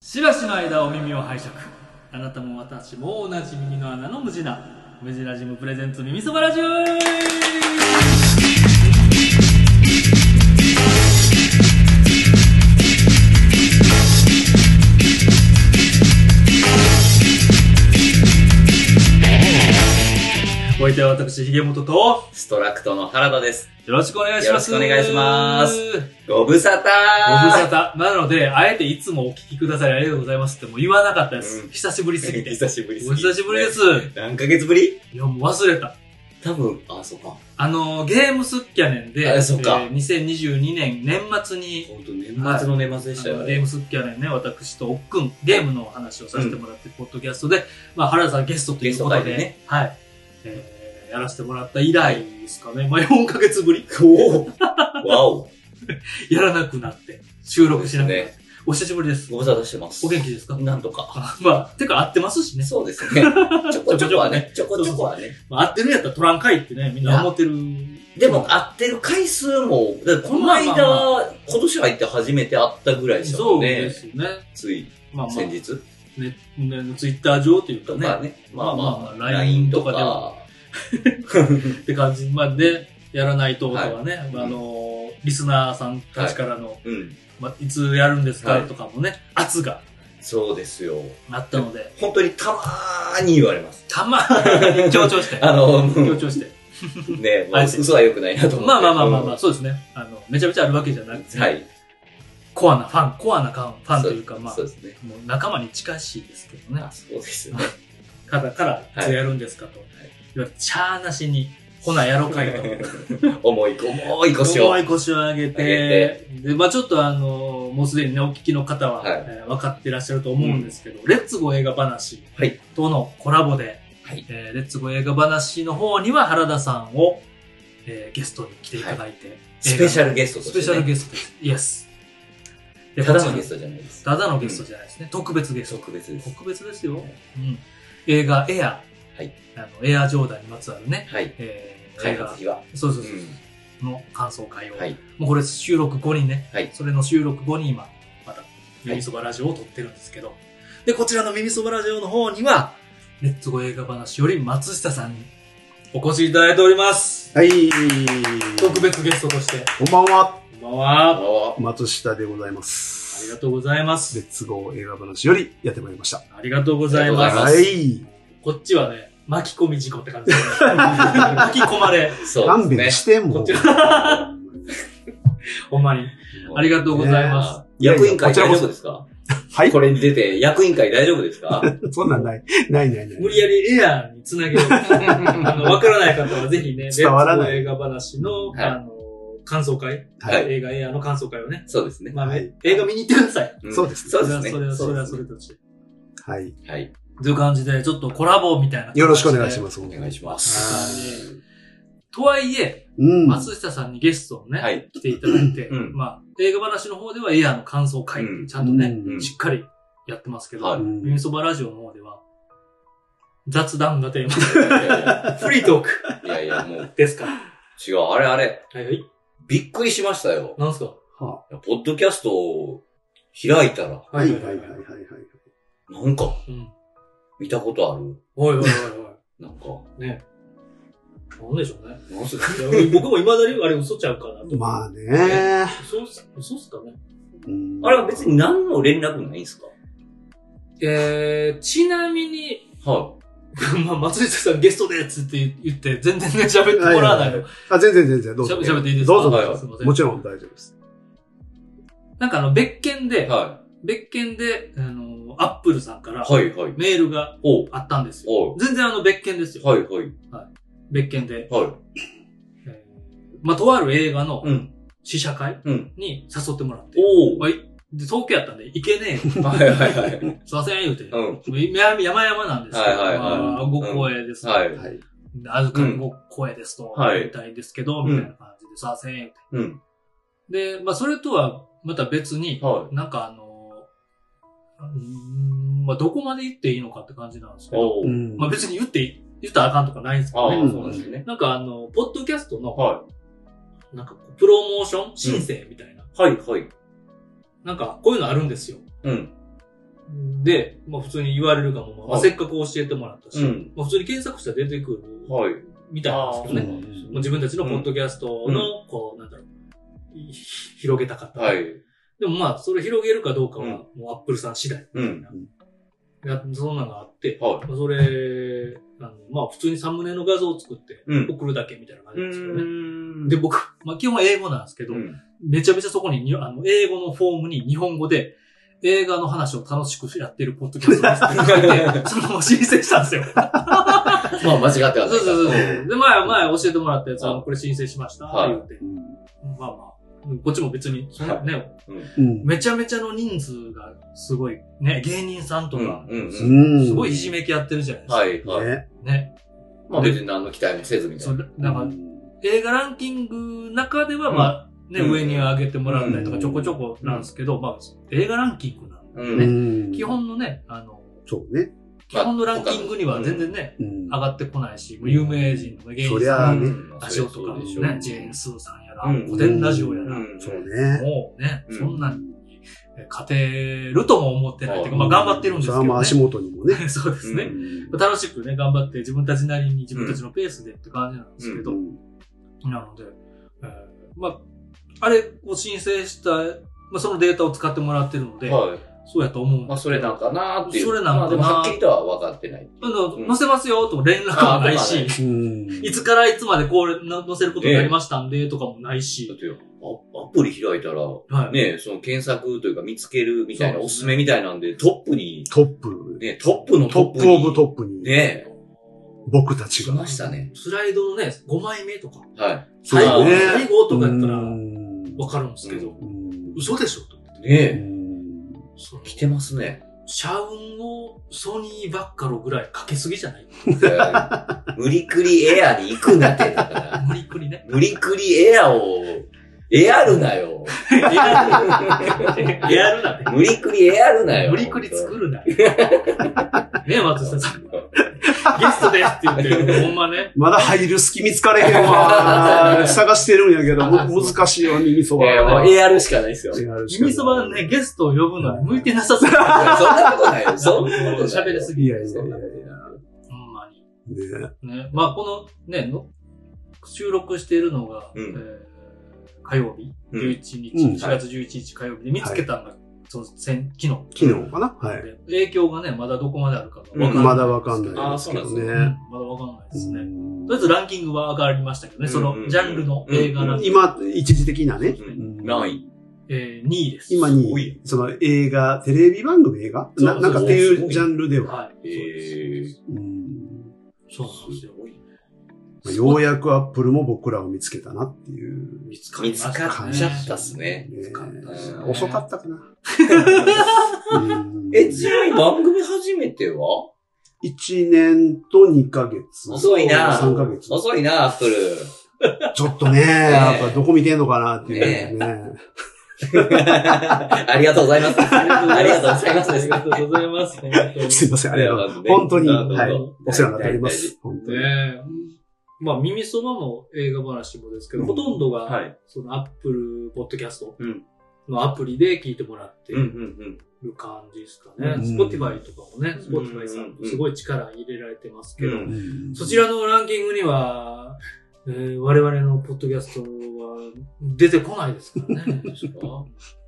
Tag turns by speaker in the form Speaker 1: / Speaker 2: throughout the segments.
Speaker 1: しばしの間お耳を拝借あなたも私も同じ耳の穴の無地な無地ラジムプレゼンツ耳そばラジオお相手は私ひげもととよ
Speaker 2: ストラクトの原田です。
Speaker 1: ろしくお願いします
Speaker 2: よろしくお願いします
Speaker 1: ご
Speaker 2: ご無沙汰
Speaker 1: 無沙汰なのであえていつもお聞きくださりありがとうございますってもう言わなかったです、
Speaker 2: うん
Speaker 1: 久しぶりすぎて
Speaker 2: 久しぶりす
Speaker 1: お
Speaker 2: ぎ
Speaker 1: 久しぶりです。
Speaker 2: 何ヶ月ぶり
Speaker 1: いや、もう忘れた。
Speaker 2: 多分、あ、そうか。
Speaker 1: あの、ゲームスッキャネンで、
Speaker 2: あそっか
Speaker 1: えー2022年年末に、
Speaker 2: 本当年末の年末でした
Speaker 1: あ
Speaker 2: よ
Speaker 1: のゲー
Speaker 2: ね。
Speaker 1: ムスッキャネンね、私とおっくん、ゲームのお話をさせてもらって、ポッドキャストで、まあ、原田さんゲストということ
Speaker 2: ゲ
Speaker 1: で、
Speaker 2: スト会でね
Speaker 1: はい、えーやらせてもらった以来ですかね、まあ、4ヶ月ぶり、
Speaker 2: おお わお
Speaker 1: やらなくなって、収録しなくなって、
Speaker 2: ね
Speaker 1: お久しぶりです。
Speaker 2: ご無沙汰してます。
Speaker 1: お元気ですか
Speaker 2: なんとか。
Speaker 1: あまあ、てか、合ってますしね。
Speaker 2: そうですね。 ちょこちょこはね。ちょこちょこはね。
Speaker 1: まあ、合ってるんやったら取らんかいってね、みんな思ってる。
Speaker 2: でも、会ってる回数も、だってこの間、
Speaker 1: まあま
Speaker 2: 今年入って初めて会ったぐらいでしたも
Speaker 1: そ
Speaker 2: ん
Speaker 1: う
Speaker 2: ね
Speaker 1: で。すよね。
Speaker 2: つい、
Speaker 1: まあまあ
Speaker 2: 先、日
Speaker 1: ね、ね、ツイッター上というか
Speaker 2: と
Speaker 1: ね、
Speaker 2: かね。ま
Speaker 1: ま
Speaker 2: あま
Speaker 1: あ
Speaker 2: あ、
Speaker 1: まあ
Speaker 2: LINE と
Speaker 1: と
Speaker 2: か。
Speaker 1: って感じまでやらないととかね、あのー、リスナーさんたちからの、
Speaker 2: うん。
Speaker 1: ま、いつやるんですか
Speaker 2: はい
Speaker 1: とかもね、圧が
Speaker 2: そうですよ。
Speaker 1: なったので、
Speaker 2: 本当にたまーに言われます。
Speaker 1: たまに強調して、
Speaker 2: あの、
Speaker 1: 強調して。
Speaker 2: ね、も
Speaker 1: あえ
Speaker 2: う
Speaker 1: て
Speaker 2: 嘘は良くないなと思って。
Speaker 1: まあまあまあまあまあ、
Speaker 2: う
Speaker 1: そうですね。あの、めちゃめちゃあるわけじゃなくて、
Speaker 2: んはい。
Speaker 1: コアなファン、コアなファンファンというか、
Speaker 2: そ
Speaker 1: まあ
Speaker 2: そ、うですね。
Speaker 1: もう仲間に近しいですけどね
Speaker 2: あ、。そうですよね。
Speaker 1: から、から、いつやるんですかと。いわゆる、チャーなしに、ほなやろかい と。
Speaker 2: 重い、重い腰を
Speaker 1: 重。い腰を上げて、で、まあちょっとあの、もうすでにね、お聞きの方は、
Speaker 2: はい
Speaker 1: えー分かってらっしゃると思うんですけど、レッツゴー映画話
Speaker 2: はい
Speaker 1: とのコラボで、
Speaker 2: はい
Speaker 1: えーレッツゴー映画話の方には原田さんを、えーゲストに来ていただいて、
Speaker 2: スペシ
Speaker 1: ル
Speaker 2: ャルゲストと
Speaker 1: ス
Speaker 2: し
Speaker 1: ペシャル
Speaker 2: てね。
Speaker 1: ゲストです。イエス。
Speaker 2: ただのゲ
Speaker 1: ス
Speaker 2: ストじゃないです。
Speaker 1: ト。ただのゲストじゃないですね。特別ゲスト。
Speaker 2: 特別です。
Speaker 1: 特別ですよ。うん。映画エア。
Speaker 2: はい
Speaker 1: あの、エアジョーダンにまつわるね、
Speaker 2: はい。
Speaker 1: えー映
Speaker 2: 開
Speaker 1: 画
Speaker 2: 発、費は。
Speaker 1: そう
Speaker 2: う
Speaker 1: そうそ
Speaker 2: ん。
Speaker 1: う、の感想会を、
Speaker 2: はい。
Speaker 1: もうこれ収録後にね、
Speaker 2: はい
Speaker 1: それの収録後に今、また、耳そばラジオを撮ってるんですけど、で、こちらの耳そばラジオの方には、レッツゴー映画話より松下さんにお越しいただいております。
Speaker 3: はい。
Speaker 1: 特別ゲストとして。
Speaker 3: こんばんは。
Speaker 1: こんばんは。
Speaker 2: あ
Speaker 3: 松下でございます。
Speaker 1: ありがとうございます
Speaker 3: レ。ッツゴー映画話よりやってまいりました。
Speaker 1: ありがとうござい
Speaker 2: あり
Speaker 1: ま
Speaker 2: が
Speaker 1: す。
Speaker 2: とうございま
Speaker 3: はい。
Speaker 1: こっちはね、巻き込み事故って感じで、 巻き込まれ、
Speaker 2: そう
Speaker 3: 勘
Speaker 2: で
Speaker 3: 弁
Speaker 2: す
Speaker 3: して、
Speaker 1: こ
Speaker 3: も
Speaker 1: っ
Speaker 3: う
Speaker 1: ち。ほんまに。
Speaker 2: ね。
Speaker 1: ありがとうございます。
Speaker 2: あ役員会
Speaker 3: いや
Speaker 2: 大
Speaker 3: いやこちらこ
Speaker 2: 丈
Speaker 3: そ
Speaker 2: 夫ですか
Speaker 3: はい
Speaker 2: こ。れに出て、役員会大丈夫ですか
Speaker 3: そんなんない。ないないない。
Speaker 1: 無理やりエアーにつなげ る。あの、わからない方はぜひ ね、
Speaker 3: 伝わらない
Speaker 1: レッツゴー映画話の、
Speaker 2: はい
Speaker 1: あの、感想会、
Speaker 3: はい
Speaker 1: 映画エアーの感想会をね、
Speaker 2: そうですね。
Speaker 1: まあ、
Speaker 3: はい
Speaker 1: 映画見に行ってください。
Speaker 2: ん
Speaker 3: そうですね
Speaker 2: そうですね。
Speaker 1: それはそれはそ
Speaker 2: そう
Speaker 1: れ
Speaker 2: で
Speaker 1: はそれとして。
Speaker 3: り。はい。
Speaker 2: すねはい。
Speaker 1: という感じで、ちょっとコラボみたいな。
Speaker 3: よろしくお願いし
Speaker 1: す。
Speaker 3: ます。お
Speaker 2: お願いしま
Speaker 1: は
Speaker 2: す。
Speaker 1: とはいえ、
Speaker 3: うん。
Speaker 1: 松下さんにゲストを ね、
Speaker 2: はい
Speaker 1: 来ていただいて、
Speaker 2: うん
Speaker 1: まあ、映画話の方ではエアーの感想会、
Speaker 2: うん
Speaker 1: ちゃんとね、
Speaker 3: うん
Speaker 1: しっかりやってますけど、
Speaker 2: はい
Speaker 1: 耳そばラジオの方では、雑談がテーマ、 フ
Speaker 2: い
Speaker 1: リートーク
Speaker 2: やいやいやいや、もう、
Speaker 1: ですから。
Speaker 2: 違う。あれあれ。
Speaker 1: はいはい。
Speaker 2: びっくりしましたよ。
Speaker 1: なんすか
Speaker 3: は
Speaker 2: ポッドキャストを開いたら、
Speaker 3: あはいはいはいはいはい。
Speaker 2: なんか、
Speaker 1: うん。
Speaker 2: 見たことある。
Speaker 1: おいおいおい
Speaker 2: なんか、
Speaker 1: おい。ねなんでしょうね。
Speaker 2: なんすか
Speaker 1: いや 僕も未だにあれ嘘ちゃうかなと。
Speaker 3: まあね。
Speaker 1: 嘘っす、嘘っすかね。
Speaker 3: うん
Speaker 2: あれは別に何の連絡もないんすか
Speaker 1: えー、ちなみに、
Speaker 2: は
Speaker 1: まあ、松下さんゲストでっつって言って、全然ね、喋ってもらわないの。
Speaker 3: あ、全然全然。どう
Speaker 1: しゃ
Speaker 3: ぞ
Speaker 1: べ。喋っていいですか
Speaker 3: どうぞ
Speaker 2: どうぞ
Speaker 1: すいません。
Speaker 3: もちろん大丈夫です。
Speaker 1: なんかあの、別件で、
Speaker 2: い。は
Speaker 1: 別件で、あの、アップルさんから、
Speaker 2: い。はい、はい。
Speaker 1: メールが
Speaker 2: おう。
Speaker 1: あったんですよ。
Speaker 2: おう。
Speaker 1: 全然あの、別件ですよ。
Speaker 2: はい、はい。
Speaker 1: 別件で、
Speaker 2: はい。
Speaker 1: えーまあ、とある映画の
Speaker 2: うん。
Speaker 1: 試写会
Speaker 2: うん。
Speaker 1: に誘ってもらって、
Speaker 2: おう。
Speaker 1: はいで、東京やったんで、行けねえよ。
Speaker 2: はい、はい、はい。
Speaker 1: すいません、言うて。
Speaker 2: うん。
Speaker 1: 山々なんですけど、
Speaker 2: はいはいはい
Speaker 1: まあご光栄です。
Speaker 2: はい。
Speaker 3: はい。
Speaker 1: あずかにご光栄ですと、
Speaker 2: はい
Speaker 1: みたいですけど、
Speaker 2: うん
Speaker 1: みたいな感じで、すいません、言う
Speaker 2: うん。
Speaker 1: て。で、まあ、それとは、また別に、
Speaker 2: は
Speaker 1: なんかあの、うーんまあ、どこまで言っていいのかって感じなんです
Speaker 2: い。
Speaker 1: けど、
Speaker 2: おう
Speaker 3: う。ん
Speaker 1: まあ、別に言ってい、言ったらあかんとかないんですけ
Speaker 2: ああ、
Speaker 1: どね。
Speaker 2: そうなんですね。
Speaker 1: なんかあの、ポッドキャストの、
Speaker 2: は
Speaker 1: なんかこうプロモーション申請みたいな。
Speaker 2: い。はい、はい。
Speaker 1: なんか、こういうのあるんですよ。
Speaker 2: うん。
Speaker 1: で、まあ普通に言われるがまま、まあ
Speaker 2: はい
Speaker 1: せっかく教えてもらったし、
Speaker 2: うん。
Speaker 1: まあ普通に検索したら出てくる
Speaker 2: はい。
Speaker 1: みたいなんですけど
Speaker 3: ね
Speaker 1: ね。もう自分たちのポッドキャストの、こう、なんだろう、ひ広げたかった。
Speaker 2: はい。
Speaker 1: でもまあ、それ広げるかどうかは、
Speaker 2: うん
Speaker 1: もうアップルさん次第。
Speaker 2: うん。
Speaker 1: やそんなのがあって、
Speaker 2: は
Speaker 1: まあそれ、あのまあ普通にサムネの画像を作って
Speaker 2: うん
Speaker 1: 送るだけみたいな感
Speaker 2: い。
Speaker 1: じなんですけどね。
Speaker 2: ん
Speaker 1: で、僕、まあ基本は英語なんですけど、
Speaker 2: うん。
Speaker 1: めちゃめちゃそこににあの、英語のフォームに日本語で、映画の話を楽しくやってるポッドキャストですって書 いて、そのまま申請したんですよ。
Speaker 2: まあ、間違ってはない
Speaker 1: そうそうそうそう。で、前、前教えてもらったやつ、
Speaker 2: はい
Speaker 1: あの、これ申請しました、
Speaker 2: はい
Speaker 1: 言うて。まあまあ、こっちも別に、そんなね、
Speaker 3: うん。
Speaker 1: めちゃめちゃの人数がすごい、ね、芸人さんとか、
Speaker 2: うん。うん。うん
Speaker 3: うん。
Speaker 1: すごいいじめきやってるじゃないですか。
Speaker 2: はい。はい。
Speaker 3: ね。
Speaker 1: ね。
Speaker 2: まあ、別に何の期待もせずみた
Speaker 1: そ
Speaker 2: いうな。
Speaker 1: だから、映画ランキング中では、まあ、ね、
Speaker 2: うん
Speaker 1: 上に上げてもらったりと
Speaker 3: う
Speaker 1: か、
Speaker 3: ん
Speaker 1: ちょこちょこなんですけど、まあ、映画ランキングなんで
Speaker 2: う。
Speaker 3: うん
Speaker 2: うん
Speaker 3: ん
Speaker 1: 基。本のね、あの、
Speaker 3: そうね。
Speaker 1: 基本のランキングには全然ね、
Speaker 3: うん
Speaker 1: 上がってこないし、もう有名人とか芸人
Speaker 3: そり
Speaker 1: さ
Speaker 3: ゃあ
Speaker 1: ん、
Speaker 3: ね
Speaker 1: ラジオとか、ね、
Speaker 3: そりゃそうでしょう
Speaker 1: ジェーン・スーさんやら、
Speaker 2: うん
Speaker 1: 古典ラジオや
Speaker 2: う
Speaker 1: ら、
Speaker 2: ん。
Speaker 3: そうね。
Speaker 1: もうね、
Speaker 2: うん
Speaker 1: そんなにえ勝てるとも思ってないというか、まあ頑張ってるんですけ
Speaker 3: それはまあ足
Speaker 1: ど
Speaker 3: 元にもね。
Speaker 1: ね。 そうです
Speaker 2: う
Speaker 1: ね。楽しくね、頑張って自分たちなりに自分たちのペースでって感じなんですけど、なので、えーまあ、あれを申請した、まあそのデータを使ってもらってるので、
Speaker 2: はい。
Speaker 1: そうやと思うん
Speaker 2: ま
Speaker 1: で
Speaker 2: あ、
Speaker 1: す
Speaker 2: それなんかなーっていう。
Speaker 1: それなんかなー
Speaker 2: まあ、でもはっきりとは分かってない。
Speaker 1: あの
Speaker 2: うん
Speaker 1: 載せますよとも連絡もない
Speaker 2: あ
Speaker 1: し、
Speaker 3: うん。
Speaker 1: いつからいつまでこうな載せることになりましたんで、とかもない
Speaker 2: だっ
Speaker 1: し、
Speaker 2: てア、アプリ開いたら、
Speaker 1: はい。
Speaker 2: ね、その検索というか見つけるみたいな、
Speaker 1: そう
Speaker 2: お
Speaker 1: ですね
Speaker 2: すすめみたいなんで、トップに、
Speaker 3: トップ。
Speaker 2: ね、トップの
Speaker 3: ト
Speaker 2: トッ
Speaker 3: ッ
Speaker 2: プ
Speaker 3: プオ
Speaker 2: に。
Speaker 3: ブトップに。
Speaker 2: ね、
Speaker 3: 僕たち
Speaker 2: 来
Speaker 3: が。
Speaker 2: ましたね。
Speaker 1: スライドのね、5枚目とか、
Speaker 2: はい。
Speaker 3: そう
Speaker 1: 最後、
Speaker 3: ね
Speaker 1: 最後とかやったら
Speaker 3: う
Speaker 1: わ
Speaker 3: ん
Speaker 1: かるんですけど、
Speaker 2: う
Speaker 3: うん
Speaker 1: 嘘でしょと思って。
Speaker 3: う
Speaker 2: ね
Speaker 3: ん
Speaker 1: その
Speaker 2: 来てます ね。
Speaker 1: 社運をソニーばっかろぐらいかけすぎじゃない
Speaker 2: 無理くりエアに行くなって、だから。
Speaker 1: 無理くりね。
Speaker 2: 無理くりエアを、エアるなよ。
Speaker 1: エアル、エアルなね。
Speaker 2: 無理くりエアるなよ。
Speaker 1: 無理くり作るな。ね松下さん。ゲストですって言って、ほんまね。
Speaker 3: まだ入る隙見つかれへん わ。探してるんやけど、む難しいわ、耳そ
Speaker 2: い
Speaker 3: ば。
Speaker 2: やいや、もうエアるしかないですよ。そん
Speaker 1: 耳
Speaker 3: 耳
Speaker 1: そばね、。ゲストを呼ぶのに向いてなさそう。喋
Speaker 2: なことないよ。 そんなことないよ。
Speaker 1: りすぎ
Speaker 3: いや
Speaker 1: る
Speaker 3: いやいやいや。
Speaker 1: ほんまに。
Speaker 3: ね
Speaker 1: ね、まあこのね、の収録しているのが、
Speaker 2: うん
Speaker 1: えー火曜日、
Speaker 2: うん
Speaker 1: 11日、
Speaker 3: うん
Speaker 1: 4月11日火曜日で見つけたのが、そう先昨日。
Speaker 3: 昨日かなはい。
Speaker 1: で影響がね、まだどこまであるかがわかんない。
Speaker 3: まだわかんないですけ
Speaker 2: あ
Speaker 3: ど
Speaker 2: そう
Speaker 1: うん
Speaker 3: ね。
Speaker 1: まだわかんないですね。
Speaker 3: うん
Speaker 1: とりあえずランキングは上がりましたけどね、そ
Speaker 2: うんうんう
Speaker 1: の
Speaker 2: ん
Speaker 1: ジャンルの映画ランキング。
Speaker 3: 今、一時的なね。
Speaker 2: うんない。
Speaker 1: えー、2位です。
Speaker 3: 今
Speaker 2: すごい
Speaker 3: に、その映画、テレビ番組映画ななんかってい
Speaker 2: そうそうそう
Speaker 3: うジャンルでは。
Speaker 1: はい。そうです。
Speaker 3: うん
Speaker 1: そうなんですよ。
Speaker 3: まあようやくアップルも僕らを見つけたなっていう。
Speaker 1: 見つかりましたね
Speaker 2: 見つかっちゃったっすね
Speaker 1: 見つかったっすね
Speaker 3: ね遅かったかな。うん
Speaker 2: え、ちなみに番組初めては
Speaker 3: 1年と2ヶ月。
Speaker 2: 遅いな
Speaker 3: 3ヶ月。
Speaker 2: 遅いな、アップル。
Speaker 3: ちょっとね、やっぱどこ見てんのかなっていうね。
Speaker 2: ありがとうございます。 ありがとうございます。
Speaker 1: ありがとうございます。本当に
Speaker 3: すいません、ありがとう。 本当に、はい。お世話になっております。本当に。
Speaker 1: ねえ。まあ、耳そばも映画話もですけど、
Speaker 3: うん
Speaker 1: ほとんどが、
Speaker 2: はい。
Speaker 1: そのアップルポッドキャスト
Speaker 2: うん
Speaker 1: のアプリで聞いてもらって
Speaker 2: うん
Speaker 1: る
Speaker 2: うん
Speaker 1: 感じですかね。
Speaker 3: うん
Speaker 1: スポティファイとかもね、
Speaker 2: ん
Speaker 1: スポティファイさんとすごい力入れられてますけど、
Speaker 2: うん
Speaker 3: うん
Speaker 1: そちらのランキングには、えー我々のポッドキャストは出てこないですから ね。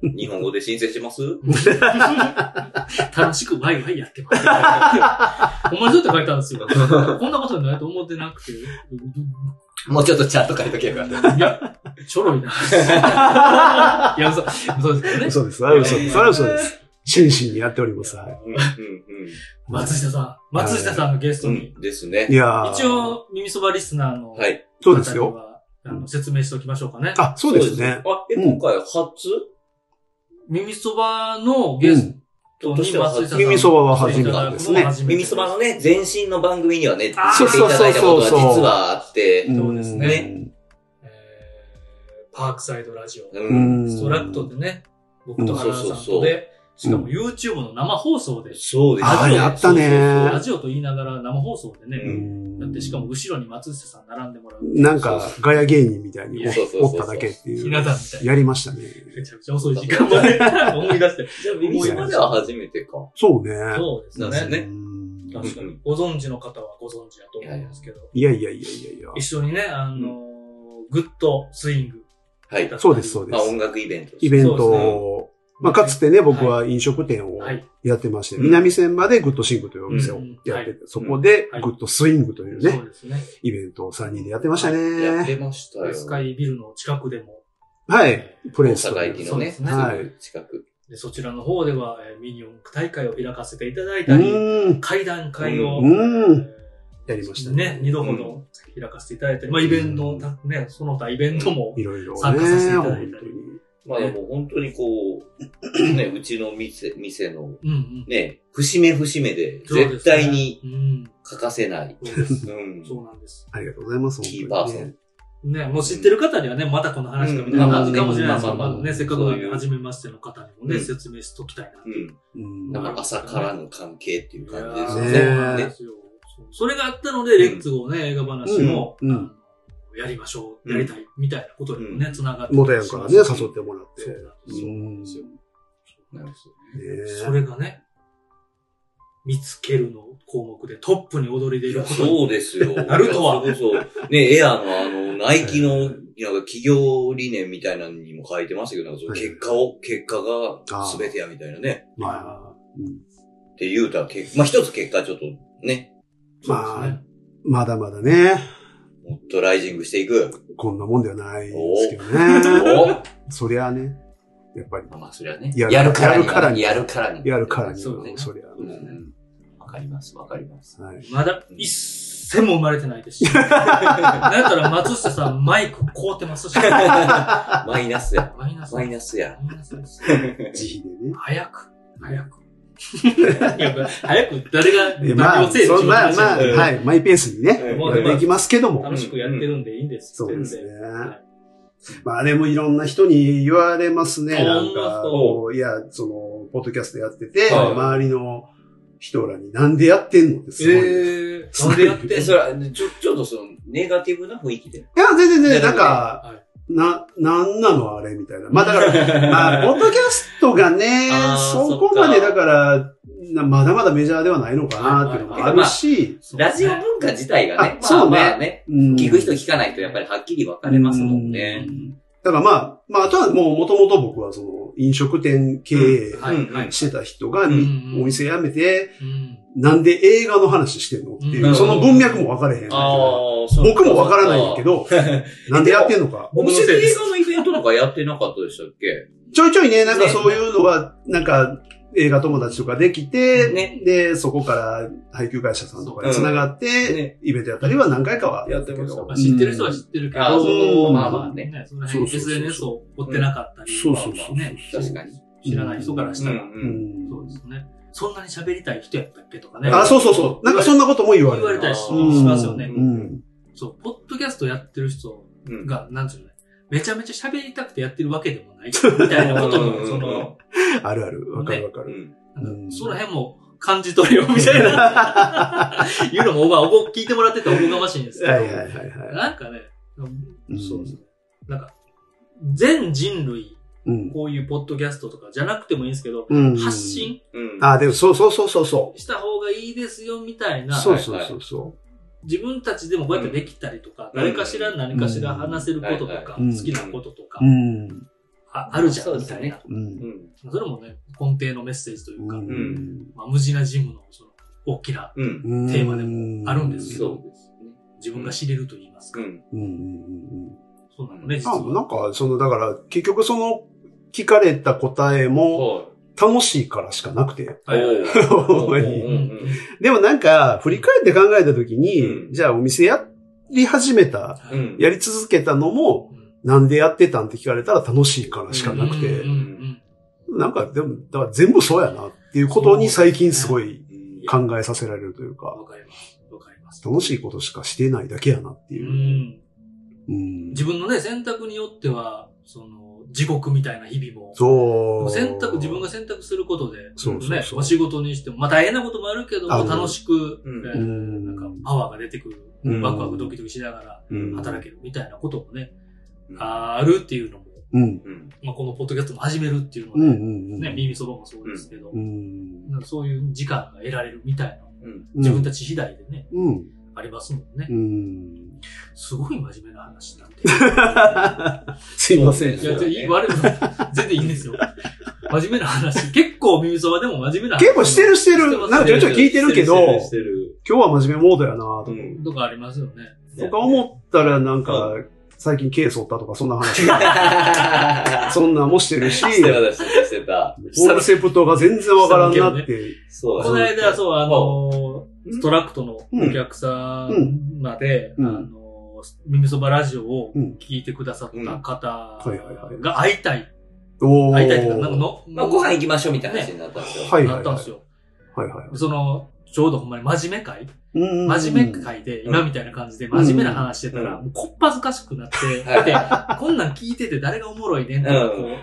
Speaker 2: うん。日本語で申請します
Speaker 1: 楽しくワイワイや ってます。お前ずっと書いたんですよ。 こんなことになると思ってなくて。
Speaker 2: もうちょっとちゃんと書いとけばよかった。
Speaker 1: いや、ちょろ いな。いや、嘘、嘘ですけどね。
Speaker 3: 嘘です。あ嘘です。あ嘘です。真摯にやっております。は
Speaker 2: うんうん
Speaker 3: い。
Speaker 1: 松下さん、松下さんのゲスト
Speaker 2: う
Speaker 1: に。
Speaker 2: ん。ですね
Speaker 3: い。やー
Speaker 1: 一、応、耳そばリスナーの、
Speaker 2: はい。
Speaker 3: そうですよ。。
Speaker 1: あの、説明しておきましょうかね。
Speaker 3: あ、そうですね。
Speaker 2: あ、え、今回初
Speaker 1: 耳そばのゲストに松下さん。
Speaker 3: 耳そばは初めてですね。
Speaker 2: 耳そばのね、前身の番組にはね、
Speaker 1: あー
Speaker 2: 出ていただいたことが実はあって、
Speaker 1: そうですね
Speaker 3: ん。
Speaker 1: えーパークサイドラジオ。
Speaker 2: う。
Speaker 3: うんん
Speaker 1: ストラクトでね、僕と原田さんとで、しかも YouTube の生放送で、
Speaker 2: そうです
Speaker 1: あ
Speaker 3: あ
Speaker 1: ー
Speaker 3: あ、
Speaker 1: れ
Speaker 3: やった
Speaker 1: ラ
Speaker 3: ね。
Speaker 1: ジオと言いながら生放送で
Speaker 2: う
Speaker 1: ね、だってしかも後ろに松下さん並んでもらう。
Speaker 3: なんか、ガヤ芸人みたいに
Speaker 2: そうそうそうそ
Speaker 3: お
Speaker 2: う
Speaker 3: おっただけって
Speaker 1: ひ
Speaker 3: い
Speaker 1: な
Speaker 3: う。
Speaker 1: 壇みたいな。
Speaker 3: やりましたね。
Speaker 1: めちゃくちゃ遅い時間まで思い出して。
Speaker 2: じゃあ、耳までは初めてか。
Speaker 3: そうね。
Speaker 1: そうです
Speaker 2: なんです
Speaker 1: ね
Speaker 2: よ。ね
Speaker 3: うん
Speaker 1: 確かに。ご存知の方はご存知だと思うんですけど、
Speaker 3: いやいやいやいやいや。
Speaker 1: 一緒にね、あのーグッドスイング
Speaker 2: は
Speaker 1: だった
Speaker 2: い
Speaker 1: り。。
Speaker 3: そうです、そうで
Speaker 2: まあ、
Speaker 3: す
Speaker 2: 音。楽イベントです。
Speaker 3: イベント
Speaker 1: そうです
Speaker 3: を、まあ、かつてね、僕は飲食店を
Speaker 1: はい。
Speaker 3: やってまして、
Speaker 2: うん
Speaker 3: 南線までグッドシングというお店をやってて、そこで
Speaker 1: はい
Speaker 3: グッドスイングという
Speaker 1: そ
Speaker 3: ね
Speaker 1: う、ですね。
Speaker 3: イベントを3人でやってました
Speaker 2: やっ
Speaker 3: ね。
Speaker 2: てました
Speaker 1: スカ
Speaker 2: よ。
Speaker 1: イビルの近くでも、
Speaker 3: はい。プレ
Speaker 2: 大
Speaker 3: イスと
Speaker 2: 阪
Speaker 3: いう
Speaker 2: 駅
Speaker 1: そ
Speaker 2: の
Speaker 1: う
Speaker 2: ね、
Speaker 1: ですすね
Speaker 2: ぐ近く。
Speaker 1: でそちらの方では、えーミニ四駆大会を開かせていただいうたり、
Speaker 3: ーん。
Speaker 1: 会談会を、
Speaker 3: うんうん
Speaker 1: え
Speaker 3: やりまし
Speaker 1: ー
Speaker 3: た
Speaker 1: ね、
Speaker 3: ね。
Speaker 1: 二度ほど開かせていただいたり、まあイベント、たね、その他イベントも、
Speaker 3: いろいろ
Speaker 1: 参加させて
Speaker 3: ね、
Speaker 1: いた
Speaker 3: 本
Speaker 1: だいたり
Speaker 3: 当に。
Speaker 2: まあ、でも本当にこう、ね、うちの店、店の、
Speaker 1: うんうん。
Speaker 2: ね、節目節目で、
Speaker 1: そうで
Speaker 2: 絶
Speaker 1: すね
Speaker 2: 対に
Speaker 1: うん。
Speaker 2: 欠かせない。
Speaker 1: そうです。
Speaker 2: うん。
Speaker 1: そうなんです。
Speaker 3: ありがとうございます、
Speaker 2: キーパー
Speaker 3: 本当
Speaker 2: ソ
Speaker 3: にね
Speaker 1: ね、
Speaker 2: ン。。
Speaker 1: もう知ってる方にはね、またこの話かみたいな感じかもしれないですけど、
Speaker 3: うんま
Speaker 1: ま
Speaker 3: あまあまあ
Speaker 1: あね、せっかくなんで、
Speaker 2: そういう
Speaker 1: 初めましての方にもね、
Speaker 2: うん
Speaker 1: 説明しときたいなって
Speaker 2: う。
Speaker 1: いうん
Speaker 3: うん
Speaker 2: なんか朝からの関係っていう感じですよ
Speaker 1: いやーそうなん
Speaker 2: ね。
Speaker 1: で
Speaker 2: ね
Speaker 1: すよ。そうそれがあったので、レッツゴーね、映画話も、
Speaker 3: うんうん
Speaker 1: あのやりましょう、やりたい、みたいなことにもね、つながって。
Speaker 3: モダヤンからね、誘ってもらって。
Speaker 1: そうなんですよ
Speaker 3: う
Speaker 1: そうんなんですよ。
Speaker 2: なるほど
Speaker 1: それがね、見つけるの項目でトップに踊り出
Speaker 2: い
Speaker 1: る
Speaker 2: や
Speaker 1: ことを
Speaker 2: そうですよ。
Speaker 1: なるとは
Speaker 2: それこそ、ね、エアのあの、ナイキの、なんか企業理念みたいなのにも書いてましたけど、なんかその結果を、結果が全てやみたいなね。
Speaker 3: まあ、うん
Speaker 2: って言うたら、結まあ一つ結果ちょっとね、
Speaker 1: そうですね。
Speaker 3: まだまだね、
Speaker 2: もっとライジングしていく。
Speaker 3: こんなもんではないですけどね。
Speaker 2: お
Speaker 3: そりゃあね、やっぱ り、
Speaker 2: まあそれはね。
Speaker 3: や
Speaker 2: や
Speaker 3: る
Speaker 2: るからに
Speaker 3: やるからに
Speaker 2: は。やるからに。
Speaker 3: やるからに
Speaker 1: そ
Speaker 3: は
Speaker 1: うね、
Speaker 3: そりゃあ
Speaker 2: う
Speaker 3: ね、
Speaker 2: んわかります、わかり ます。
Speaker 3: はい。
Speaker 1: まだ一銭も生まれてないですし。なんやったら松下さんマイク凍ってますし。
Speaker 2: マイナ スや。
Speaker 1: マイナス。
Speaker 2: マイナスや。
Speaker 1: マイナスです。
Speaker 3: 自費でね。
Speaker 1: 早く。早く。いや早く誰が
Speaker 3: ま
Speaker 1: 何
Speaker 3: あ、
Speaker 1: をせえって
Speaker 3: そ
Speaker 1: いうう
Speaker 3: まあ
Speaker 1: 話
Speaker 3: ま
Speaker 1: な
Speaker 3: あ、
Speaker 1: んで
Speaker 3: はい、マイペースにね、
Speaker 2: うん
Speaker 3: や っていきますけども
Speaker 1: 楽。しくやってるんでいいんです。
Speaker 3: そうですね
Speaker 1: 全然はい
Speaker 3: まあでもいろんな人に言われますね、
Speaker 1: あ
Speaker 3: なんか。
Speaker 2: ほ
Speaker 3: こういや、その、ポッドキャストやってて、
Speaker 2: はい
Speaker 3: 周りの人らになんでやってんのってすごい。
Speaker 1: えー、なんでやっ
Speaker 2: で、
Speaker 1: て
Speaker 2: それは、ちょ、ちょっとその、ネガティブな雰囲気で。
Speaker 3: いや、全然全
Speaker 2: なる
Speaker 3: 然、な
Speaker 2: ほ
Speaker 3: ん
Speaker 2: どね
Speaker 3: か、
Speaker 1: はい
Speaker 3: な、なんなのあれみたいな。まあだ から、まあ、ポッドキャストがね
Speaker 2: あ、ー
Speaker 3: そこまで
Speaker 2: そっ
Speaker 3: だ
Speaker 2: か
Speaker 3: から、なまだまだメジャーではないのかなっていうのもあるし、
Speaker 2: ラジオ文化自体がね、
Speaker 3: あそうね
Speaker 2: まあまあね、
Speaker 3: うん
Speaker 2: 聞く人聞かない人やっぱりはっきり分かれますもんね。
Speaker 3: うんだからまあ、まあ、あとはもう、もともと僕はその、飲食店経営
Speaker 1: はい
Speaker 2: うん
Speaker 1: はい
Speaker 3: してた人が、
Speaker 1: んうん
Speaker 3: お店辞めて、
Speaker 1: うん
Speaker 3: なんで映画の話してんのっていう、
Speaker 1: うん
Speaker 3: その文脈も分かれへん。
Speaker 2: ああ、そ
Speaker 3: 僕も分からないんだけ
Speaker 2: ど。
Speaker 3: ど、なんでやってんのか。
Speaker 2: お店で映画のイベントとかやってなかったでしたっけ
Speaker 3: ちょいちょいね、なんかそういうのが、なんか映画友達とかできて、
Speaker 2: ね
Speaker 3: で、そこから配給会社さんとかに繋がって、
Speaker 2: うんね
Speaker 3: イベントやったりは何回かはやってるけ
Speaker 2: やって
Speaker 3: ど。
Speaker 1: まあ知ってる人は知
Speaker 3: っ
Speaker 1: ってるけ
Speaker 2: あ
Speaker 1: ど、
Speaker 3: そう
Speaker 2: まあまあね。
Speaker 1: ね、その
Speaker 3: そう
Speaker 1: 辺
Speaker 3: そうそう
Speaker 1: SNS を追ってなかったり、
Speaker 3: そうそうそう。
Speaker 1: ね
Speaker 2: 確かに。
Speaker 1: 知らない人からしたら、
Speaker 3: う。ん
Speaker 1: そうですね。そんなに喋りたい人やったっけとかね。
Speaker 3: あ、そうそうそう。なんかそんなことも言われる。
Speaker 1: 言われたりし
Speaker 2: うん
Speaker 1: しますよね。
Speaker 3: うん。
Speaker 1: そう、ポッドキャストやってる人
Speaker 2: うん
Speaker 1: が、なんていうのね、めちゃめちゃ喋りたくてやってるわけでもない、 みたいなことも、その、
Speaker 3: あるある。わかるわか
Speaker 2: う
Speaker 3: る。
Speaker 2: ん
Speaker 1: なんかその辺も感じ取れよ、みたい な、いうのも、まあ、おご、聞いてもらってておこがましいんですけど、
Speaker 3: はいはいはいは
Speaker 1: なんかね、
Speaker 3: うん
Speaker 1: そうですね。なんか、全人類、
Speaker 3: い。うん
Speaker 1: こういうポッドキャストとかじゃなくてもいいんですけど、
Speaker 3: うん。
Speaker 1: 発信
Speaker 2: うん。
Speaker 3: あ、でもそうそうそうそうそ。
Speaker 1: した方がいいですよ、みたいうな、
Speaker 3: そうそうそうそ
Speaker 1: 自分たちでもこうやってできたりとか、
Speaker 2: うん
Speaker 1: 誰かしら何かしら話せることと
Speaker 2: うん
Speaker 1: か、
Speaker 3: うん
Speaker 1: 好きなこととか
Speaker 3: う。う、ん。
Speaker 1: ああるじゃ、
Speaker 2: そうんで
Speaker 1: み
Speaker 2: す
Speaker 1: た
Speaker 2: ね
Speaker 1: いな。
Speaker 3: うん。
Speaker 2: うん。
Speaker 1: それもね、根底のメッセージというか、
Speaker 2: ん
Speaker 1: まあ、無地なジムのその大きな
Speaker 2: うん。
Speaker 3: うん
Speaker 1: テーマでもあるんですけど
Speaker 2: そうですね。
Speaker 1: 自分が知れると言いますか。
Speaker 2: うん。
Speaker 3: うんうんうんうん。
Speaker 1: そうなのね、実
Speaker 3: あな
Speaker 1: は。
Speaker 3: んか、その、だから、結局その、聞かれた答えも、
Speaker 2: は
Speaker 3: 楽しいからしかなくて。
Speaker 2: い。
Speaker 1: はいはい
Speaker 3: ほんま
Speaker 2: う
Speaker 3: に。
Speaker 2: んうん
Speaker 3: でもなんか、振り返って考えたときに、
Speaker 2: うん
Speaker 3: じゃあお店やり始めた、
Speaker 1: は
Speaker 2: う
Speaker 1: い
Speaker 2: ん。
Speaker 3: やり続けたのも、
Speaker 1: うん
Speaker 3: なんでやってたんって聞かれたら楽しいからしかなく
Speaker 1: う
Speaker 3: て、
Speaker 1: んうん
Speaker 3: なんか、でも、だから全部そうやなっていうことに最近すごい
Speaker 2: うん
Speaker 3: 考えさせられるという
Speaker 1: うん
Speaker 3: か、
Speaker 1: わかります。わかります。
Speaker 3: 楽しいことしかしてないだけやなって
Speaker 1: う
Speaker 3: いう。
Speaker 1: ん
Speaker 3: うん
Speaker 1: 自分のね、選択によっては、その、地獄みたいな日々も。
Speaker 4: そう。
Speaker 1: 選択、自分が選択することで、
Speaker 4: そうそう
Speaker 1: ね
Speaker 4: そう
Speaker 1: お仕事にしても、まあ大変なこともあるけど
Speaker 4: あ
Speaker 1: も、
Speaker 4: る
Speaker 1: 楽しく、
Speaker 2: うん
Speaker 1: え
Speaker 4: う
Speaker 1: ー
Speaker 4: ん。
Speaker 1: なんかパワーが出てくる、
Speaker 4: うん
Speaker 1: ワクワクドキドキしながら
Speaker 4: うん
Speaker 1: 働けるみたいなこともね、
Speaker 2: うん
Speaker 1: あるっていうのも、
Speaker 4: うん。
Speaker 2: うん。
Speaker 1: まあこのポッドキャストも始めるっていうの
Speaker 4: うんう
Speaker 1: で、
Speaker 4: んうん。
Speaker 1: ね、耳そばもそうですけど、
Speaker 4: うん。
Speaker 1: なんかそういう時間が得られるみたいな、
Speaker 2: うん。
Speaker 1: 自分たち次第でね、
Speaker 4: うん。
Speaker 1: ありますもんね
Speaker 4: う。ん。
Speaker 1: すごい真面目な話になって。
Speaker 3: すいませ ん。
Speaker 1: いや、じゃあいい、悪いこと、全然いいんですよ。真面目な話。結構耳そばでも真面目な話。
Speaker 3: 結構してるしてる。なんかちょいちょい聞いてるけど、
Speaker 2: してる。
Speaker 3: 今日は真面目モードやなと
Speaker 2: う
Speaker 3: か、
Speaker 2: ん。
Speaker 1: とかありますよね。
Speaker 3: とか思ったらなんか、最近ケースおったとか、そんな話。そんなんもしてるし、
Speaker 2: してた、してた。
Speaker 3: コンセプトが全然わからんなって。
Speaker 2: そう
Speaker 1: この間、そう、あのー、ストラクトのお客さんまで、
Speaker 4: うんうん
Speaker 1: あのー、耳そばラジオを
Speaker 4: うん
Speaker 1: 聞いてくださった方
Speaker 3: うんはいはいはい
Speaker 1: が会いたい。
Speaker 3: おー
Speaker 1: 会いたいっていうか、なんかの、
Speaker 2: まあ、ご飯行きましょうみたいな話になったんですよ。
Speaker 3: はいはい
Speaker 1: な
Speaker 3: は
Speaker 1: っ
Speaker 3: い。
Speaker 1: たんですよ。
Speaker 3: はいはい。
Speaker 1: その、ちょうどほんまに真面目会
Speaker 4: うん。
Speaker 1: 真面目会で、今みたいな感じで真面目な話してたら、
Speaker 2: う
Speaker 1: もうこっぱずかしくなって、
Speaker 2: はい
Speaker 1: で、こんなん聞いてて誰がおもろいねんってこ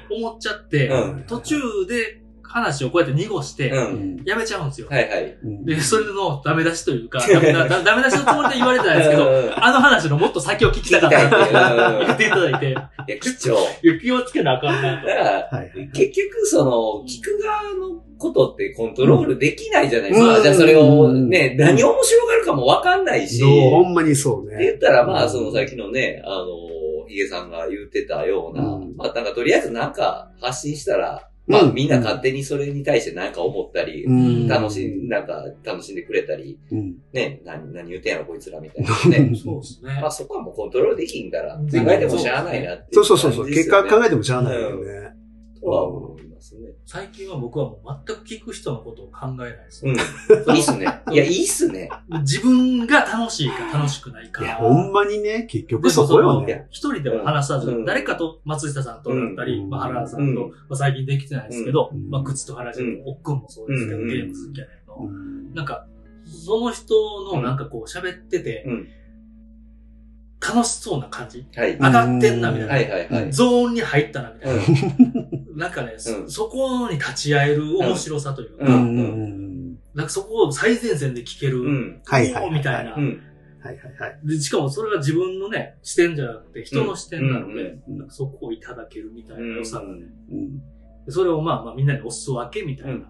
Speaker 1: う思っちゃって、
Speaker 2: うん
Speaker 1: 途中で話をこうやって濁して、
Speaker 2: う。
Speaker 4: うんん。
Speaker 1: やめちゃうんですよ。
Speaker 2: はいはい。
Speaker 1: で、それのダメ出しというか、ダメだダメ出しのつもりで言われてないですけど、
Speaker 2: ど、
Speaker 1: あの話のもっと先を聞きたかったって 言っていただいて、
Speaker 2: いや、貴重。
Speaker 1: いや気をつけなあかんな
Speaker 2: だ
Speaker 1: と
Speaker 2: か。ら、
Speaker 4: はいはい。
Speaker 2: 結局、その、聞く側のことってコントロールできないじゃないで
Speaker 4: う
Speaker 2: すか。
Speaker 4: ん
Speaker 2: じゃあ、それをね、何面白がるかもわかんないし。
Speaker 4: どう
Speaker 3: ほんまにそう
Speaker 2: って言
Speaker 3: ね
Speaker 2: っ。たら、まあ、そのさっきのね、あの、ヒゲさんが言ってたような、
Speaker 4: うん
Speaker 2: まあ、なんかとりあえずなんか発信したら、まあ、
Speaker 4: うん
Speaker 2: みんな勝手にそれに対してなんか思ったり、
Speaker 4: うん。
Speaker 2: 楽しん、なんか楽しんでくれたり、
Speaker 4: うん。。
Speaker 2: ね、何、何言うてんやろ、こいつらみたいなね
Speaker 1: そうですね
Speaker 2: まあ、。そこはもうコントロールできんから、
Speaker 1: うん
Speaker 2: 考えてもしゃあないなってい
Speaker 3: そううそうそうそう。
Speaker 2: 感じで
Speaker 3: 結
Speaker 2: すよ
Speaker 3: 果
Speaker 2: ね
Speaker 3: 考えてもしゃあないよね。
Speaker 2: とは思いますね。
Speaker 1: 最近は僕はもう全く聞く人のことを考えないです
Speaker 2: う。ん。いいっすね。いや、いいっすね。
Speaker 1: 自分が楽しいか楽しくないか。
Speaker 3: いや、ほんまにね、結
Speaker 1: で
Speaker 3: 局
Speaker 1: そ
Speaker 3: そ
Speaker 1: こ
Speaker 3: こ
Speaker 1: よ
Speaker 3: よ
Speaker 2: いや
Speaker 3: ね。
Speaker 1: 一人では話さず、
Speaker 2: うん
Speaker 1: 誰かと松下さんとだったり、
Speaker 4: うん
Speaker 1: まあ、原田さんと、
Speaker 2: うん
Speaker 1: まあ、最近できてないですけど、
Speaker 4: うん
Speaker 1: まあ、靴と原田さんと、おっくんもそうですけど、
Speaker 2: うん
Speaker 1: ゲーム好きやねんの。
Speaker 4: うん
Speaker 1: なんか、その人のなんかこう喋ってて、
Speaker 2: うん
Speaker 1: 楽しそうな感じ。
Speaker 2: はい。
Speaker 1: 上がってんな、み
Speaker 2: は
Speaker 1: たい
Speaker 2: いはいは
Speaker 1: な。
Speaker 2: い。
Speaker 1: ゾーンに入ったな、みたいな。
Speaker 2: う
Speaker 1: なんかね、そ
Speaker 2: うん
Speaker 1: そこに立ち会える面白さというか、
Speaker 2: うん
Speaker 4: うんうん。
Speaker 1: なんかそこを最前線で聞ける、
Speaker 2: ん。うん。
Speaker 4: はいはい。
Speaker 1: おーみたいな、
Speaker 2: うん。
Speaker 4: はいはいはい。
Speaker 1: で。しかもそれは自分のね、視点じゃなくて人の視点なので、
Speaker 2: うん
Speaker 4: うん
Speaker 1: なんかそこをいただけるみたいな良さがね、
Speaker 4: うん。
Speaker 1: でそれをまあまあみんなにお裾分けみたいな
Speaker 4: うん。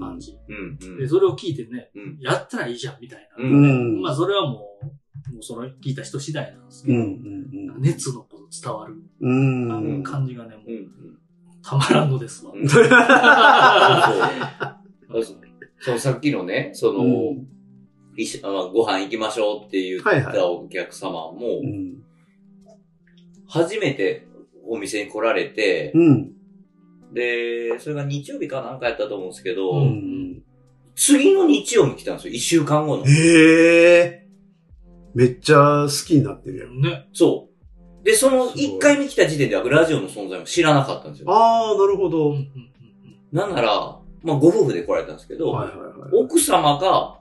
Speaker 1: 感じ。
Speaker 2: うん。
Speaker 1: で、それを聞いてね、
Speaker 2: うん
Speaker 1: やったらいいじゃんみたいな。
Speaker 4: うん。
Speaker 1: まあそれはもう、もうその聞いた人次第なんですけ
Speaker 4: う
Speaker 1: ど、
Speaker 4: ん。うん。うん
Speaker 1: 熱のこう伝わる
Speaker 4: うん。
Speaker 1: あ
Speaker 4: うん
Speaker 1: の感じがね、も
Speaker 2: う。
Speaker 1: うんたまらんのですわ。
Speaker 2: うんそうそのさっきのね、その、一緒あご飯行きましょうって言
Speaker 3: はい
Speaker 2: っ
Speaker 3: はい
Speaker 2: たお客様も、
Speaker 4: うん。
Speaker 2: 初めてお店に来られて、
Speaker 4: うん。
Speaker 2: で、それが日曜日かなんかやったと思うんですけど、
Speaker 1: うん
Speaker 2: 次の日曜に来たんですよ、一週間後の。
Speaker 3: へえ。めっちゃ好きになってるやん。
Speaker 1: ね。
Speaker 2: そう。で、その
Speaker 3: すごい
Speaker 2: 一回目来た時点ではラジオの存在も知らなかったんですよ。
Speaker 3: ああ、なるほど。
Speaker 1: うんう
Speaker 3: は
Speaker 1: ん
Speaker 2: なんなら、まあご夫婦で来られたんですけ
Speaker 3: い
Speaker 2: ど、
Speaker 3: はいはい。
Speaker 2: 奥様が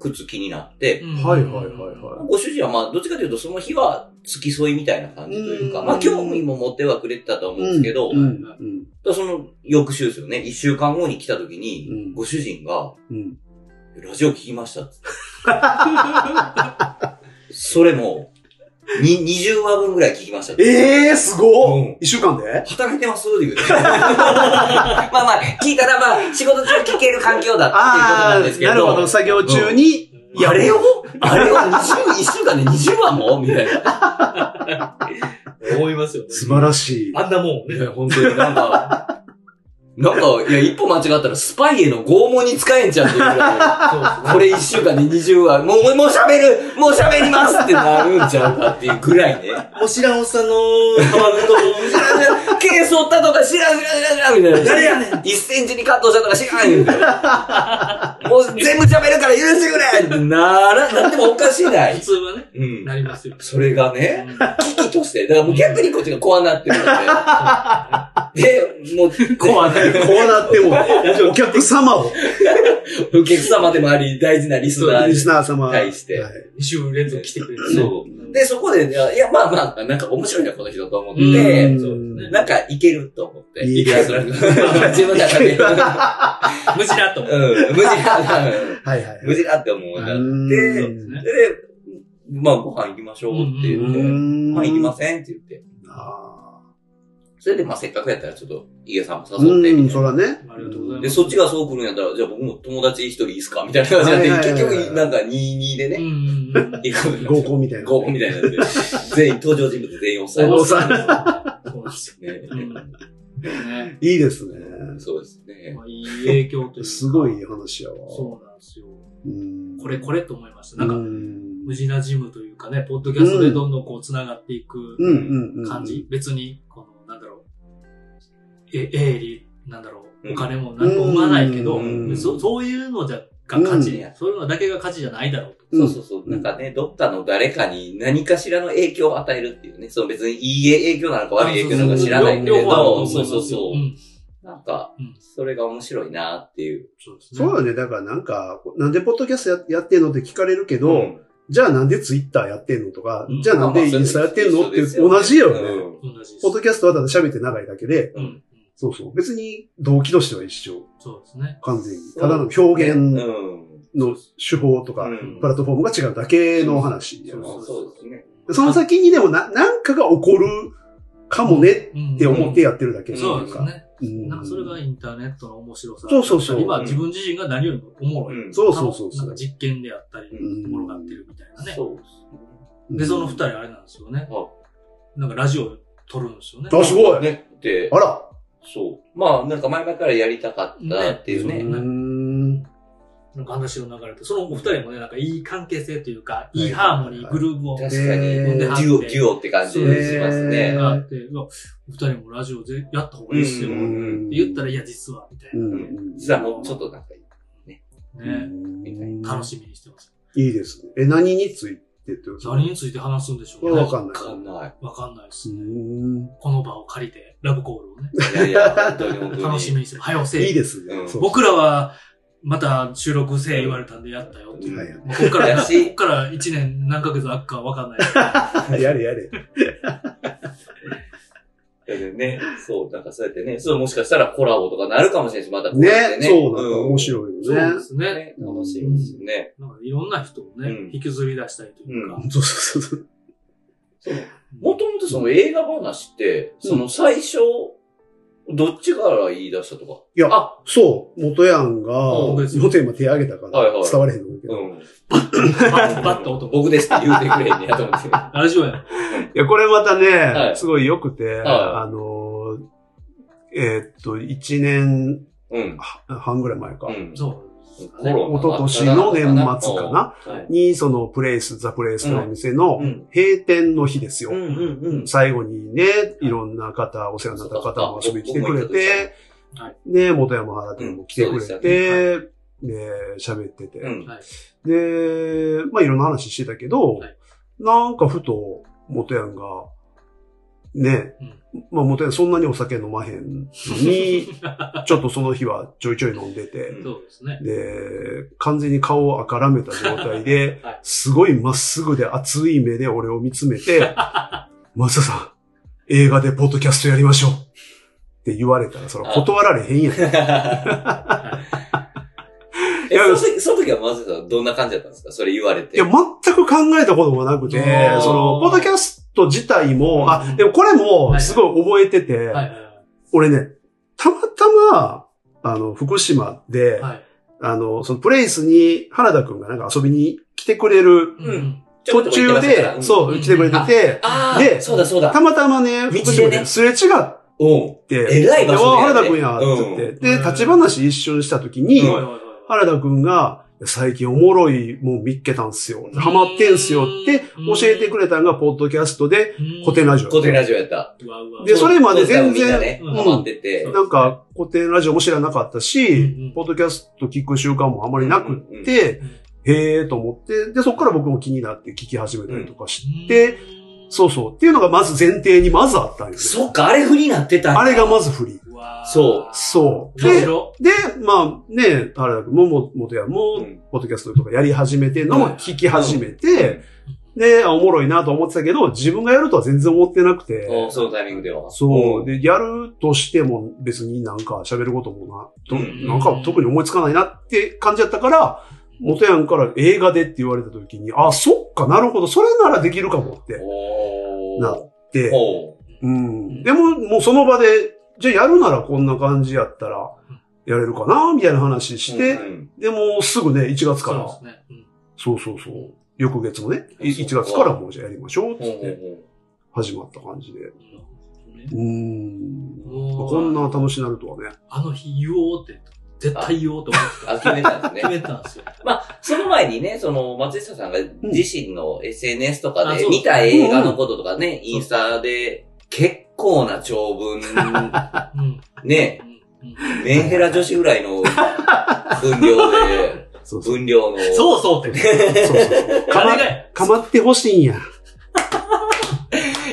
Speaker 2: 靴気になって
Speaker 1: う、んうん
Speaker 3: はいはいはい
Speaker 2: まあ
Speaker 3: は
Speaker 2: ご主人はまあ、どっちかというとその日は付き添いみたいな感じというか、
Speaker 4: うん
Speaker 2: まあ興味も持ってはくれてたと思うんですけど、
Speaker 4: うん。うん。
Speaker 2: だからその翌週ですよね、一週間後に来た時に、
Speaker 4: うん
Speaker 2: ご主人が、
Speaker 4: うん。
Speaker 2: ラジオ聞きましたっつって。 それも、に、20話分ぐらい聞きましたっ
Speaker 3: い。
Speaker 2: て。
Speaker 3: ええ、す
Speaker 2: う
Speaker 3: ご
Speaker 2: ん
Speaker 3: い一週間で
Speaker 2: 働いてますって言う て。まあまあ、聞いたらまあ、仕事中聞ける環境だっていうことなんですけど。
Speaker 3: なるほど。作業中に、
Speaker 1: いや
Speaker 2: あれをあれを20、1週間で20話もみたいな。
Speaker 1: 思いますよね。
Speaker 3: 素晴らしい。
Speaker 1: あんなもん
Speaker 2: い
Speaker 1: ね。
Speaker 2: や、本当になんか、なんか、いや、一歩間違ったらスパイへの拷問に使えんじゃんっていうぐらい、これ一週間で20話、もう、もう喋るもう喋りますってなるんちゃうかっていうぐらいね。
Speaker 1: お知らんおっさんの川のと
Speaker 2: 知らん知らんケース折ったとか知らん知らん知らん知らんみたいな。
Speaker 1: 誰やねん
Speaker 2: 1センチにカットしたとか知らん言うてもう全部喋るから許してくれってなら、なんでもおかしな
Speaker 1: 普
Speaker 2: い。
Speaker 1: 通はね、
Speaker 2: うん
Speaker 1: なりますよ。
Speaker 2: それがね、危機として、だからもう逆にこっちが怖なってるので、で、もう、怖 なる。
Speaker 3: こうなっても、お客様を、
Speaker 2: お客様でもあり、大事なリスナー
Speaker 3: リ
Speaker 2: に
Speaker 3: スナー様。
Speaker 2: 対して
Speaker 3: はい
Speaker 1: 2週連続来てくれるね。
Speaker 2: そう。
Speaker 4: うん
Speaker 2: で、そこで、いや、いやまあまあ、なんか面白いな、この人と思って、
Speaker 3: うん
Speaker 1: そうですね。
Speaker 2: なんかいけると思って。
Speaker 3: いける
Speaker 2: る。自分の中で。
Speaker 1: 無事だと思う。
Speaker 2: うん、無事だ。うん
Speaker 3: はいはい。
Speaker 2: 無事だって思うな。で、
Speaker 3: うん
Speaker 1: ね
Speaker 2: で、まあご飯行きましょうって言って、
Speaker 3: うん
Speaker 2: まあ行きませんって言って。
Speaker 3: あ
Speaker 2: それでまあせっかくやったらちょっと、家さんも
Speaker 3: あ。
Speaker 2: 誘って
Speaker 3: う
Speaker 2: み
Speaker 3: ん、
Speaker 2: たい
Speaker 3: そ
Speaker 2: な。
Speaker 3: らね。
Speaker 1: ありがとうございます。
Speaker 2: で、そっちがそう来るんやったら、じゃあ僕も友達一人いいっすかみたいな感じにな
Speaker 3: は
Speaker 2: っ
Speaker 3: い
Speaker 2: て、
Speaker 3: はい
Speaker 2: 結
Speaker 3: はいはい
Speaker 2: 局なんか22で
Speaker 1: うん
Speaker 2: ね、
Speaker 1: うんうん。
Speaker 2: 行くことになっ
Speaker 3: 合
Speaker 2: て
Speaker 3: コンみたいな。
Speaker 2: 合コンみたいになって、全員、登場人物全員おっさん
Speaker 3: おっさん
Speaker 1: そうです
Speaker 2: ね
Speaker 1: よ。うん ね
Speaker 3: いいですね。
Speaker 2: そうですね。
Speaker 1: まあいい影響というか
Speaker 3: すごい話やわ。
Speaker 1: そうなんですよ。
Speaker 3: うん。
Speaker 1: これこれと思いました。
Speaker 3: う、
Speaker 1: なんんか、無事なジムというかね、ポッドキャストでどんどんこう繋がっていく
Speaker 3: うんうんうん。
Speaker 1: 感じ。別に、この、なんだろう、え、営利、なんだろ
Speaker 2: う
Speaker 1: う、
Speaker 2: ん
Speaker 1: お金もなんとも思わないけど、
Speaker 2: うん
Speaker 1: そそういうのじゃが価値、
Speaker 2: うん
Speaker 1: そういうのだけが価値じゃないだろうと。
Speaker 3: うん
Speaker 2: そうそうそう。なんかね、どっかの誰かに何かしらの影響を与えるっていうね。その別にいい影響なのか悪い影響なのか知らないけれ
Speaker 1: 両方あると思
Speaker 2: ど、
Speaker 1: いま
Speaker 2: そう
Speaker 1: す
Speaker 2: そ
Speaker 1: よ
Speaker 2: うそうう。
Speaker 1: ん
Speaker 2: なんか
Speaker 1: うん、
Speaker 2: それが面白いなっていう。
Speaker 1: そうですね。
Speaker 3: そうよね。だからなんか、なんでポッドキャストややってんのって聞かれるけど、
Speaker 2: うん
Speaker 3: じゃあなんでツイッターやってんのとか、
Speaker 1: うん
Speaker 3: じゃあなんでインスタやってんのって同じよね。
Speaker 1: 同じです
Speaker 3: ポッ。ドキャストはただ喋って長いだけで、
Speaker 1: うんうん。
Speaker 3: そうそう。別に動機としては一緒。
Speaker 1: そうですね。
Speaker 3: 完全に。ただの表現
Speaker 2: の
Speaker 3: の手法とか、プラットフォームが違うだけの話やな
Speaker 1: そう
Speaker 2: そうですね。
Speaker 3: その先にでもな、なんかが起こるかもね
Speaker 1: っ
Speaker 3: って思ってやってるだけと
Speaker 1: そう
Speaker 3: い
Speaker 1: で
Speaker 3: う
Speaker 1: す
Speaker 3: か。
Speaker 1: ね。
Speaker 3: うん
Speaker 1: なんかそれがインターネットの面白さ。
Speaker 3: そうそうそう
Speaker 1: 今自分自身が何よりもおもろい。
Speaker 2: うん
Speaker 3: そうそうそう
Speaker 1: な
Speaker 3: そ
Speaker 1: んか
Speaker 3: う。
Speaker 1: 実験であったり、
Speaker 3: うん
Speaker 1: おもろがってるみたいなね。
Speaker 2: そう
Speaker 1: で、その二人あれなんですよね。なんかラジオ撮るんですよね。
Speaker 3: あ、す
Speaker 2: で
Speaker 3: ご
Speaker 2: すね。
Speaker 3: い。
Speaker 2: ね。で
Speaker 3: あ、ら。
Speaker 2: そう。まあ、なんか前々からやりたかったっていう
Speaker 1: う
Speaker 2: ね。
Speaker 1: ん
Speaker 3: ん。
Speaker 1: なんか話の流れと、そのお二人もね、なんかいい関係性というか、
Speaker 3: い
Speaker 1: いいハーモニー、グルーヴを。
Speaker 2: 確かに、
Speaker 3: え
Speaker 2: デ
Speaker 3: ー
Speaker 2: ュオ、デュオって感じ
Speaker 1: そう
Speaker 2: しますね。
Speaker 1: があって、うわお二人もラジオでやった方がいいっすよ。
Speaker 2: う
Speaker 1: っ
Speaker 2: ん
Speaker 1: て言ったら、いや、実は、みたい
Speaker 3: うん
Speaker 2: うん実はもうちょっとなんか、
Speaker 1: なね。
Speaker 3: うん
Speaker 1: 楽しみにしてます。
Speaker 3: いいですね。え、何についてってこと
Speaker 1: 何について話すんでしょ
Speaker 3: こ
Speaker 1: う
Speaker 3: れ
Speaker 1: ね
Speaker 3: わ。かん
Speaker 2: わ
Speaker 3: ない。
Speaker 2: かんない。
Speaker 1: わかんないです
Speaker 3: う
Speaker 1: ね。
Speaker 3: ん
Speaker 1: この場を借りて、ラブコールをね、
Speaker 2: いやいや、本当に本当に。
Speaker 1: 楽しみにしてる。はよせえ
Speaker 3: いいですね
Speaker 2: う。ん
Speaker 3: そう
Speaker 1: 僕らは、また収録せえ言われたんでやったよっていう。
Speaker 3: はいはい
Speaker 1: もうこっから、こ
Speaker 2: やし
Speaker 1: っから1年何ヶ月空くかわかんない。
Speaker 3: やれやれ。
Speaker 2: だけどね、そう、なんかそうやってね、そうもしかしたらコラボとかなるかもしれないし、またこうやって
Speaker 3: ね、そうなんだ。
Speaker 2: ん
Speaker 3: 面白い
Speaker 1: そう
Speaker 3: よ
Speaker 1: で
Speaker 3: ね。
Speaker 1: すね。
Speaker 2: ね楽しみですね。
Speaker 1: なんかいろんな人をね、
Speaker 2: うん
Speaker 1: 引きずり出したりというか。
Speaker 3: そうそうそう。
Speaker 2: もともとその映画話って、その最初、どっちから言い出したとか。
Speaker 3: いや
Speaker 2: あ、
Speaker 3: そう、元ヤンが、
Speaker 2: うん
Speaker 1: 別に
Speaker 3: 元ヤン今手挙げたか
Speaker 2: はい
Speaker 3: ら
Speaker 2: はい
Speaker 3: 伝われへんのだけ
Speaker 2: う
Speaker 3: ど。
Speaker 2: ん。
Speaker 1: バッ、バッと音。
Speaker 2: 僕ですって言うてくれへんねやと思って。は
Speaker 1: ラジオやん。
Speaker 3: いや、これまた
Speaker 2: は
Speaker 3: ね
Speaker 2: い、
Speaker 3: すごい良くて、
Speaker 2: は
Speaker 3: あのー、えーっと、1年
Speaker 2: うん。
Speaker 3: 半ぐらい前か
Speaker 2: う。ん。
Speaker 1: そう。
Speaker 2: コロナ
Speaker 3: 一昨年の年末かな。
Speaker 2: はい
Speaker 3: に、その、プレイス、ザ・プレイスのお店の
Speaker 2: うん。
Speaker 3: 閉店の日ですよ
Speaker 2: う。んうんうん。
Speaker 3: 最後にね、いろんな方、お世話になった方も遊びに来てくれて
Speaker 1: 僕も行った時、
Speaker 3: ね、元山原店も来てく
Speaker 2: うんそ
Speaker 3: れ
Speaker 2: うで
Speaker 3: て、で、喋ってて。
Speaker 2: うん。
Speaker 1: はい。
Speaker 3: で、まあいろんな話してたけど、
Speaker 1: はい
Speaker 3: なんかふと、元ヤンが、ね、まあ元ヤンそんなにお酒飲まへんの に、ちょっとその日はちょいちょい飲んでて、
Speaker 1: そうですね。、
Speaker 3: で、完全に顔をあからめた状態で
Speaker 1: はい
Speaker 3: すごいまっすぐで熱い目で俺を見つ めて、松田さん、映画でポッドキャストやりましょうって言われたら、それ断られへんやん。
Speaker 2: え、その時その時はまずさんどんな感じだったんですかそれ言われて。
Speaker 3: いや、全く考えたこともなくて
Speaker 1: あー、
Speaker 3: その、ポッドキャスト自体も、
Speaker 1: うん
Speaker 3: あ、でもこれも、すごい覚えてて、
Speaker 1: はいはいは
Speaker 3: 俺ね、たまたま、あの、福島で、
Speaker 1: い。はい。
Speaker 3: あの、そのプレイスに原田くんがなんか遊びに来てくれる
Speaker 2: うん
Speaker 1: うん。
Speaker 2: ちょこち
Speaker 3: 途
Speaker 2: ょこ行って
Speaker 3: 中
Speaker 2: ましたから
Speaker 3: で、そう、来てくれてて、
Speaker 2: ああ、
Speaker 3: で
Speaker 2: そうだそうだ。
Speaker 3: たまたまね、
Speaker 2: 道でね
Speaker 3: 福島ですれ違っ
Speaker 2: うん。
Speaker 3: て、
Speaker 2: えらい場所
Speaker 3: で
Speaker 2: でやね
Speaker 3: わ原田くんや、って言って、で、
Speaker 1: うん
Speaker 3: 立ち話一瞬した時に、
Speaker 2: うん
Speaker 1: はいはいはいはい。
Speaker 3: 原田くんが、最近おもろいもん見っけたんすよ。ハマってんすよって教えてくれたんが、ポッドキャストで、古典ラジオ。
Speaker 2: 古典ラジオやった。
Speaker 1: うわうわ。
Speaker 3: でそれまで全
Speaker 2: 当
Speaker 3: 然
Speaker 2: 時はみんなね、
Speaker 1: うん
Speaker 2: ハマってて。
Speaker 1: れ
Speaker 3: なんか、古典ラジオも知らなかったし、
Speaker 1: うんうん
Speaker 3: ポッドキャスト聞く習慣もあまりなくって、
Speaker 1: うん
Speaker 3: へえーと思って、で、そこから僕も気になって聞き始めたりとかし、
Speaker 1: で
Speaker 3: で、そうそう。っていうのがまず前提にまずあったんですよ。
Speaker 2: そっか、あれ振りになってたんや
Speaker 3: あれがまずフリー。
Speaker 1: うわ
Speaker 2: そう
Speaker 3: そう。
Speaker 1: 面
Speaker 3: で、
Speaker 1: 白
Speaker 3: で、まあね、原田君もも、元やも
Speaker 2: うん、
Speaker 3: ポッドキャストとかやり始めてんのも聞き始めて、
Speaker 1: い。
Speaker 3: で、あおもろいなと思ってたけど、自分がやるとは全然思ってなくて。
Speaker 2: おそのタイミングでは。
Speaker 3: そう。
Speaker 2: で、
Speaker 3: で、やるとしても別になんか喋ることもな、と
Speaker 2: うんうん
Speaker 3: なんか特に思いつかないなって感じやったから、元やんから映画でって言われた時に、あ、そっか、なるほど、それならできるかもって
Speaker 2: おー
Speaker 3: なって、
Speaker 2: お
Speaker 3: うん。でも、もうその場で、じゃあやるならこんな感じやったら
Speaker 1: うん、
Speaker 3: やれるかな、みたいな話
Speaker 2: ー
Speaker 3: して、
Speaker 2: うん
Speaker 3: でもすぐね、1月か
Speaker 1: そう
Speaker 3: ら、
Speaker 1: ですね。うん
Speaker 3: そうそうそう、翌月のね、い
Speaker 2: そう
Speaker 3: 1
Speaker 2: か
Speaker 3: 月からもうじゃあやりましょう、つ
Speaker 2: ほう
Speaker 3: って始まった感じで。うん。
Speaker 1: もう
Speaker 3: こんな楽しなるとは ね。
Speaker 1: あの日言おうって、絶対言おうと思って
Speaker 2: ほうほうあ、決めたんです
Speaker 1: 決
Speaker 2: ね。
Speaker 1: めたんですよ。
Speaker 2: まあ、その前にね、その、松下さんが自身の SNS とか
Speaker 1: あ
Speaker 2: で
Speaker 1: そう
Speaker 2: 見た映画のこととかね、インスタで結構な長文、
Speaker 1: うん。
Speaker 2: ね、
Speaker 1: うんうん
Speaker 2: メンヘラ女子ぐらいの分量で、
Speaker 3: そうそう。
Speaker 2: 分量の。
Speaker 1: そうそうって。
Speaker 3: そうそうそう
Speaker 1: か
Speaker 3: か
Speaker 1: ま
Speaker 3: ま
Speaker 1: がい。
Speaker 3: かまってほしいんや。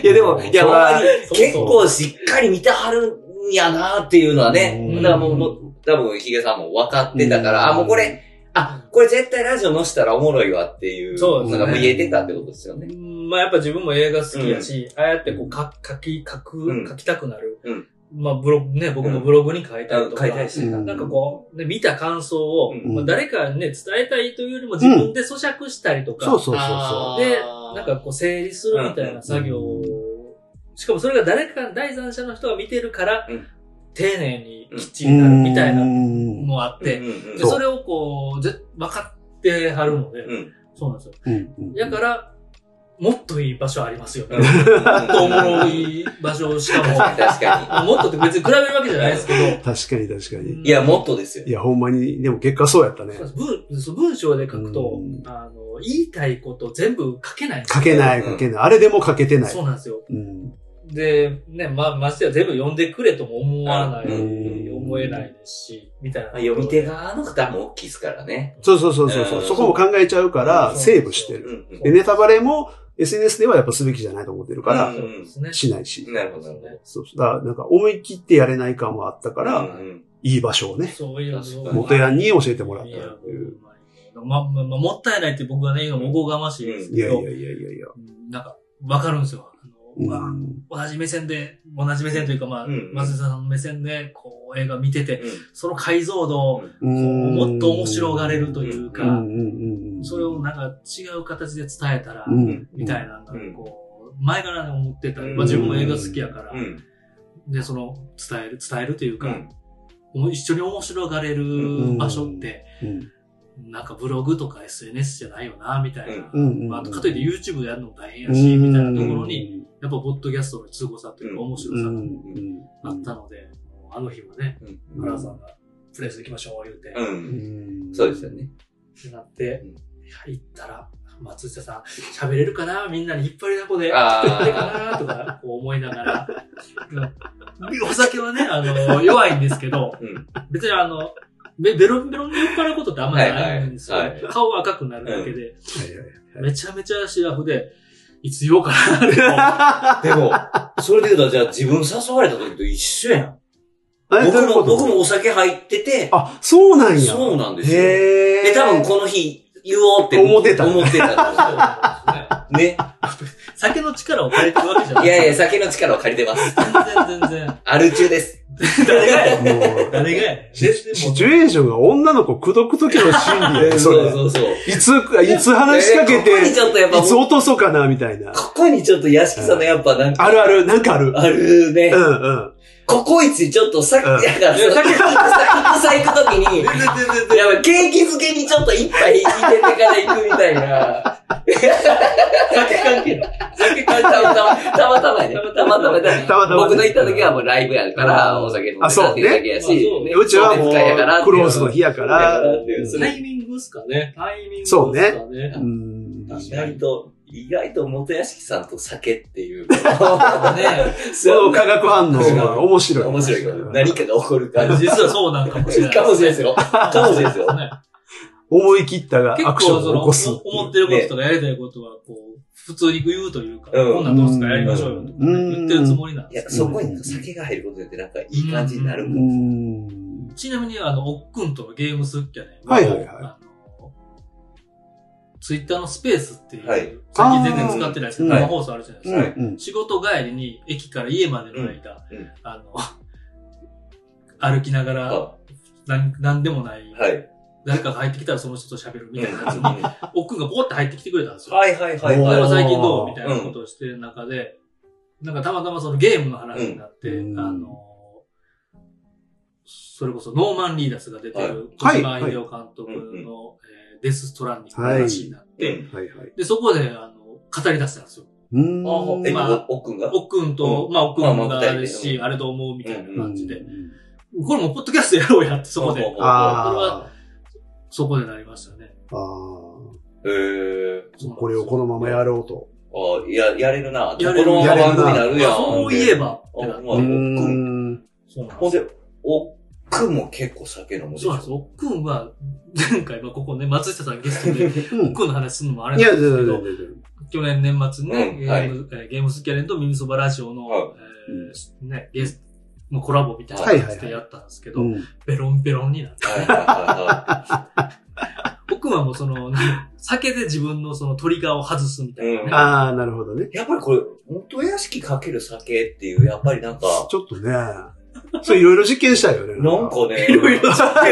Speaker 2: いやでも、いや、
Speaker 3: そ
Speaker 2: ほん
Speaker 3: ら
Speaker 2: まに、結
Speaker 1: そうそう、
Speaker 2: 構しっかり見てはるんやなっていうのはね、
Speaker 1: うん
Speaker 2: だからもう、もう多分ヒゲさんも分かってたから、
Speaker 3: うん
Speaker 2: あ、もうこれ、あ、これ絶対ラジオ載せたらおもろいわっていう、
Speaker 1: そうです
Speaker 3: ね
Speaker 2: のが見えてたってことですよね
Speaker 1: う。んまあやっぱ自分も映画好きやし、ああやってこうか書き、書
Speaker 2: う
Speaker 1: く、
Speaker 2: ん
Speaker 1: 書きたくなる
Speaker 2: うん。
Speaker 1: まあブログ、ね、僕もブログに書いたりと
Speaker 2: う
Speaker 1: か
Speaker 2: ん書いたりして
Speaker 3: た、
Speaker 1: なんかこう、ね見た感想を
Speaker 2: うん、
Speaker 3: うん
Speaker 1: まあ誰かにね、伝えたいというよりも自分で咀嚼したりとか、
Speaker 3: そうそうそう
Speaker 2: あ
Speaker 3: そ
Speaker 2: ー
Speaker 1: で、なんかこう整理するみたいな作業を、しかもそれが誰か、第三者の人が見てるから
Speaker 2: うん、
Speaker 1: 丁寧にきっち
Speaker 3: う。
Speaker 1: りなるみたいな
Speaker 3: う
Speaker 1: の
Speaker 3: ん
Speaker 1: もあって
Speaker 2: う、んうんうん
Speaker 1: で、それをこう、ぜ分かってはるので、
Speaker 2: うん
Speaker 1: そうなんですよ。
Speaker 3: うん
Speaker 1: だから、もっといい場所ありますよ。
Speaker 2: う
Speaker 1: も
Speaker 2: ん
Speaker 1: っとおもろ
Speaker 2: うん
Speaker 1: い場所しか
Speaker 2: 確かに 確か
Speaker 1: も、もっとって別に比べるわけじゃないですけど、
Speaker 3: 確かに確かに。
Speaker 2: に。いや、もっとですよ
Speaker 3: い。や、ほんまに、でも結果そうやったね
Speaker 1: そ。う文そう文章で書くと
Speaker 3: うん、
Speaker 1: あの、言いたいこと全部書けないんですよ
Speaker 3: 書けない、
Speaker 2: うん
Speaker 3: 書けない。あれでも書けてない
Speaker 1: そ。うなんですよ。
Speaker 3: うん。
Speaker 1: で、ね、ま、ましてや全部読んでくれとも思わない、
Speaker 3: うん
Speaker 1: 思えないですし、みたいな。
Speaker 2: 読み手側の負担も大きいですからね。
Speaker 3: そうそうそうそうそうう。
Speaker 2: ん
Speaker 3: そこも考えちゃうか
Speaker 1: う
Speaker 3: ら、
Speaker 1: ん
Speaker 3: セーブして
Speaker 2: う
Speaker 3: る。
Speaker 2: んうん
Speaker 3: で、ネタバレも SNS ではやっぱすべきじゃないと思ってるか
Speaker 1: そ
Speaker 3: ら、
Speaker 1: うですね。
Speaker 3: しないし。
Speaker 2: なるほど、なるほど。
Speaker 3: そうそう。だから、なんか思い切ってやれない感はあったか
Speaker 2: う
Speaker 3: ら、
Speaker 2: んうん
Speaker 3: いい場所をね、
Speaker 1: そういうのを
Speaker 3: 元ヤンに教えてもらった
Speaker 1: いや
Speaker 3: っていう。
Speaker 1: ま、ま、ま、もったいないって僕がね、言うのもおこがましいです
Speaker 3: い
Speaker 1: け
Speaker 3: やいや
Speaker 1: ど
Speaker 3: い、やいやいや。
Speaker 1: うんなんか、わかるんですよ。あの
Speaker 3: う
Speaker 1: ま
Speaker 3: ん
Speaker 1: あ、同じ目線で、同じ目線というか、まあ、
Speaker 2: うん
Speaker 1: 松井さんの目線で、こう、映画見てて、
Speaker 2: うん
Speaker 1: その解像度を、
Speaker 3: う
Speaker 1: こうんもっと面白がれるという
Speaker 3: うん
Speaker 1: か、
Speaker 3: うんうん。
Speaker 1: それをなんか違う形で伝えたら
Speaker 3: う、ん、
Speaker 1: みたいな、なんかこう、前からね思ってたり、まあ自分も映画好きやから
Speaker 2: う、ん
Speaker 1: で、その、伝える、伝えるという
Speaker 2: う
Speaker 1: か、
Speaker 2: ん
Speaker 1: もう一緒に面白がれる場所って、
Speaker 3: うん。
Speaker 1: なんかブログとか SNS じゃないよな、みたいな。
Speaker 3: うんうんうん
Speaker 1: まあ、かといって YouTube でやるのも大変やし、みたいなところに、
Speaker 3: に、
Speaker 1: やっぱポッドキャストの凄さというか面白
Speaker 3: う
Speaker 1: さ
Speaker 3: ん
Speaker 1: が
Speaker 3: うん
Speaker 1: あったので、もうあの日はね、
Speaker 2: うん
Speaker 1: 原田さんがプレス行きましょう、言うて、
Speaker 2: う
Speaker 1: っ
Speaker 2: ん。
Speaker 3: うん
Speaker 2: そうですよね。
Speaker 1: てなって
Speaker 2: うん、
Speaker 1: 行ったら、松下さん、喋れるかなみんなに引っ張りだこで。
Speaker 2: あ
Speaker 1: あれ
Speaker 2: あ。
Speaker 1: かなとかこう思いながら。お酒はね、あの、弱いんですけど、
Speaker 2: うん
Speaker 1: 別にあの、べベロンベロンに酔っ払うことってあんまりないんですよ。
Speaker 2: はいはいはい
Speaker 1: 顔赤くなるだけで、
Speaker 3: はいはい
Speaker 1: めちゃめちゃシラフで、いつ言おうかなって。
Speaker 2: でも、それで言うと、じゃあ自分誘われた時と一緒やん。
Speaker 3: あれ
Speaker 2: 僕
Speaker 3: どういうこ
Speaker 2: も、
Speaker 3: と
Speaker 2: 僕もお酒入ってて、
Speaker 3: あ、そうなんや。
Speaker 2: そうなんですよ。
Speaker 3: へ
Speaker 2: で、
Speaker 3: え。
Speaker 2: 多分この日、言おうって
Speaker 3: 思ってた
Speaker 2: 思ってたと思う。ね。
Speaker 1: 酒の力を借りてるわけじゃない。
Speaker 2: いやいや、酒の力を借りて ます。
Speaker 1: 全然全然。
Speaker 2: アル中です。
Speaker 1: 誰がやねん
Speaker 3: もう
Speaker 1: 誰がやねん
Speaker 3: シシチュエーションが女の子口説く時の心理やねそ
Speaker 2: そう
Speaker 3: れ。
Speaker 2: そうそう。
Speaker 3: いつ、いつ話しかけ
Speaker 2: ここに
Speaker 3: て、い
Speaker 2: ちょっとやっぱ、
Speaker 3: つ
Speaker 2: こ
Speaker 3: 落とそうかな、みたいな。
Speaker 2: こにちょっと屋敷さんのやっぱなんか、
Speaker 3: あるある、なんかある。
Speaker 2: あるね
Speaker 3: う。んうん。
Speaker 2: ココイチちょっとさっき、
Speaker 3: うん
Speaker 2: だから、さっき、さ行くとき
Speaker 1: 全
Speaker 2: に、
Speaker 1: 然全然
Speaker 2: やばい、ケーキ漬けにちょっと一杯入れてから行くみたいな。
Speaker 1: 酒関係ない。酒関
Speaker 2: た
Speaker 1: 係
Speaker 2: ま
Speaker 1: ない。
Speaker 2: たま、たまたまね。たまたまだ
Speaker 3: たまたまね
Speaker 2: 僕の行った時はもうライブやから、
Speaker 3: うん
Speaker 2: お酒飲んで
Speaker 3: あそう
Speaker 2: たっていうだけや
Speaker 1: ね
Speaker 2: し
Speaker 1: まあそう。ね
Speaker 3: うちはも
Speaker 2: 送別会やからっ
Speaker 3: う、
Speaker 2: て
Speaker 3: ク
Speaker 2: いう
Speaker 3: ローズの日やか。
Speaker 2: だかららっていうそ
Speaker 1: タ
Speaker 2: れ
Speaker 1: イミングっすかね。タイミングっす
Speaker 3: そう
Speaker 1: か
Speaker 3: ね
Speaker 1: ね。
Speaker 3: うん。
Speaker 2: 意外と、意外と元屋敷さんと酒っていう。
Speaker 1: ね
Speaker 3: その化学反応が面白い。
Speaker 2: 面白いけど、何かが起こる感じ。
Speaker 1: 実はそうなんかもしれない。
Speaker 2: かもしれないですよ。かもしれないですよ。
Speaker 1: ね
Speaker 3: 思い切ったが
Speaker 1: 結
Speaker 3: ア
Speaker 1: 構
Speaker 3: クション
Speaker 1: そ
Speaker 3: を
Speaker 1: の、
Speaker 3: 起こす。
Speaker 1: お思ってることとかやりたいことは、こう、普通に言うというか、
Speaker 2: うん
Speaker 1: こんなんどうすかやりましょうよとかね、
Speaker 3: うん
Speaker 1: 言ってるつもりなん
Speaker 2: い
Speaker 1: で
Speaker 2: や、
Speaker 1: す
Speaker 2: そこに酒が入ることでなんかいい感じになる
Speaker 3: う
Speaker 2: もん。
Speaker 3: ん。
Speaker 1: ちなみに、あの、おっくんとのゲームすっきゃね、
Speaker 3: はいはいはい
Speaker 1: あのツイッターのスペースっていう、
Speaker 2: はい
Speaker 1: 最近全然使ってないですけど、
Speaker 3: はい
Speaker 1: 生放送あるじゃないですか。
Speaker 2: はい
Speaker 3: うん。
Speaker 1: 仕事帰りに駅から家までの間、
Speaker 2: うんうん
Speaker 1: あの、歩きながら、
Speaker 2: あ
Speaker 1: なんなんでもない、
Speaker 2: はい。
Speaker 1: 誰かが入ってきたらその人と喋るみたいなやつ
Speaker 2: う
Speaker 1: に
Speaker 2: ん、 は
Speaker 1: 奥がポって入ってきてくれたんですよ。
Speaker 2: いはいはい
Speaker 1: 例えば
Speaker 2: は
Speaker 1: 最近どうみたいなことをしてる中で、なんかたまたまそのゲームの話になって、
Speaker 3: うん
Speaker 1: あの、それこそノーマン・リーダスが出てる、小
Speaker 3: はい
Speaker 1: 島秀夫監督
Speaker 2: はいうんうん
Speaker 1: のえーデス・ストランディングの話になっ
Speaker 2: い。
Speaker 1: て、
Speaker 2: うん
Speaker 3: はいはい。
Speaker 1: で、そこで、あの、語り出したんですよ。
Speaker 3: うーん。
Speaker 2: あほえ、
Speaker 1: まあ
Speaker 2: お奥が
Speaker 1: 奥くんと、
Speaker 2: うん
Speaker 1: まあ、奥くん
Speaker 2: まあま
Speaker 1: が
Speaker 2: あ
Speaker 1: ある
Speaker 2: 二
Speaker 1: し、
Speaker 2: 人で
Speaker 1: あれどう思うみたいな感じ
Speaker 3: う
Speaker 1: で。
Speaker 3: ん。
Speaker 1: これもポッドキャストやろうやって、そこで
Speaker 2: ほう、ほうほう
Speaker 3: あ
Speaker 1: そこでなりましたね。
Speaker 3: あ。あ
Speaker 1: そ
Speaker 2: へえ。
Speaker 3: あ。
Speaker 1: うなんですよ
Speaker 3: これをこのままやろうと。
Speaker 2: あや、やれるな。
Speaker 1: やれる
Speaker 2: この
Speaker 3: やれるな
Speaker 2: 番組になるやん。
Speaker 1: まあそういえば
Speaker 2: あ
Speaker 1: ってなって
Speaker 2: まあ、奥ん。
Speaker 3: ん。
Speaker 1: そうなん
Speaker 2: ほ
Speaker 1: で
Speaker 2: ん
Speaker 1: すよ。
Speaker 2: で、奥も結構酒飲むでし
Speaker 1: そう
Speaker 2: ょ
Speaker 1: なんですよ。奥くんは、前回、まあ、ここね、松下さんゲストで、
Speaker 3: うん
Speaker 1: 奥くんの話するのもあれ
Speaker 3: い
Speaker 1: な
Speaker 3: や、
Speaker 1: んで
Speaker 3: 全
Speaker 1: すけ
Speaker 3: 然全
Speaker 1: ど、
Speaker 3: 然
Speaker 1: 去年年末ね、
Speaker 2: うん
Speaker 1: ゲーム、えーゲームスキャレンとミニソバラジオの、
Speaker 2: は
Speaker 1: えーね、ゲストのコラボみたいな
Speaker 3: はい
Speaker 1: 感
Speaker 3: はい
Speaker 1: じ
Speaker 3: は
Speaker 1: で
Speaker 3: い
Speaker 1: やったんですけど、
Speaker 3: 全然。
Speaker 1: ベロンベロンになって。
Speaker 2: はいはいは
Speaker 1: 奥はもうその、酒で自分のそのトリガーを外すみたいなね。
Speaker 2: うん
Speaker 3: ああ、なるほどね。
Speaker 2: い。やっぱりこれ、元屋敷かける酒っていう、やっぱりな んか、
Speaker 3: ちょっとね。それいろいろ実験したいよね。
Speaker 2: なんかね、
Speaker 1: いろいろ実験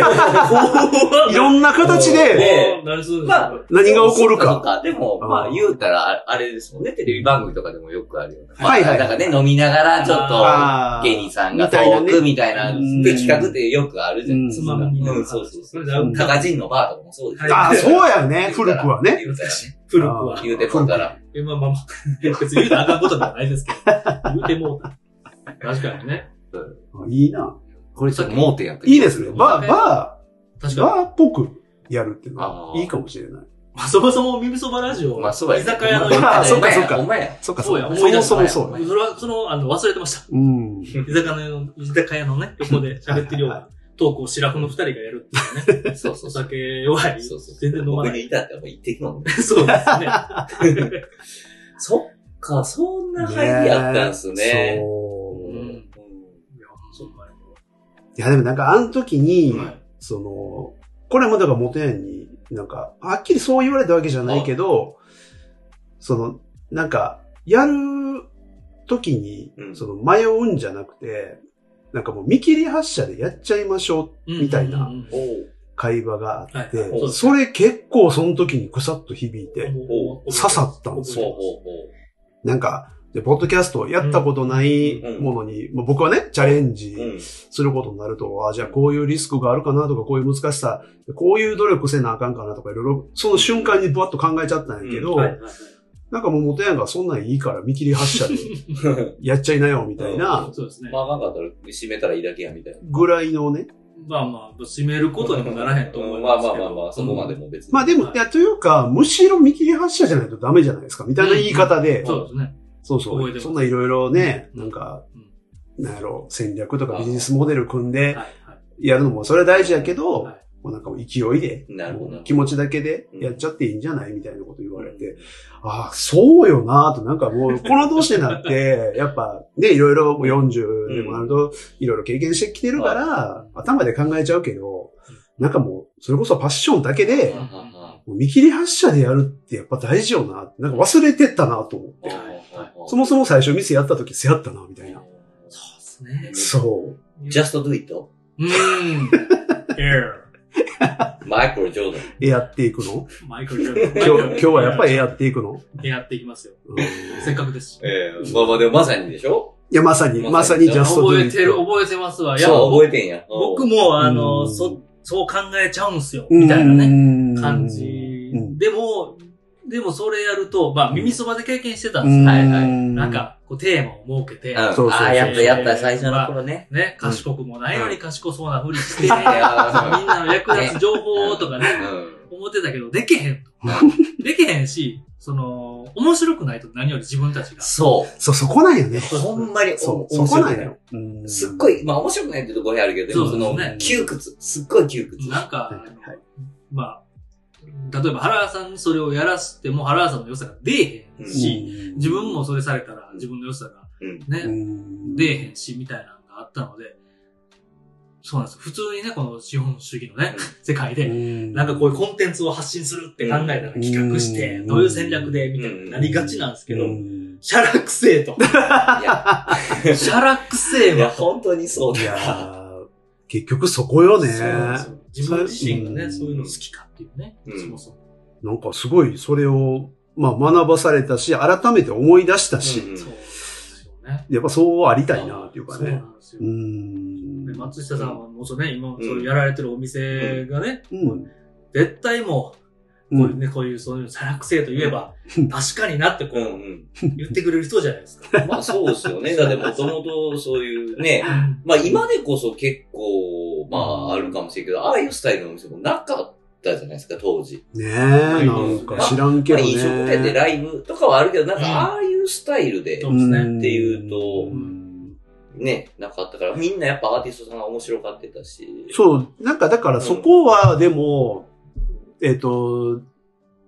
Speaker 3: いろんな形で、
Speaker 2: ね
Speaker 1: なるそうです
Speaker 2: まあ
Speaker 3: 何が起こる
Speaker 2: そう
Speaker 3: か。
Speaker 2: でも、
Speaker 3: うん
Speaker 2: まあ言うたら、ああれですもんね、テレビ番組とかでもよくあるような。
Speaker 3: はいはい
Speaker 2: まあなんかね、飲みながら、ちょっと、
Speaker 3: ああ。
Speaker 2: 芸人さんが
Speaker 3: みたいな
Speaker 2: ト
Speaker 3: ね
Speaker 2: ークみたいな、
Speaker 3: うん
Speaker 2: 企画ってよくあるじゃないです
Speaker 1: つ
Speaker 2: か。
Speaker 1: まみになる
Speaker 2: うん、そうそうそう。
Speaker 1: れで合う
Speaker 2: タカジンのバーとかもそうです
Speaker 1: は
Speaker 3: ああ、そうやね。
Speaker 2: ね
Speaker 3: 古くはね。
Speaker 2: 言うたら
Speaker 1: 古くは。
Speaker 2: 言うてもうたら。
Speaker 1: え、まあまあまあ、別に言うたらあかんことではないですけど、言うてもうた、確かにね。
Speaker 3: いいな。
Speaker 2: これちょっと盲点やった
Speaker 3: いいですね。バー、バ
Speaker 1: 確
Speaker 3: ー、
Speaker 1: かに。
Speaker 3: バーっぽくやるっていうのは
Speaker 2: あー
Speaker 3: いいかもしれない。
Speaker 1: まあ、そもそも耳そばラジオ、
Speaker 2: まあそうや
Speaker 1: 居酒屋の
Speaker 3: まあそっかそっか
Speaker 2: お前や。
Speaker 3: そっか
Speaker 1: そう
Speaker 3: そっ
Speaker 1: や、
Speaker 3: か。
Speaker 1: 思
Speaker 3: そ
Speaker 1: い出
Speaker 3: も
Speaker 1: した。
Speaker 3: そもそう
Speaker 1: そ
Speaker 3: ね。
Speaker 1: れは、その、あの、忘れてました。
Speaker 3: うん。
Speaker 1: 居酒屋の、居酒屋のね、横で喋ってるようなトークを白子の二人がやるっていうね。
Speaker 2: そうそう
Speaker 1: お
Speaker 2: そう。
Speaker 1: 酒弱い。
Speaker 2: そうそうそう
Speaker 1: 全然飲ま
Speaker 2: 僕
Speaker 1: ない。
Speaker 2: にいたってもう一滴飲んで。
Speaker 1: そうですね。。
Speaker 2: そっか、そんな入りやったんすね。
Speaker 3: そううん
Speaker 1: い
Speaker 2: うん
Speaker 1: や、そんなに。
Speaker 3: いや、でもなんかあの時に、
Speaker 1: はい
Speaker 3: その、これもだから元屋に、なんか、はっきりそう言われたわけじゃないけど、その、なんか、やる時に
Speaker 2: う、ん
Speaker 3: その迷うんじゃなくて、なんかもう見切り発車でやっちゃいましょうみたいな
Speaker 1: うんうんうん
Speaker 2: おう
Speaker 3: 会話があって、
Speaker 1: はいはい
Speaker 3: それ結構その時にぐさっと響いて、
Speaker 1: お
Speaker 3: 刺さったんです
Speaker 2: そう、ほう、ほう。
Speaker 3: なんか、でポッドキャストをやったことないものに、まあ僕はね、チャレンジ
Speaker 2: うん。
Speaker 3: することになると、あ、じゃあこういうリスクがあるかなとか、こういう難しさ、こういう努力せなあかんかなとか、いろいろ、その瞬間にぶわっと考えちゃったんやけど、
Speaker 1: はいはいはい
Speaker 3: なんかもう元ヤンがそんなんいいから見切り発 車でやっちゃいなよみたいな
Speaker 1: そうですね。
Speaker 2: まあ、なんかったら、閉めたらいいだけや、みたいな。
Speaker 3: ぐらいのね。
Speaker 1: まあまあ、締めることにもならへんと思い
Speaker 2: ま
Speaker 1: ま
Speaker 2: あ
Speaker 1: す
Speaker 2: まあ
Speaker 1: け
Speaker 2: ま
Speaker 1: ど。
Speaker 2: あまあ、そこまでも別に。
Speaker 3: まあでも、いや、というか、むしろ見切り発車じゃないとダメじゃないですか、みたいな言い方で、
Speaker 1: そうですね。
Speaker 3: そうそ
Speaker 1: 覚えてま
Speaker 3: う、
Speaker 1: す
Speaker 3: そんないろいろね、
Speaker 1: うん
Speaker 3: なんか
Speaker 1: うん、
Speaker 3: なんやろ、戦略とかビジネスモデル組んで
Speaker 1: はい
Speaker 3: やるのも、それは大事やけど、
Speaker 1: はい
Speaker 3: もうなんかもう勢いで、
Speaker 2: なるほど。
Speaker 3: 気持ちだけでやっちゃっていいんじゃないみたいなこと言われて、ああ、そうよなと、なんかもう、この年になって、 やっぱ、ね、いろいろもう40でもなると、いろいろ経験してきてるから、頭で考えちゃうけど、なんかもう、それこそパッションだけで
Speaker 2: う、ん
Speaker 3: もう見切り発車でやるってやっぱ大事よな、なんか忘れてったなと思って、そもそも最初店やった時せやったな、みたいな。
Speaker 1: そうですね。
Speaker 3: そう。
Speaker 2: just do it.
Speaker 1: うーん。エ
Speaker 2: マイクロ・ジョーダン。
Speaker 3: えやっていくの
Speaker 1: ア。マイクル・ジョーダ
Speaker 3: 今
Speaker 1: ン
Speaker 3: 日、今日はやっぱりえやっていくの、
Speaker 1: エアやっていきますよ。
Speaker 3: うん、い
Speaker 1: せっかくですし。
Speaker 2: ええまあまあ、でもまさにでしょ
Speaker 3: や、まさに、まさにジャストド
Speaker 1: 覚
Speaker 3: ゥイ
Speaker 1: え
Speaker 3: ット
Speaker 1: てる、覚えてますわ。いや、
Speaker 2: そう、覚えてんや。
Speaker 1: 僕も、あの、
Speaker 3: うん
Speaker 1: そ、そう考えちゃうんすよ。みたいなね、
Speaker 3: ね
Speaker 1: 感じ
Speaker 3: うん。
Speaker 1: でも、でもそれやると、まあ、耳そばで経験してたん
Speaker 3: う
Speaker 1: です
Speaker 3: ん
Speaker 1: よ。はいはい。なんか、こう、テーマを設けて、
Speaker 2: うん、ああ、やったやった、最初の頃ね。
Speaker 1: ね、賢くもないのに賢そうなふりして、
Speaker 2: い
Speaker 1: みん
Speaker 2: や
Speaker 1: なの役立つ情報とかね
Speaker 2: う、ん。
Speaker 1: 思ってたけど、できへんと。できへんし、その、面白くないと何より自分たちが。
Speaker 2: そ
Speaker 3: そう、そこなんよね。
Speaker 2: う。ほんまに、
Speaker 3: そう、そこなんよ。
Speaker 2: すっご
Speaker 3: い。
Speaker 2: い、まあ面白くないってところあるけど、でもその、窮屈。すっごい窮屈。
Speaker 1: なんか、
Speaker 3: はいはい
Speaker 1: まあ、例えば原さんにそれをやらせても原さんの良さが出えへんし、自分もそれされたら自分の良さが
Speaker 2: うん。
Speaker 1: ね、
Speaker 3: うん
Speaker 1: 出えへんし、みたいなのがあったので、そうなんです。普通にね、この資本主義のね、世界で、
Speaker 4: な
Speaker 1: なんかこういうコンテンツを発信するって考えたら企画して、
Speaker 4: うん
Speaker 1: どういう戦略で、みたい
Speaker 2: うん
Speaker 1: ななりがちなんですけど、
Speaker 4: ん
Speaker 1: シャラくせえと。
Speaker 2: いや、
Speaker 1: シャラくせえ
Speaker 2: いや
Speaker 1: は。
Speaker 2: 本当にそう
Speaker 3: いや
Speaker 2: だ。
Speaker 3: ー結局そこよね。
Speaker 1: そうなんですよ自分自身が
Speaker 3: う
Speaker 1: ね、
Speaker 3: ん
Speaker 1: そういうの好きかっていうね、
Speaker 2: うん
Speaker 1: そもそも。
Speaker 3: なんかすごいそれを、まあ学ばされたし、改めて思い出したし、
Speaker 2: うん
Speaker 1: そうなんですよね。
Speaker 3: やっぱそうありたいなっていうか
Speaker 1: そうな
Speaker 3: ね。
Speaker 1: んですよ
Speaker 3: う。ん。
Speaker 1: で松下さんはもうそうね、今、そうやられてるお店がね、
Speaker 3: うん。
Speaker 1: 絶対もう、こう
Speaker 3: う。
Speaker 1: いうんね、こういう、そういう、サラくせえと言えば
Speaker 3: う、ん
Speaker 1: 確かになってこ
Speaker 2: うんう
Speaker 1: う、
Speaker 2: ん。
Speaker 1: 言ってくれる人じゃないですか。
Speaker 2: まあそうですよね。だってもともとそういうね、まあ今でこそ結構、まああるかもしれんけど、ああいうスタイルのお店もなかったじゃないですか、当時。
Speaker 3: ねえ、なんか知らんけ
Speaker 2: まあ
Speaker 3: どね。
Speaker 2: 飲食店でライブとかはあるけど、なん
Speaker 1: うん
Speaker 2: かああいうスタイルで
Speaker 1: そうですね
Speaker 2: っていうと
Speaker 3: ん
Speaker 2: ね、なかったから、みんなやっぱアーティストさんが面白がってたし。
Speaker 3: そう、なんかだからそこはでも、えっと、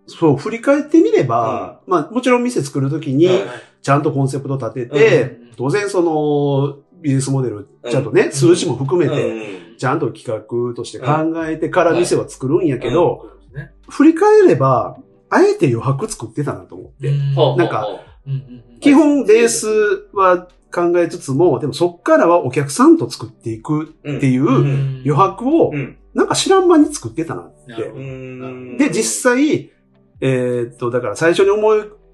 Speaker 3: そう、振り返ってみれば、まあもちろん店作るときに
Speaker 2: うん、
Speaker 3: ちゃんとコンセプト立てて、
Speaker 1: うん
Speaker 3: 当然その、ビジネスモデル、ちゃんとね、数字も含めて、
Speaker 2: うん
Speaker 3: ちゃんと企画として考えてから店は作るんやけど、
Speaker 1: そうですね
Speaker 3: 振り返れば、あえて余白作ってたなと思って。
Speaker 2: ほうほうほう
Speaker 3: なんか、
Speaker 1: うんうん
Speaker 3: 基本ベースは考えつつも、でもそっからはお客さんと作っていく
Speaker 2: うん
Speaker 3: っていう
Speaker 1: うん
Speaker 3: 余
Speaker 1: ん
Speaker 3: 白を
Speaker 2: う、ん。
Speaker 3: なんか知らん間に作ってたなって。
Speaker 1: なるほ
Speaker 2: う
Speaker 1: ど
Speaker 2: ん。
Speaker 3: で、実際、えーっと、だから最初に思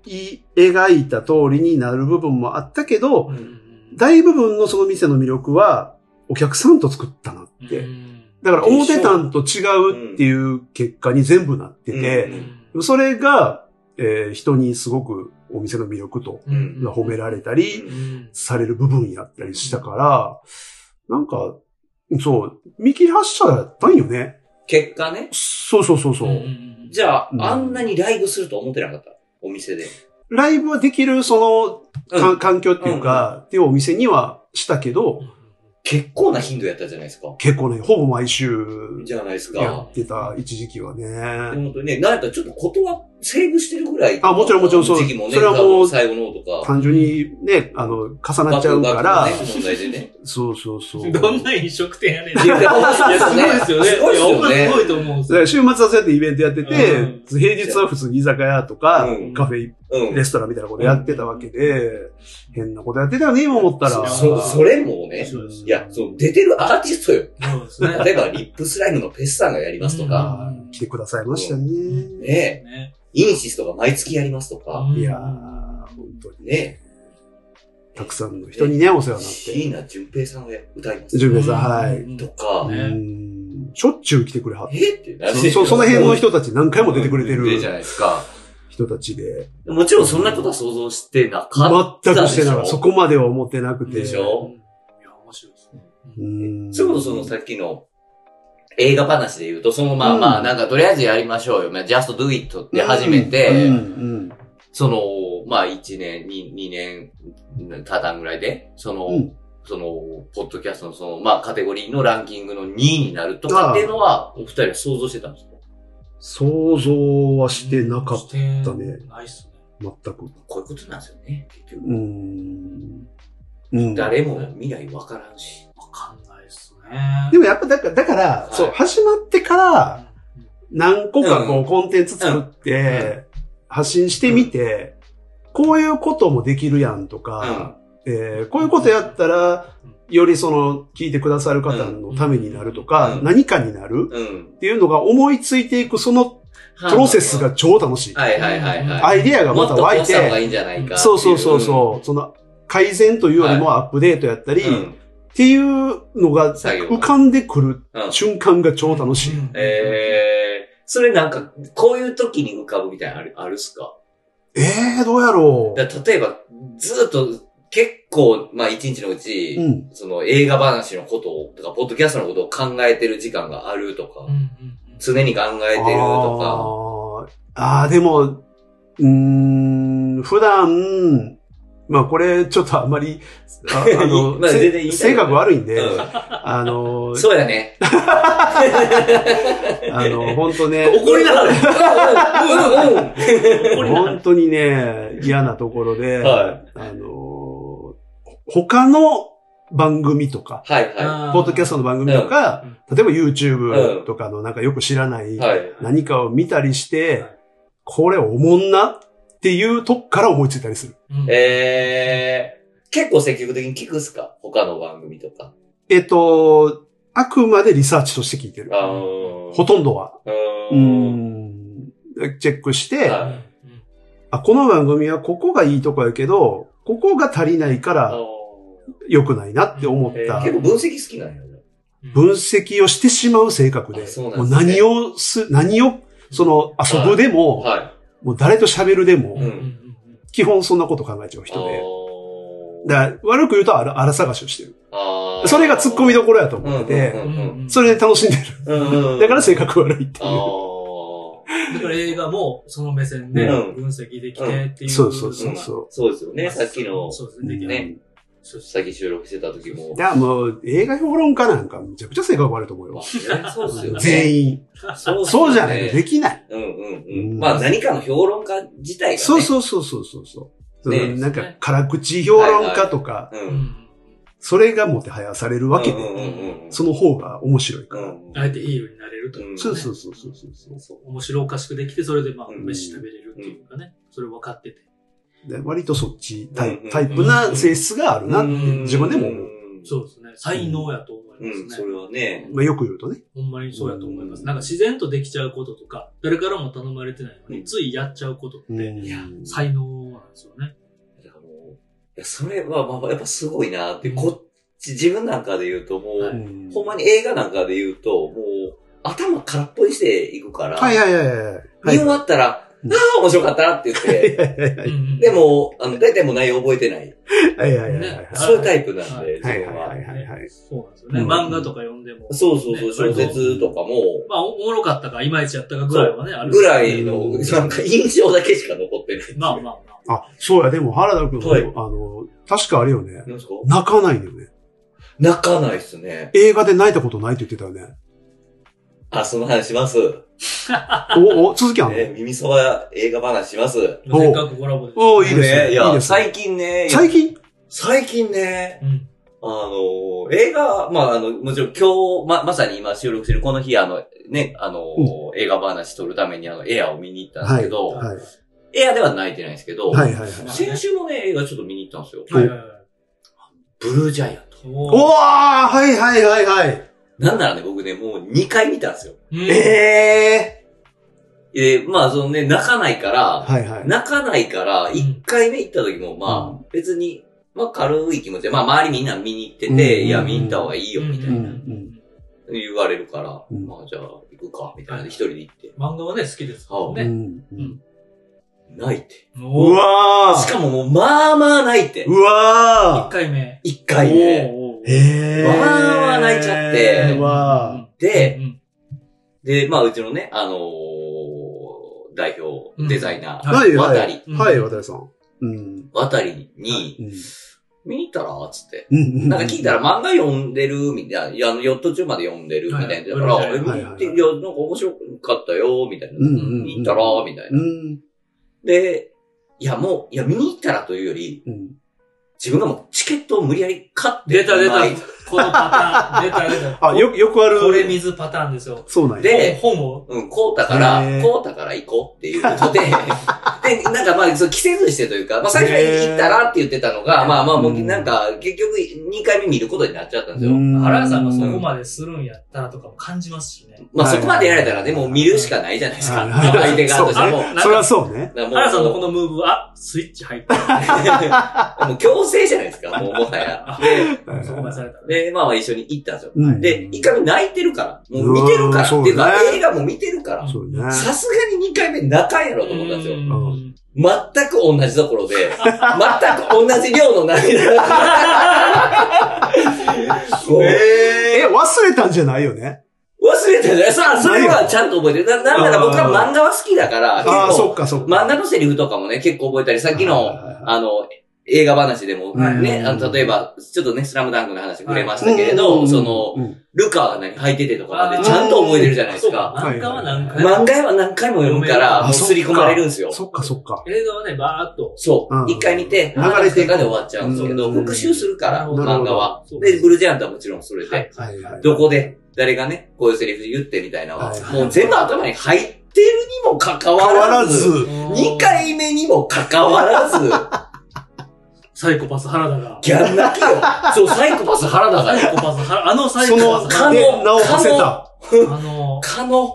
Speaker 3: い描いた通りになる部分もあったけど、
Speaker 1: うんうん
Speaker 3: 大部分のその店の魅力は、お客さんと作ったなっ
Speaker 1: う
Speaker 3: て。
Speaker 1: ん
Speaker 3: だから、表単と違うっていう結果に全部なって
Speaker 2: う
Speaker 3: て、それが、えー人にすごくお店の魅力と、
Speaker 1: うん
Speaker 3: が褒められたり、
Speaker 1: うん
Speaker 3: される部分やったりしたから、なんか、そう、見切り発車だったんよね。
Speaker 2: 結果ね。
Speaker 3: そうそうそうそう。
Speaker 1: うんうん
Speaker 2: じゃあ、
Speaker 3: うん
Speaker 2: あんなにライブすると思ってなかった。お店で。
Speaker 3: ライブはできる、その、か
Speaker 2: うん
Speaker 3: 環境っていうか、っていうお店にはしたけど、
Speaker 2: 結構な頻度やったじゃないですか。
Speaker 3: 結構ね、ほぼ毎週
Speaker 2: じゃないです
Speaker 3: や
Speaker 2: か。
Speaker 3: ってた一時期はね。
Speaker 2: 本当にね、なんやったらちょっと断っ、セーブしてるぐらい。
Speaker 3: あもちろんもちろんそう
Speaker 2: 時期もね、
Speaker 3: それはもう
Speaker 2: 最後の方とか。
Speaker 3: 単純にね、あの、重なっちゃうか
Speaker 2: 学
Speaker 3: ら、
Speaker 2: 学のね、問題でね。
Speaker 3: そうそうそ
Speaker 1: ど
Speaker 3: う。
Speaker 1: ん
Speaker 3: だか
Speaker 1: な飲食店やねん。
Speaker 2: いやいや
Speaker 1: すごいですよね。
Speaker 2: すごいですよね
Speaker 1: やほんますごいと思うんですよ
Speaker 3: ら。週末はそうやってイベントやってて、
Speaker 1: うん
Speaker 3: 平日は普通に居酒屋とか、
Speaker 2: うん
Speaker 3: カフェ、
Speaker 2: うん。
Speaker 3: レストランみたいなことやってたわけで、変なことやってたよね、今思ったら。
Speaker 2: そ、それもね、
Speaker 1: そうです
Speaker 2: いや、そう、出てるアーティストよ。
Speaker 1: そうですね。
Speaker 2: 例えば、リップスライムのペスさんがやりますとか、
Speaker 3: あー来てくださいましたね。
Speaker 2: ね
Speaker 1: ね
Speaker 2: インシスとか毎月やりますとか、
Speaker 3: いやー、本当に
Speaker 2: ね
Speaker 3: たくさんの人にね、お世話になって。
Speaker 2: 椎名淳平さんが歌います
Speaker 3: ジュンペイさ
Speaker 1: う
Speaker 3: ん、は
Speaker 1: ん
Speaker 3: い。
Speaker 2: とか、
Speaker 1: ね
Speaker 3: うんしょっちゅう来てくれはって。
Speaker 2: えってなる
Speaker 3: そそその辺の人たち何回も出てくれて
Speaker 2: 出じゃ
Speaker 3: る
Speaker 2: ないですか。
Speaker 3: 人たちで、
Speaker 2: もちろんそんなことは想像してなかった
Speaker 3: 全
Speaker 2: でしょ。
Speaker 3: くしてなかった。そこまでは思ってなくて。
Speaker 2: でし
Speaker 1: いや、
Speaker 2: ょ
Speaker 1: 面白いですね。
Speaker 3: うん
Speaker 2: それこそそのさっきの映画話で言うと、そのまあまあ、なんかとりあえずやりましょうよ。まあ、just do it って始めて、
Speaker 3: うんうん
Speaker 2: その、まあ1年、2, 2年、たたんぐらいで、その、
Speaker 3: うん
Speaker 2: その、ポッドキャストのその、まあカテゴリーのランキングの2位になるとかっていうのは、お二人は想像してたんですか
Speaker 3: 想像はしてなかっ
Speaker 1: った
Speaker 3: ね
Speaker 1: ないっすね。
Speaker 3: た、全く。
Speaker 2: こういうことなんですよね、結
Speaker 3: う
Speaker 2: 局。
Speaker 3: ん。うん、で
Speaker 2: 誰も未来わからんし。
Speaker 1: わかんないっすね。
Speaker 3: もやっぱだから、だから、
Speaker 2: い
Speaker 3: そう、始まってから
Speaker 1: うん
Speaker 3: 何個かこう、
Speaker 2: うん
Speaker 3: コンテンツ作って、発信してみて、こういうこともできるやんとか、えーこういうことやったら、よりその、聞いてくださる方のためになるとか、
Speaker 2: うん
Speaker 3: 何かになる
Speaker 2: うん。
Speaker 3: っていうのが思いついていく、そのプロセスが超楽しい。
Speaker 2: はいはいはいはい。
Speaker 3: アイデアが
Speaker 2: も
Speaker 3: ま
Speaker 2: ったと
Speaker 3: 湧い
Speaker 2: こうした方が
Speaker 3: て、
Speaker 2: いいんじゃないかってい。
Speaker 3: そうそうそうそう、その改善というよりもアップデートやったり、
Speaker 2: うん。
Speaker 3: っ。ていうのが
Speaker 2: 作業
Speaker 3: 浮かんでくる
Speaker 2: うん。
Speaker 3: 瞬間が超楽しい。
Speaker 1: うん
Speaker 2: えー、それなんか、こういう時に浮かぶみたいなのある、あるっすか
Speaker 3: えー、どうやろ
Speaker 2: だ例えば、ずっと、結構、まあ一日のうち、
Speaker 3: う。うん。
Speaker 2: その映画話のことを、とか、ポッドキャストのことを考えてる時間があるとか、
Speaker 1: うんうんうん
Speaker 2: 常に考えてると
Speaker 3: あーあー、でも、うーん、普段、まあこれちょっとあんまり、あ あの、
Speaker 2: まあ全然言いたいことない
Speaker 3: せ性格悪いんで、
Speaker 2: うん
Speaker 3: あの
Speaker 2: か、、 そうやね。
Speaker 3: あの、本当ね、
Speaker 2: 怒りながら、う んうんうん
Speaker 3: 本当にね、嫌なところで、
Speaker 2: は
Speaker 3: あのー、他の番組とか、
Speaker 2: はいは
Speaker 1: あ
Speaker 3: ポッドキャストの番組とか、例えば YouTube とかのなんかよく知らない
Speaker 2: い。はい。
Speaker 3: 何かを見たりして
Speaker 1: はい、
Speaker 3: これおもんなっていうとこから思いついたりする。
Speaker 1: うん
Speaker 2: えー、結構積極的に聞くっすか他の番組とか。
Speaker 3: えっと、あくまでリサーチとして聞いてる。
Speaker 2: あー
Speaker 3: ほとんどは。
Speaker 2: うー
Speaker 3: う
Speaker 2: ん。
Speaker 3: ん。チェックして、
Speaker 2: は
Speaker 3: あ、この番組はここがいいとこやけど、ここが足りないか
Speaker 2: あ
Speaker 3: ら
Speaker 2: ー
Speaker 3: 良くないなって思っ
Speaker 2: えー
Speaker 3: た。
Speaker 2: 結構分析好きなんやね。
Speaker 1: うん
Speaker 3: 分析をしてしまう性格で、
Speaker 2: あそうな
Speaker 3: も
Speaker 2: ん
Speaker 3: う
Speaker 2: ですね
Speaker 3: 何をす、何を、その遊ぶでも、
Speaker 2: は
Speaker 3: もう誰と喋るで
Speaker 2: い。う
Speaker 3: も、
Speaker 1: うんうん
Speaker 2: ん。
Speaker 3: 基本そんなこと考えちゃう人で。
Speaker 2: あー
Speaker 3: だから悪く言うとあら、あら探しをしてる。
Speaker 2: あー
Speaker 3: それが突っ込みどころやと思ってて、
Speaker 2: うん
Speaker 1: うんうんうん
Speaker 3: それで楽しんで
Speaker 2: うんうん
Speaker 3: る。だから性格悪いってい
Speaker 2: あ
Speaker 3: う。
Speaker 2: ー
Speaker 1: だから映画もその目線で
Speaker 2: うん
Speaker 1: 分析できてっていう。
Speaker 3: そうそうそうそ
Speaker 2: そうですよ
Speaker 1: ま
Speaker 2: ね。
Speaker 1: あ
Speaker 2: さっきの、
Speaker 1: そうです
Speaker 3: う。
Speaker 1: ね。できない
Speaker 2: ね。
Speaker 1: そうです
Speaker 2: さっき収録してた時も。
Speaker 3: だからもう、映画評論家なんかめちゃくちゃ性格悪いと思う
Speaker 2: ま
Speaker 3: よ。
Speaker 2: あねそうっすよね。
Speaker 3: 全員。
Speaker 2: そう
Speaker 3: そうじゃないいとできない。
Speaker 2: うんうんう。
Speaker 3: うんん
Speaker 2: まあ何かの評論家自体がね。
Speaker 3: そうそうそうそうそうそう。
Speaker 2: ね
Speaker 3: そのなんか、辛口評論家とか、
Speaker 2: う。う。
Speaker 1: うんん
Speaker 3: それがもてはやされるわけ
Speaker 2: うん
Speaker 3: で、
Speaker 2: うんうん。
Speaker 3: その方が面白いか
Speaker 2: う
Speaker 3: ら。
Speaker 2: ん。
Speaker 1: あえてヒーローになれると。
Speaker 2: うん
Speaker 3: そうそうそうそうそうそう。
Speaker 1: 面白おかしくできて、それでまあ、
Speaker 2: うん
Speaker 1: 飯食べれるっていうかね。それ分かってて。
Speaker 3: で割とそっちタイ
Speaker 2: うんうん
Speaker 3: タイプな性質があるなって自分でも思う。
Speaker 2: そ
Speaker 1: そうですね。才能やと思
Speaker 2: う
Speaker 1: い
Speaker 2: ん、
Speaker 1: ます
Speaker 2: そ
Speaker 1: ね。
Speaker 2: れはね。
Speaker 3: まあ、よく言うとね。
Speaker 1: ほんまにそうやと思いま
Speaker 2: う
Speaker 1: す。
Speaker 2: ん
Speaker 1: なんか自然とできちゃうこととか、誰からも頼まれてないの
Speaker 2: うん
Speaker 1: に、ついやっちゃうことっ
Speaker 3: う
Speaker 1: て、
Speaker 3: ん
Speaker 2: いや
Speaker 1: 才能なんですよね。
Speaker 2: だからもういやそれは、まあ、やっぱすごいなって、こっち、自分なんかで言うともう、
Speaker 1: は
Speaker 2: ほんまに映画なんかで言うと、もう、頭空っぽにしていくから、
Speaker 3: はいはいはいはい
Speaker 2: 見
Speaker 3: はい。
Speaker 2: 終わったら、
Speaker 3: うん
Speaker 2: ああ、面白かったなって言って、
Speaker 1: うんうん
Speaker 2: で、も、あの、大体もう内容覚えてない。
Speaker 3: はいはいはいはい
Speaker 1: ね
Speaker 2: そういうタイプなんで、自
Speaker 3: はいはい
Speaker 2: 分
Speaker 3: は
Speaker 2: は。
Speaker 3: いはいはい。
Speaker 1: そうなんですよね。
Speaker 3: うん
Speaker 1: 漫画とか読んでも。
Speaker 2: そうそうそう、小
Speaker 1: ね
Speaker 2: 説とかも、
Speaker 1: まあ、おおもろかったか、いまいちやったかぐらいはね、ある
Speaker 2: ぐらいの、
Speaker 3: うん
Speaker 2: なんか印象だけしか残ってない。
Speaker 1: まあまあまあ。
Speaker 3: あ、そうや、でも原田くん
Speaker 2: はい
Speaker 3: あの、確かあれよね。
Speaker 2: なんですか
Speaker 3: 泣かないよね。
Speaker 2: 泣かないっすね。
Speaker 3: 映画で泣いたことないって言ってたよね。
Speaker 2: あ、その話します。
Speaker 3: お、お、続きあんの
Speaker 2: えー、耳そば映画話します。
Speaker 3: お
Speaker 1: せっかくコラボで。
Speaker 3: おいいです
Speaker 2: ね。
Speaker 3: ね。
Speaker 2: い
Speaker 3: いい
Speaker 2: や、
Speaker 3: ですね。
Speaker 2: 最近ね、
Speaker 3: 最近
Speaker 2: 最近ね、
Speaker 1: うん。
Speaker 2: あのー、映画、まあ、あの、もちろん今日、ま、まさに今収録してるこの日、あの、ね、あのー、映画話撮るためにあの、エアを見に行ったんですけど、
Speaker 3: はい。
Speaker 2: エアでは泣いてないんですけど、
Speaker 3: はいはいはい。
Speaker 2: 先週もね、映画ちょっと見に行ったんですよ。
Speaker 1: はいはいはい。
Speaker 2: ブルージャイアント。
Speaker 3: おー
Speaker 1: お
Speaker 3: はいはいはいはい。
Speaker 2: なんならね、僕ね、もう2回見たんですよ。
Speaker 1: うん
Speaker 3: ええ
Speaker 2: えー、まあ、そのね、泣かないから、
Speaker 3: ー。はいはい。
Speaker 2: 泣かないから、
Speaker 1: ん
Speaker 2: 一回目行った時も、
Speaker 3: う
Speaker 2: まあ、別に、まあ、軽い気持ちで、まあ、周りみんな見に行ってて、
Speaker 3: うん
Speaker 2: いや、見に行った方がいいよ、みたいな
Speaker 3: うん
Speaker 2: 言われるから、
Speaker 3: うん
Speaker 2: まあ、じゃあ、行くか、みたいなんで、一人で行って、
Speaker 1: 漫画はね、好きですもん
Speaker 3: う
Speaker 1: ね。
Speaker 3: んうん
Speaker 2: 泣いて。
Speaker 1: おー
Speaker 3: うわ
Speaker 2: し
Speaker 3: ー
Speaker 2: かももう、まあまあ泣いて。
Speaker 3: う
Speaker 1: 一
Speaker 3: わー
Speaker 1: 回目。
Speaker 2: 一回目。
Speaker 1: おーおー
Speaker 3: ええ
Speaker 2: わーわー泣いちゃって
Speaker 3: わ
Speaker 2: で、
Speaker 1: うん
Speaker 2: で、まあ、うちのね、あのー代表、
Speaker 1: うん
Speaker 2: デザイナー、
Speaker 1: ー
Speaker 3: はいはい。
Speaker 2: 渡り、
Speaker 1: うん
Speaker 3: はい、渡りさん。うん。
Speaker 2: 渡りに、
Speaker 3: うん
Speaker 2: 見に行ったらつって。
Speaker 3: う ん
Speaker 2: なんか聞いたら漫画読んでるみたいな、いや、あの、ヨット中まで読んでるみたいな。だから、
Speaker 1: はい
Speaker 2: え、見
Speaker 3: はい
Speaker 2: に行って、いや、なんか面白かったよ、みたいな。
Speaker 3: うんうんう
Speaker 2: 見
Speaker 3: ん
Speaker 2: に行ったら、みたいうな。
Speaker 3: ん。
Speaker 2: で、いや、もう、いや、見に行ったらというより、
Speaker 3: うん。
Speaker 2: 自分がもうチケットを無理やり買って。
Speaker 1: 出た出た
Speaker 2: はい。
Speaker 1: このパターン。出た出た。
Speaker 3: あ、よく、よくある。
Speaker 1: これ水パターンですよ。
Speaker 3: そうなんや。
Speaker 2: で
Speaker 1: 本を。
Speaker 2: うん、こうたから
Speaker 3: へ、ー
Speaker 2: こうたから行こうっていうことで、で、なんかまあ、そう、着せずしてというか、まあ、最初に行ったらって言ってたのが、
Speaker 1: へー
Speaker 2: まあまあ、もう、
Speaker 3: うん
Speaker 2: なんか、結局、2回目見ることになっちゃったんですよ。
Speaker 3: うん
Speaker 1: 原田さんがそこまでするんやったらとかも感じますしね。
Speaker 2: まあ、
Speaker 3: はい
Speaker 2: そこまでやられたらね、もう見るしかないじゃないですか。
Speaker 3: はい
Speaker 2: 相手側として
Speaker 1: あ
Speaker 2: も。
Speaker 1: なんか
Speaker 3: それはそうね。
Speaker 2: だからもう
Speaker 1: 原田さんのこのムーブ、あ、スイッチ入った。
Speaker 2: もう強制じゃないですか、もうもはや。で、
Speaker 3: はい
Speaker 1: そこまでされたらね。
Speaker 2: で、まあまあ一緒に行ったんですよ。
Speaker 3: うん
Speaker 2: で、一回目泣いてるから、もう見てるから、っていうか
Speaker 3: うわーそうね
Speaker 2: 映画も見てるから、
Speaker 3: そうね。
Speaker 2: さすがに二回目泣かんやろと思ったんですよ。
Speaker 1: うん
Speaker 2: 全く同じところで、 全く同じ量の涙 こう
Speaker 3: えー、忘れたんじゃないよね。
Speaker 2: 忘れたじゃないさあ、それはちゃんと覚えてる。ななんなら僕は漫画は好きだから、
Speaker 3: ああ、
Speaker 2: 結
Speaker 3: そ
Speaker 2: 構、
Speaker 3: っかそっか。
Speaker 2: 漫画のセリフとかもね、結構覚えたり、さっきの、
Speaker 3: はいはいはい
Speaker 2: あの、映画話でも、
Speaker 1: はい
Speaker 2: ね、あの、例えば、ちょっとね、スラムダンクの話触れましたけれど、その、
Speaker 3: うん
Speaker 2: ルカが何履いててとかま
Speaker 1: あー
Speaker 2: でちゃんと覚えてるじゃないです
Speaker 1: そう
Speaker 2: か。
Speaker 1: 漫画は何回
Speaker 2: 漫
Speaker 1: も。
Speaker 2: 画は何回も読むから、
Speaker 3: あ
Speaker 2: もう刷り込まれるんですよ。
Speaker 3: そっかそっか。
Speaker 1: 映画はね、ばーっと。
Speaker 2: そうう。
Speaker 3: ん
Speaker 2: 一回見て、
Speaker 3: 流れていく
Speaker 2: かで終わっちゃうんですけど、
Speaker 3: うん
Speaker 2: 復習するから、
Speaker 1: なるほど
Speaker 2: 漫画は。
Speaker 1: そう
Speaker 2: で、ブルージャイアントはもちろんそれ
Speaker 1: は
Speaker 2: で
Speaker 1: い、
Speaker 3: はいはい。
Speaker 2: どこで、誰がね、こういうセリフ言ってみたいなのは
Speaker 3: はい、
Speaker 2: もう全部頭に入ってるにもかかわ
Speaker 3: 変わら
Speaker 2: らず、
Speaker 3: ず、
Speaker 2: 二回目にもかかわらず、
Speaker 1: サイコパス原田が。
Speaker 2: ギャン泣きよ。そう、サイコパス原田が
Speaker 1: サ
Speaker 2: よ。
Speaker 1: イコパス原、あのサイ
Speaker 3: そ
Speaker 1: コパ
Speaker 3: の
Speaker 1: ス
Speaker 2: 可
Speaker 1: 原
Speaker 2: 能
Speaker 3: で名を馳せた、
Speaker 1: 田。あの、
Speaker 2: かの、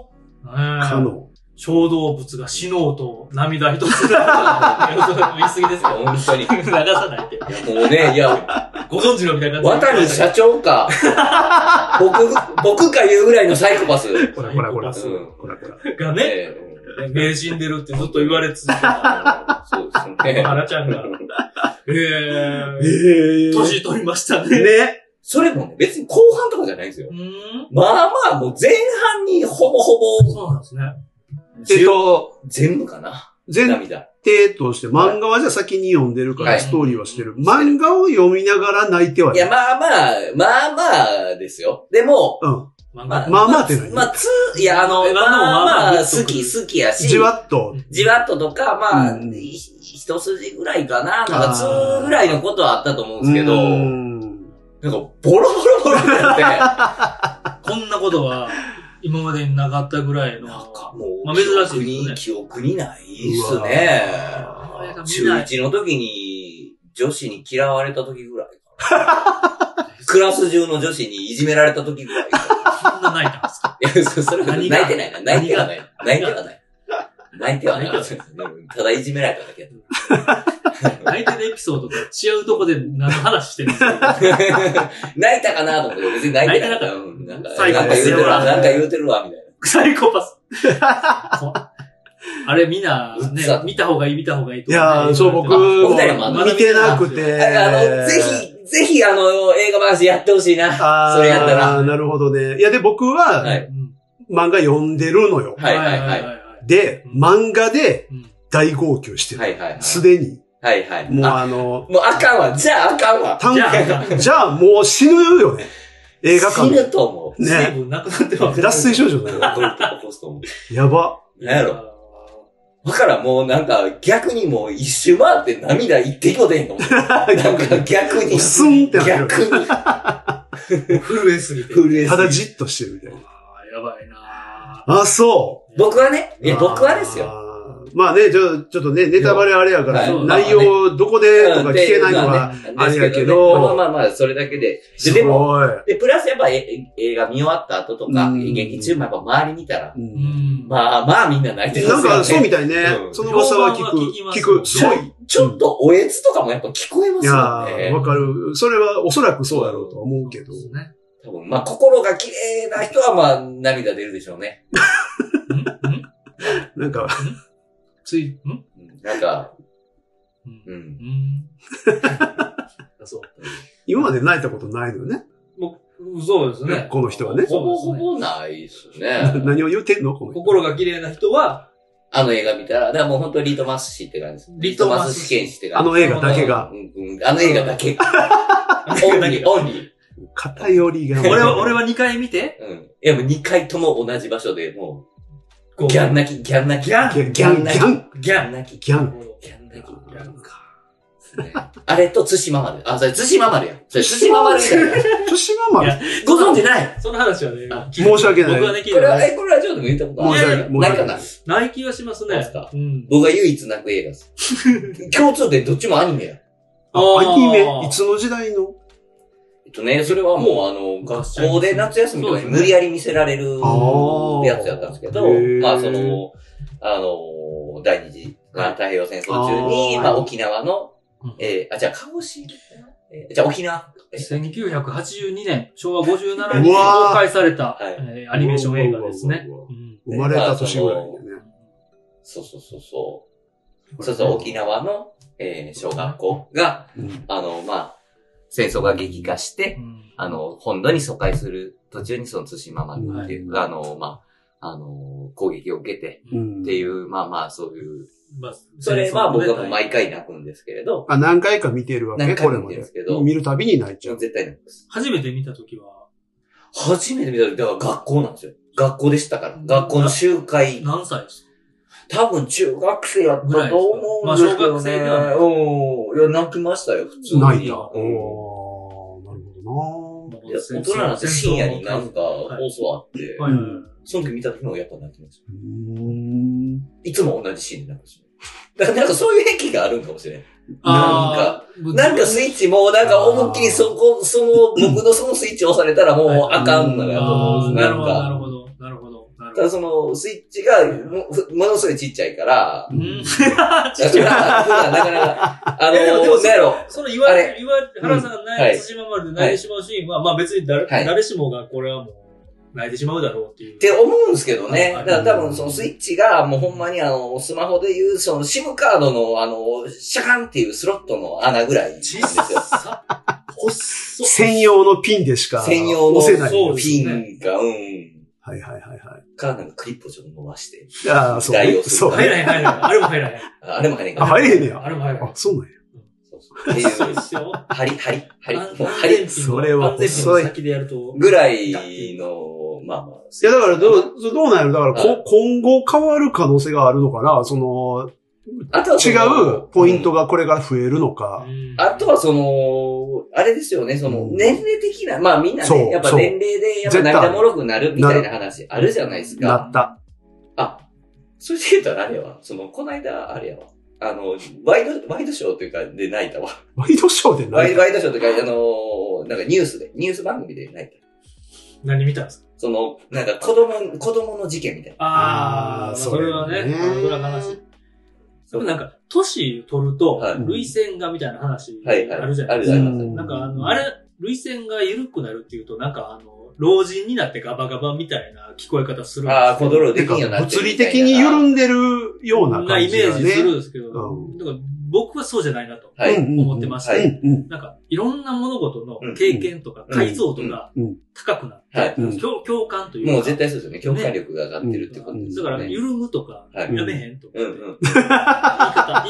Speaker 3: か
Speaker 1: あの、
Speaker 3: の。
Speaker 1: 小動物が死のうと涙一つ。いやそれ言い過ぎですよ。
Speaker 2: 本当に。
Speaker 1: 流さないって。
Speaker 2: もうね、いや、
Speaker 1: ご存知のみたいな感じ
Speaker 2: 渡
Speaker 1: で。
Speaker 2: る社長か、僕、僕か言うぐらいのサイコパス。うん。
Speaker 3: こらこらこら。
Speaker 1: サイコ
Speaker 2: パ
Speaker 3: こらこら。
Speaker 1: がね、
Speaker 2: ええ
Speaker 1: 名人出るってずっと言われ続けた。
Speaker 2: そうですね。
Speaker 1: 原ちゃんが。え
Speaker 3: え
Speaker 1: ー、
Speaker 3: え。
Speaker 1: 年取りましたね。
Speaker 3: ね。
Speaker 2: それもね、別に後半とかじゃないんですよ
Speaker 1: う。ーん。
Speaker 2: まあまあ、もう前半にほぼほぼ、
Speaker 1: そうなんですね。
Speaker 3: えっと、
Speaker 2: 全部かな。
Speaker 3: 前
Speaker 2: 涙。
Speaker 3: 提として漫画はじゃあ先に読んでるか
Speaker 2: は
Speaker 3: ら
Speaker 2: い
Speaker 3: ストーリーはしてる。漫画を読みながら泣いてはいな
Speaker 2: や、
Speaker 3: い。
Speaker 2: まあまあ、まあまあですよ。でも、
Speaker 3: うん。
Speaker 1: ま
Speaker 2: まあ、
Speaker 3: まあまあって何
Speaker 2: まあ、つ、いや、あの、ま
Speaker 1: え
Speaker 2: あ
Speaker 1: まあまあ
Speaker 2: まあ、
Speaker 1: まあ
Speaker 2: 好き、好きやし、
Speaker 3: じわっと。
Speaker 2: じわっととか、まあ、
Speaker 3: うん
Speaker 2: い一筋ぐらいかな、とか、
Speaker 3: あ
Speaker 2: つ
Speaker 3: ー
Speaker 2: ぐらいのことはあったと思うんですけど、
Speaker 3: う
Speaker 2: なんか、ボ
Speaker 3: ん
Speaker 2: ロボロボロにな って、な
Speaker 1: こんなことは、今までになかったぐらいの。
Speaker 2: んかもう、
Speaker 1: まあ珍しい
Speaker 2: 記憶に、
Speaker 1: です
Speaker 2: 記憶にないですね。
Speaker 1: あれが見
Speaker 2: 中
Speaker 1: ない。
Speaker 2: 1の時に、女子に嫌われた時ぐらいかな。クラス中の女子にいじめられた時ぐらいかな。
Speaker 1: そんな泣いたんですか
Speaker 2: いや、そそれは
Speaker 1: 何
Speaker 2: 泣い
Speaker 1: が
Speaker 2: てないな。泣いてはない。泣い
Speaker 1: 何
Speaker 2: て
Speaker 1: が
Speaker 2: はない。泣いてはない。ただいじめられただけやっ
Speaker 1: 泣いてるエピソードと違うとこで何の話してるんですか
Speaker 2: た。泣いたかなと思って、別に泣いてなかった。うんなんか、
Speaker 1: 最後
Speaker 2: なんか言うてるわ、なんか言うてるわ、みたいな。
Speaker 1: サイコパス。こ あれ、みんな、ね
Speaker 2: うっざ、
Speaker 1: 見た方がいい、見た方がいいと
Speaker 3: い
Speaker 1: かね
Speaker 3: やー、そう、僕、
Speaker 2: お二人も
Speaker 3: 見てなくて。
Speaker 2: あの、ぜひ、ぜひ、あの、映画話やってほしいな。
Speaker 3: あー
Speaker 2: それやったら。
Speaker 3: なるほどね。いや、で、僕
Speaker 2: は
Speaker 3: は、
Speaker 2: い。
Speaker 1: うん
Speaker 3: 漫画読んでるのよ。
Speaker 2: はいはいはい。
Speaker 1: は
Speaker 3: で、漫画で
Speaker 1: うん
Speaker 3: 大号泣してる。
Speaker 2: はいはい。
Speaker 3: すでに。
Speaker 2: はいはい。
Speaker 3: もう
Speaker 2: あ
Speaker 3: あの、
Speaker 2: もうあかんわ。じゃああかんわ。
Speaker 3: 単
Speaker 1: じゃあ
Speaker 3: じゃあもう死ぬよね。映画館
Speaker 2: 死
Speaker 3: で。
Speaker 2: ぬと思う。
Speaker 1: 水
Speaker 3: ね。
Speaker 1: 分なくなってます。
Speaker 3: 脱水症状だよ。
Speaker 2: どうやって起こすと思う。
Speaker 3: やば。
Speaker 2: なんやろ。だからもうなんか逆にもう一周回って涙一滴も出へん かも。なんか逆に。
Speaker 3: スンってなる
Speaker 2: 逆に。
Speaker 1: 震えすぎて。
Speaker 2: 震えすぎ
Speaker 3: ただじっとしてるみたいな。
Speaker 1: あーやばいな
Speaker 3: あ、そ
Speaker 2: 僕はね、
Speaker 3: う。
Speaker 2: いや僕はですよ。
Speaker 3: よ。まあね、ちょ、ちょっとね、ネタバレあれやか
Speaker 2: は
Speaker 3: ら、
Speaker 1: い
Speaker 3: 内容どこでとか
Speaker 2: うん
Speaker 3: 聞
Speaker 2: って
Speaker 3: け
Speaker 2: う
Speaker 3: ないの
Speaker 2: の
Speaker 3: が、
Speaker 2: はね
Speaker 3: あれやけど
Speaker 2: ですねまあまあまあ、それだけで。ですでも、
Speaker 3: ごい。
Speaker 2: で、プラスやっぱえ映画見終わった後とか、
Speaker 3: うん
Speaker 2: 劇中もやっぱ周り見たら、
Speaker 3: う
Speaker 1: ー
Speaker 3: ん
Speaker 1: んまあ、
Speaker 2: まあまあみんな泣いてる
Speaker 3: なんか、そうみ
Speaker 2: た
Speaker 3: たいね
Speaker 2: う。ん
Speaker 3: その噂は聞く
Speaker 1: 評判は聞きま。す
Speaker 3: 聞く。すごい。
Speaker 2: ちょっとおえつとかもやっぱ聞こえま
Speaker 3: い
Speaker 2: す
Speaker 3: や
Speaker 2: よ
Speaker 3: ー、
Speaker 2: ね。
Speaker 3: わかる。それはおそらくそうだろうとは思うけど。
Speaker 1: そうですね。
Speaker 2: 多分、まあ心が綺麗な人はまあ涙出るでしょうね。
Speaker 1: んん
Speaker 3: なんか、
Speaker 1: つい、ん
Speaker 2: うんなんか、
Speaker 1: う。
Speaker 2: うんん。
Speaker 1: うんそう。
Speaker 3: 今まで泣いたことないのよ ね。
Speaker 1: 僕、そうですね。
Speaker 3: この人はね。
Speaker 2: ほぼほぼないっす ね。
Speaker 3: 何を言ってんのこの人
Speaker 1: 心が綺麗な人は、
Speaker 2: あの映画見たら、だからもう本当リトマス紙って感じです。
Speaker 1: リトマス紙
Speaker 2: 試験紙って
Speaker 3: あ
Speaker 2: 感じ。
Speaker 3: の映画だけが、
Speaker 2: うんうんあの映画だ け。オンリー、オンリ
Speaker 3: 偏りが。
Speaker 1: 俺は、俺は2回見て、
Speaker 2: ー。うん。いやもう2回とも同じ場所で、も
Speaker 1: こ
Speaker 2: う、
Speaker 1: う
Speaker 2: ギャン泣き、ギャン泣き。
Speaker 1: ギャ
Speaker 3: ギャン、ギャン、ギ
Speaker 2: 泣き
Speaker 3: ャン、
Speaker 2: ギャン泣き。
Speaker 3: ギャン。
Speaker 2: ギャン泣き。
Speaker 1: ギャンか。
Speaker 2: ね あれと、対馬丸。あ、それ、対馬丸や。それ、 対馬丸みたいな。
Speaker 3: 女子ママ
Speaker 1: いや
Speaker 2: ご存知ない
Speaker 1: その話はね、
Speaker 3: 申し訳ない
Speaker 1: 僕はね、聞い
Speaker 2: こ
Speaker 1: て
Speaker 2: れは、
Speaker 1: ない。
Speaker 2: え、これはちょっと言ったことあ
Speaker 3: 申し
Speaker 2: る。
Speaker 3: 訳
Speaker 1: い
Speaker 3: 申
Speaker 2: な
Speaker 3: し
Speaker 2: い
Speaker 3: 訳
Speaker 2: か
Speaker 3: な。。
Speaker 2: ない
Speaker 1: ない気がしますね。
Speaker 2: そうっすか
Speaker 1: うん。
Speaker 2: 僕が唯一泣く映画です。 共通点どっちもアニメや。
Speaker 3: あアニ
Speaker 1: あ
Speaker 3: メ
Speaker 1: ー
Speaker 3: いつの時代の
Speaker 2: えっとね、それはもうあの、
Speaker 1: 昔
Speaker 2: 学校で夏休みとかに無理やり見せられる
Speaker 3: あー
Speaker 2: やつやったんですけど
Speaker 3: へ、ー
Speaker 2: まあその、あの、第二次
Speaker 1: はい
Speaker 2: 太平洋戦争中に、
Speaker 3: あー
Speaker 2: まあ沖縄の
Speaker 1: うん、
Speaker 2: えー、あ、じゃあ鹿児島えーじゃあ沖縄。え
Speaker 1: 1982年、昭和57年
Speaker 3: う
Speaker 1: に
Speaker 3: わー
Speaker 1: 公開された、
Speaker 2: はい
Speaker 1: えーアニメーション映画ですね。
Speaker 3: うわうわうわう
Speaker 1: うん
Speaker 3: 生まれた年ぐらいだよね。
Speaker 2: そうそうそうそう。そうそう、沖縄の、えー小学校が、
Speaker 3: うん
Speaker 2: あの、まあ、戦争が激化して、
Speaker 1: うん
Speaker 2: あの、本土に疎開する途中にその対馬丸っていう、
Speaker 3: うん
Speaker 2: あの、まあ、あの、攻撃を受けて
Speaker 3: うん
Speaker 2: っていう、まあまあ、そういう、
Speaker 1: まあ、
Speaker 2: それは僕はもう
Speaker 1: 毎
Speaker 2: 毎回泣くんですけれど、
Speaker 3: あ、何回か見てるわけ
Speaker 2: 何回
Speaker 3: これ
Speaker 2: か見
Speaker 3: ま
Speaker 2: てるん
Speaker 3: で
Speaker 2: ですけど。
Speaker 3: 見るたびに泣いちゃう。
Speaker 2: 絶対泣くんです。
Speaker 1: 初めて見たときは、
Speaker 2: 初めて見た時、だから学校なんですよ。学校でしたから。学校の集会、
Speaker 1: 何歳ですか
Speaker 2: 多分中学生やったと思うんですけど
Speaker 1: ぐらいですかまあ小学生
Speaker 2: ね。
Speaker 1: ではない
Speaker 2: うん。いや、泣きましたよ、普通に。
Speaker 3: 泣いた。
Speaker 2: う
Speaker 3: おー
Speaker 2: ん。
Speaker 3: なるほどな。
Speaker 2: いや大人になって深夜になんか放送あって、
Speaker 1: はいはいはい
Speaker 2: その時見た時もやっぱ泣きました。
Speaker 3: うーん。
Speaker 2: いつも同じシーンになるんですよ。だからなんかそういう癖があるんかもしれない。
Speaker 1: あー
Speaker 2: なんかスイッチも、なんか思いっきりそこ、その、僕のそのスイッチ押されたらもうあかんのやと
Speaker 1: あ
Speaker 2: 思う
Speaker 1: ー
Speaker 2: んです
Speaker 1: な
Speaker 2: な
Speaker 1: る
Speaker 2: ん
Speaker 1: ほど、なる
Speaker 2: か。
Speaker 1: ほど、なるほど、なるほ
Speaker 2: ただ
Speaker 1: ど。
Speaker 2: そのスイッチがもものすごいちっちゃいから
Speaker 1: う、ん。
Speaker 2: だから、普段なかなか、あの、なんやろ、
Speaker 1: その岩、
Speaker 2: あれ
Speaker 1: 岩、原さんが
Speaker 2: は
Speaker 1: 泣い
Speaker 2: い
Speaker 1: てしまうまで泣いてしまうシーンは、まあ別に誰,、
Speaker 2: はい
Speaker 1: 誰しもがこれはもう泣いてしまうだろうっていう。
Speaker 2: って思うんですけどね。
Speaker 1: はい
Speaker 2: だから多分そのスイッチがもうほんまにあの、スマホでいうその SIM カードのあの、シャカンっていうスロットの穴ぐらいなんです
Speaker 1: 小
Speaker 2: よ。
Speaker 1: さっ。細っ。
Speaker 3: 専用のピンでしか
Speaker 2: 専用の
Speaker 3: 押せない。
Speaker 1: そうです
Speaker 2: ピ
Speaker 1: ね
Speaker 2: ンか、うん。
Speaker 3: はいはいはいはい。
Speaker 2: か、なんかクリップをちょっと伸ばして。
Speaker 3: ああ、そう
Speaker 2: 代用
Speaker 3: ね。
Speaker 2: する
Speaker 3: そう
Speaker 1: 入
Speaker 3: ね。
Speaker 1: らへん、入らへん。あれも入らへん。
Speaker 2: ああれも入れんか
Speaker 3: あ、
Speaker 2: な。
Speaker 3: 入れへんねや。
Speaker 1: あれも入らへん
Speaker 3: あ、。そうなんや。
Speaker 2: そうそうって
Speaker 1: そう
Speaker 2: い
Speaker 1: で
Speaker 2: う。
Speaker 1: すよ。
Speaker 2: 針、針、針。
Speaker 1: 安
Speaker 2: もう針
Speaker 1: 全ピンの
Speaker 3: それは
Speaker 1: 安全ピンの
Speaker 3: 細い
Speaker 1: 先でやると。
Speaker 2: ぐらいの、まあまあ。
Speaker 3: いや、だからどう、どうなんやろだから、
Speaker 2: は
Speaker 3: こ今後変わる可能性があるのかなその、
Speaker 2: あとはそ
Speaker 3: 違
Speaker 2: の
Speaker 3: うポイント
Speaker 2: うん
Speaker 3: がこれから増えるのか。
Speaker 1: うん
Speaker 2: あとはその、あれですよね、その
Speaker 3: う、ん
Speaker 2: 年齢的な、まあみんな
Speaker 3: そう
Speaker 2: ね、やっぱ
Speaker 3: そう
Speaker 2: 年齢で、やっぱ
Speaker 3: 絶対
Speaker 2: 涙もろくなるみたいな話あるじゃないです
Speaker 3: な
Speaker 2: か。
Speaker 3: った。
Speaker 2: あ、それで言うたらあれやわ。その、こないだあれやわ。あの、ワイド、ワイドショーというか、で泣いたわ。
Speaker 3: ワイドショーでな
Speaker 2: ワ
Speaker 3: い
Speaker 2: イワイドショーというか、あのーなんかニュースで、ニュース番組で泣いた。
Speaker 1: 何見たんですか
Speaker 2: その、なんか子供、子供の事件みたいな。
Speaker 1: あ
Speaker 3: あー
Speaker 1: あ、
Speaker 3: そ
Speaker 1: それ
Speaker 3: れ
Speaker 1: は
Speaker 3: は
Speaker 1: ね
Speaker 3: ね、
Speaker 1: それは悲しい。でもなんか、年取ると
Speaker 2: はい、
Speaker 1: 涙腺がみたいな話あ
Speaker 2: はい
Speaker 1: る
Speaker 2: はい
Speaker 1: じゃないです
Speaker 2: あ
Speaker 1: か。
Speaker 2: る
Speaker 3: うん
Speaker 1: なんかあの、あれ、涙腺が緩くなるっていうと、なんかあの、老人になってガバガバみたいな聞こえ方するんです
Speaker 2: ああ、コントロール
Speaker 3: て
Speaker 2: できんようにな
Speaker 3: か、
Speaker 2: ってる
Speaker 3: 物
Speaker 2: み
Speaker 3: 理
Speaker 2: たいな
Speaker 3: 的に緩んでるような
Speaker 1: な
Speaker 3: 感
Speaker 1: イ
Speaker 3: じ
Speaker 1: メ
Speaker 3: が
Speaker 1: ー
Speaker 3: ね。
Speaker 1: ジするんですけど、
Speaker 3: う
Speaker 1: だから僕はそうじゃないなと
Speaker 2: はい。
Speaker 3: うんうん
Speaker 1: 思ってまして、
Speaker 2: はい
Speaker 3: うんうん。
Speaker 1: なんか、いろんな物事の経験とか解像度が
Speaker 3: うんうん
Speaker 1: 高くなって、
Speaker 2: はい。
Speaker 3: うん
Speaker 1: 共共感というか、
Speaker 2: もう絶対そうですよね。共感力が上がってるってことです
Speaker 1: だ
Speaker 2: よ
Speaker 1: か
Speaker 2: ね。
Speaker 1: ら、緩むとか、
Speaker 2: はい
Speaker 1: やめへんとか、
Speaker 2: うん
Speaker 1: 言いう方、
Speaker 2: ん。
Speaker 1: 言い方、
Speaker 2: あ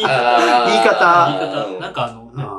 Speaker 2: ー
Speaker 3: 言
Speaker 1: 言
Speaker 3: い方
Speaker 1: い方、なんかあの、ね、
Speaker 3: あ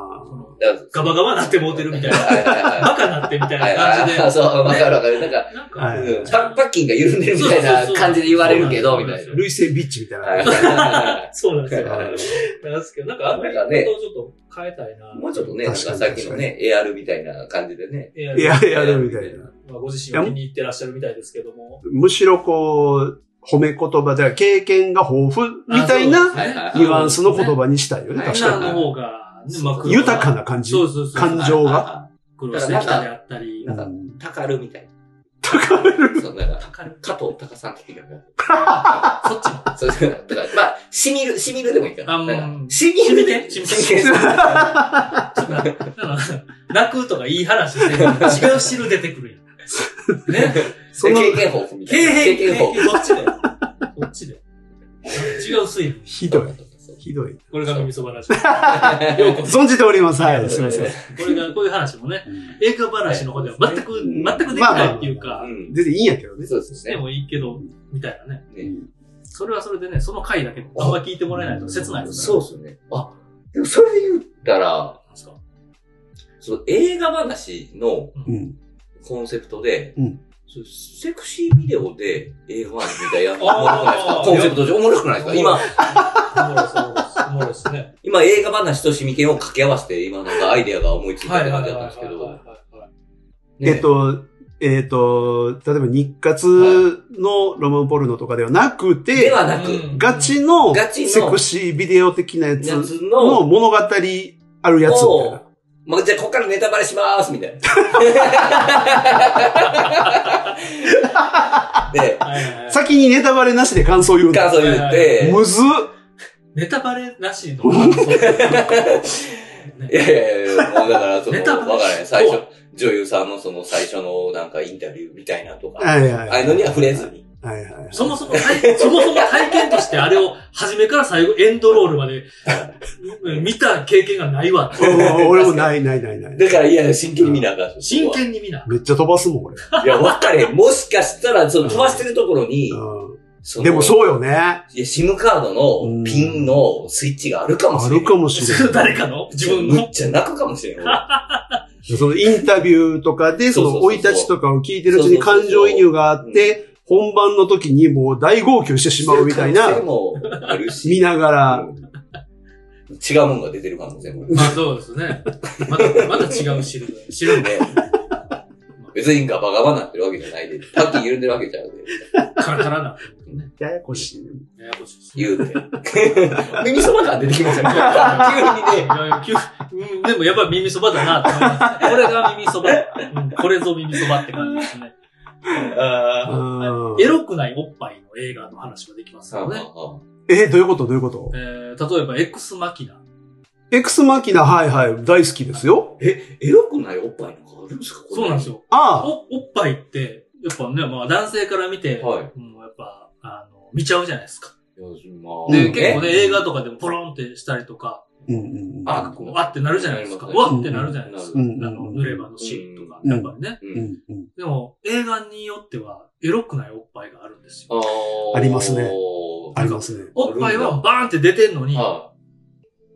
Speaker 1: その
Speaker 2: だから
Speaker 1: ガバガバなってモうてるみたいな
Speaker 2: はいはいはい
Speaker 1: バカなってみたい
Speaker 2: はい
Speaker 1: な
Speaker 2: は
Speaker 1: 感
Speaker 2: いは
Speaker 1: じ
Speaker 2: い
Speaker 1: で、
Speaker 2: あそう、わかるわかる。なんか、
Speaker 1: なん
Speaker 3: は
Speaker 1: か、
Speaker 3: い
Speaker 2: うんパパッキンが緩んでるみたいな感じで言われるけど、みたいな。
Speaker 3: 類性ビッチみたいな。
Speaker 2: はいは
Speaker 1: そうなんです
Speaker 2: い
Speaker 1: よ。
Speaker 2: は
Speaker 1: なんですけど、なんかあの言い方をちょっと変えたいな。
Speaker 2: いもうちょっとね、なんか
Speaker 3: 確か
Speaker 2: さ
Speaker 3: に
Speaker 2: っきのね、AR みたいな感じでね。
Speaker 1: いや
Speaker 3: いやいや、みたいな。
Speaker 1: まあ、ご自身を気に入ってらっしゃるみたいですけども。
Speaker 3: むしろこう、褒め言葉で、経験が豊富みたい
Speaker 1: あ
Speaker 3: な
Speaker 1: そうですね
Speaker 2: はいはい
Speaker 3: ニュアンスの言葉にしたいよね、
Speaker 2: はい
Speaker 3: 確
Speaker 1: 女
Speaker 3: か
Speaker 1: の
Speaker 3: に。
Speaker 1: 方が、ね、まあ、苦労
Speaker 3: 豊かな感じ
Speaker 1: そう。そうそう。
Speaker 3: 感情が
Speaker 1: 苦労してきたであったり
Speaker 2: な。ん
Speaker 3: う
Speaker 2: か
Speaker 3: ん、
Speaker 2: たかるみたい
Speaker 3: 高める。
Speaker 2: な。そんなの
Speaker 1: かる
Speaker 2: 加藤隆さん 的な。
Speaker 1: そっちも。
Speaker 2: そうそう。だから、まあ、しみる、しみるでもいいから。
Speaker 1: あもう
Speaker 2: なんかしみるね。
Speaker 1: しみる
Speaker 2: しみる。
Speaker 1: 泣くとかいい話してる。違う汁出てくるやん。ね。
Speaker 3: そんな
Speaker 2: 経験豊富みたいな。
Speaker 1: 経
Speaker 2: 経験
Speaker 1: 験
Speaker 2: 豊富。
Speaker 1: そっちで。そっちで。違う水分。
Speaker 3: ひどい。
Speaker 2: そう
Speaker 3: ひどい。
Speaker 1: これが耳そば ラジオ。ようこそ。
Speaker 3: 存じております。はい、すみません。
Speaker 1: これが、こういう話もね、映画話の方では全く、
Speaker 3: ん
Speaker 1: 全くできないっていう
Speaker 2: う
Speaker 1: か、
Speaker 2: ん。
Speaker 3: 全然いいんやけどね。
Speaker 2: そうです
Speaker 1: で
Speaker 2: ね。
Speaker 1: もいいけど、みたいなね。
Speaker 2: ね
Speaker 1: それはそれでね、その回だけあんま聞いてもらえないと切ないですか
Speaker 2: そ
Speaker 1: ら
Speaker 2: うですよね。あ、でもそれで言ったら、
Speaker 1: なんですか。
Speaker 2: その映画話の
Speaker 3: うん。
Speaker 2: コンセプトで、
Speaker 3: うん
Speaker 2: そうセクシービデオで映画話みたいなやつ、おもろくないです
Speaker 1: あ
Speaker 2: か
Speaker 1: ー
Speaker 2: コンセプトでおもろくないですか今、
Speaker 1: おもろいです、おもろいです。おもろいですね。
Speaker 2: 今映画話とシミケンを掛け合わせて、今なんかアイデアが思いついたって感じだったんですけど、ね
Speaker 3: えっ、と、えっと、例えば日活のロマンポルノとかではなく
Speaker 2: で
Speaker 3: て、
Speaker 2: はなく、
Speaker 3: ガチの
Speaker 2: ガチの
Speaker 3: セクシービデオ的なやつ
Speaker 2: やつの、
Speaker 3: の物語あるやつみたいな
Speaker 2: を。、まあ、じゃあこっからネタバレします、 みたい
Speaker 1: はい
Speaker 2: な。で、
Speaker 1: はいはい
Speaker 3: 先にネタバレなしで感想言うん
Speaker 2: 感
Speaker 3: だ。
Speaker 2: 想言って、
Speaker 3: むずっ
Speaker 1: ネタバレなしの感想。
Speaker 2: いやいやいや、もうだから、その、
Speaker 1: ネタバレ
Speaker 2: わからない。最初、女優さんのその最初のなんかインタビューみたいなとか、あ
Speaker 3: はいはい。
Speaker 2: あいうのには触れずに。
Speaker 3: はいはいはい。
Speaker 1: そもそも体、そもそも体験としてあれを初めから最後、エンドロールまでうん見た経験がない わ。
Speaker 3: うん俺もないないないない。
Speaker 2: だから、いやいや、真剣に見なあかん。
Speaker 1: 真剣に見な。
Speaker 3: めっちゃ飛ばすもん、俺。
Speaker 2: いや、わかれ。もしかしたら、その飛ばしてるところに、
Speaker 3: う
Speaker 2: その
Speaker 3: でもそうよね。
Speaker 2: いや、SIM カードのピンのスイッチがあるかも
Speaker 3: あ
Speaker 2: しれない。
Speaker 3: るかもしれない。
Speaker 1: 誰かの自分
Speaker 2: む
Speaker 1: の
Speaker 2: っ。ちゃ泣くかもしれない。
Speaker 3: そのインタビューとかで、その
Speaker 2: そうそうそう
Speaker 3: 生い立ちとかを聞いてるうちに感情移入があって、本番の時にもう大号泣してしまうみた
Speaker 2: そう
Speaker 3: いな
Speaker 2: う可、能性もあるし。
Speaker 3: 見ながら、
Speaker 2: うん違うもんが出てる可能性もある。
Speaker 1: まあそうですね。また、また違う汁が。
Speaker 2: 知るんで、別にガバガバなってるわけじゃないで、パッキン緩んでるわけちゃうで、
Speaker 1: カラカラな。ね。
Speaker 3: ややこしいね。
Speaker 1: ややこしいですね。
Speaker 2: 言うて。耳そば感出てきましたね。急に
Speaker 1: い
Speaker 2: ね。
Speaker 1: やいや急うんでもやっぱり耳そばだなって思います。これが耳そば、うんこれぞ耳そばって感じですね。
Speaker 2: あ
Speaker 3: うん
Speaker 1: エロくないおっぱいの映画の話はできますよね。
Speaker 3: え、どういうことどういうこと
Speaker 1: えー例えば、エックスマキナ。
Speaker 3: エクスマキナ、はいはい、大好きですよ。
Speaker 2: え、エロくないおっぱいなんかあるんですか
Speaker 1: そうなんです
Speaker 2: よ。
Speaker 1: よ。
Speaker 3: あ
Speaker 1: お、おっぱいって、やっぱね、まあ男性から見て、
Speaker 2: はい
Speaker 1: うんやっぱ、あの、見ちゃうじゃないですか。
Speaker 2: まあ
Speaker 1: で、
Speaker 3: うん
Speaker 1: 結構ね、映画とかでもポロンってしたりとか、
Speaker 3: うんうんうん。
Speaker 2: あ、
Speaker 1: こう、あってなるじゃないですか。
Speaker 2: な
Speaker 1: う
Speaker 2: ります
Speaker 1: わ
Speaker 2: ね
Speaker 1: ってなるじゃないですか。あ
Speaker 3: うん
Speaker 1: の、濡れ場のシーンとか、
Speaker 3: うん
Speaker 1: やっぱりね。
Speaker 2: う。
Speaker 3: うんんうん
Speaker 1: でも、映画によっては、エロくないおっぱいがあるんですよ。
Speaker 2: あー
Speaker 3: ありますねありますね。
Speaker 1: おっぱいはバーンって出てんのに、
Speaker 2: は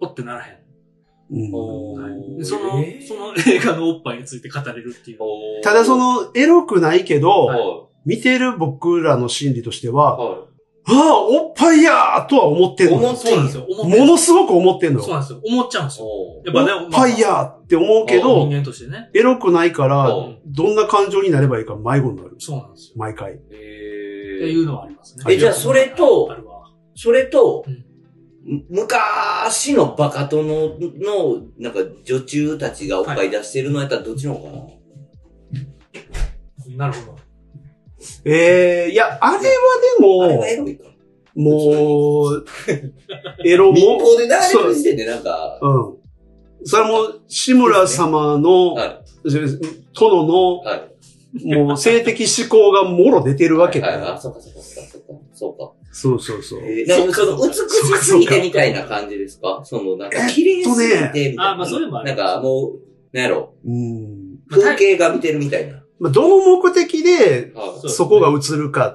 Speaker 1: おってならへん。
Speaker 3: うん
Speaker 2: い。おー
Speaker 1: その、
Speaker 2: えー
Speaker 1: その映画のおっぱいについて語れるっていう。
Speaker 2: おー
Speaker 3: ただそ、の、エロくないけど、
Speaker 2: はい。
Speaker 3: 見てる僕らの心理としては、あ
Speaker 2: は
Speaker 3: あ、おっぱいやーとは思ってんの。
Speaker 2: 思っ
Speaker 3: も
Speaker 1: そうなんですよ。思って
Speaker 3: のすごく思ってんの。
Speaker 1: そうなんですよ。思っちゃうんです
Speaker 2: い。
Speaker 1: よ。
Speaker 2: おー
Speaker 1: やっぱね、
Speaker 3: おっぱいやーって思うけ
Speaker 1: まあ
Speaker 3: ど、
Speaker 1: 人間としてね。
Speaker 3: エロくないから
Speaker 2: う、
Speaker 1: ん
Speaker 3: どんな感情になればいいか迷子になる。
Speaker 1: そうなんですよ。
Speaker 3: 毎回。
Speaker 2: え
Speaker 1: って
Speaker 2: ー
Speaker 1: いうのはありますね。
Speaker 3: えじゃあ
Speaker 2: それと
Speaker 1: あるわ。
Speaker 2: それと、
Speaker 1: う
Speaker 2: む昔のバカ殿の、のなんか、女中たちがおっぱい出してるのやったらどっちの方かな、
Speaker 1: なるほど。
Speaker 3: ええいや、あれ
Speaker 2: あれ
Speaker 3: は
Speaker 2: がエ
Speaker 3: で
Speaker 2: ロいか。
Speaker 3: も、もう、エロ
Speaker 2: 民
Speaker 3: も、
Speaker 2: 放で流れる時点でなんか、
Speaker 3: うん。それはもう、志村様の、
Speaker 2: は
Speaker 3: 殿の
Speaker 2: い、、はい。
Speaker 3: もう性的思考がもろ出てるわけ
Speaker 2: はい
Speaker 3: だ
Speaker 2: はいあ、
Speaker 3: よ。
Speaker 2: そうかそうかそうかそうか。そうか。
Speaker 3: そうそうそう。
Speaker 2: えー、なんかその、美しすぎてみたいな感じですかその、なんか、綺麗すぎてみたいな。
Speaker 1: あ、まあ、それもあ
Speaker 2: な
Speaker 1: る。
Speaker 2: んか、もう、なんやろ、
Speaker 3: うん。
Speaker 2: 風景が見てるみたいな。
Speaker 3: まあ、どの目的で
Speaker 2: は
Speaker 1: そう
Speaker 3: そこが映るか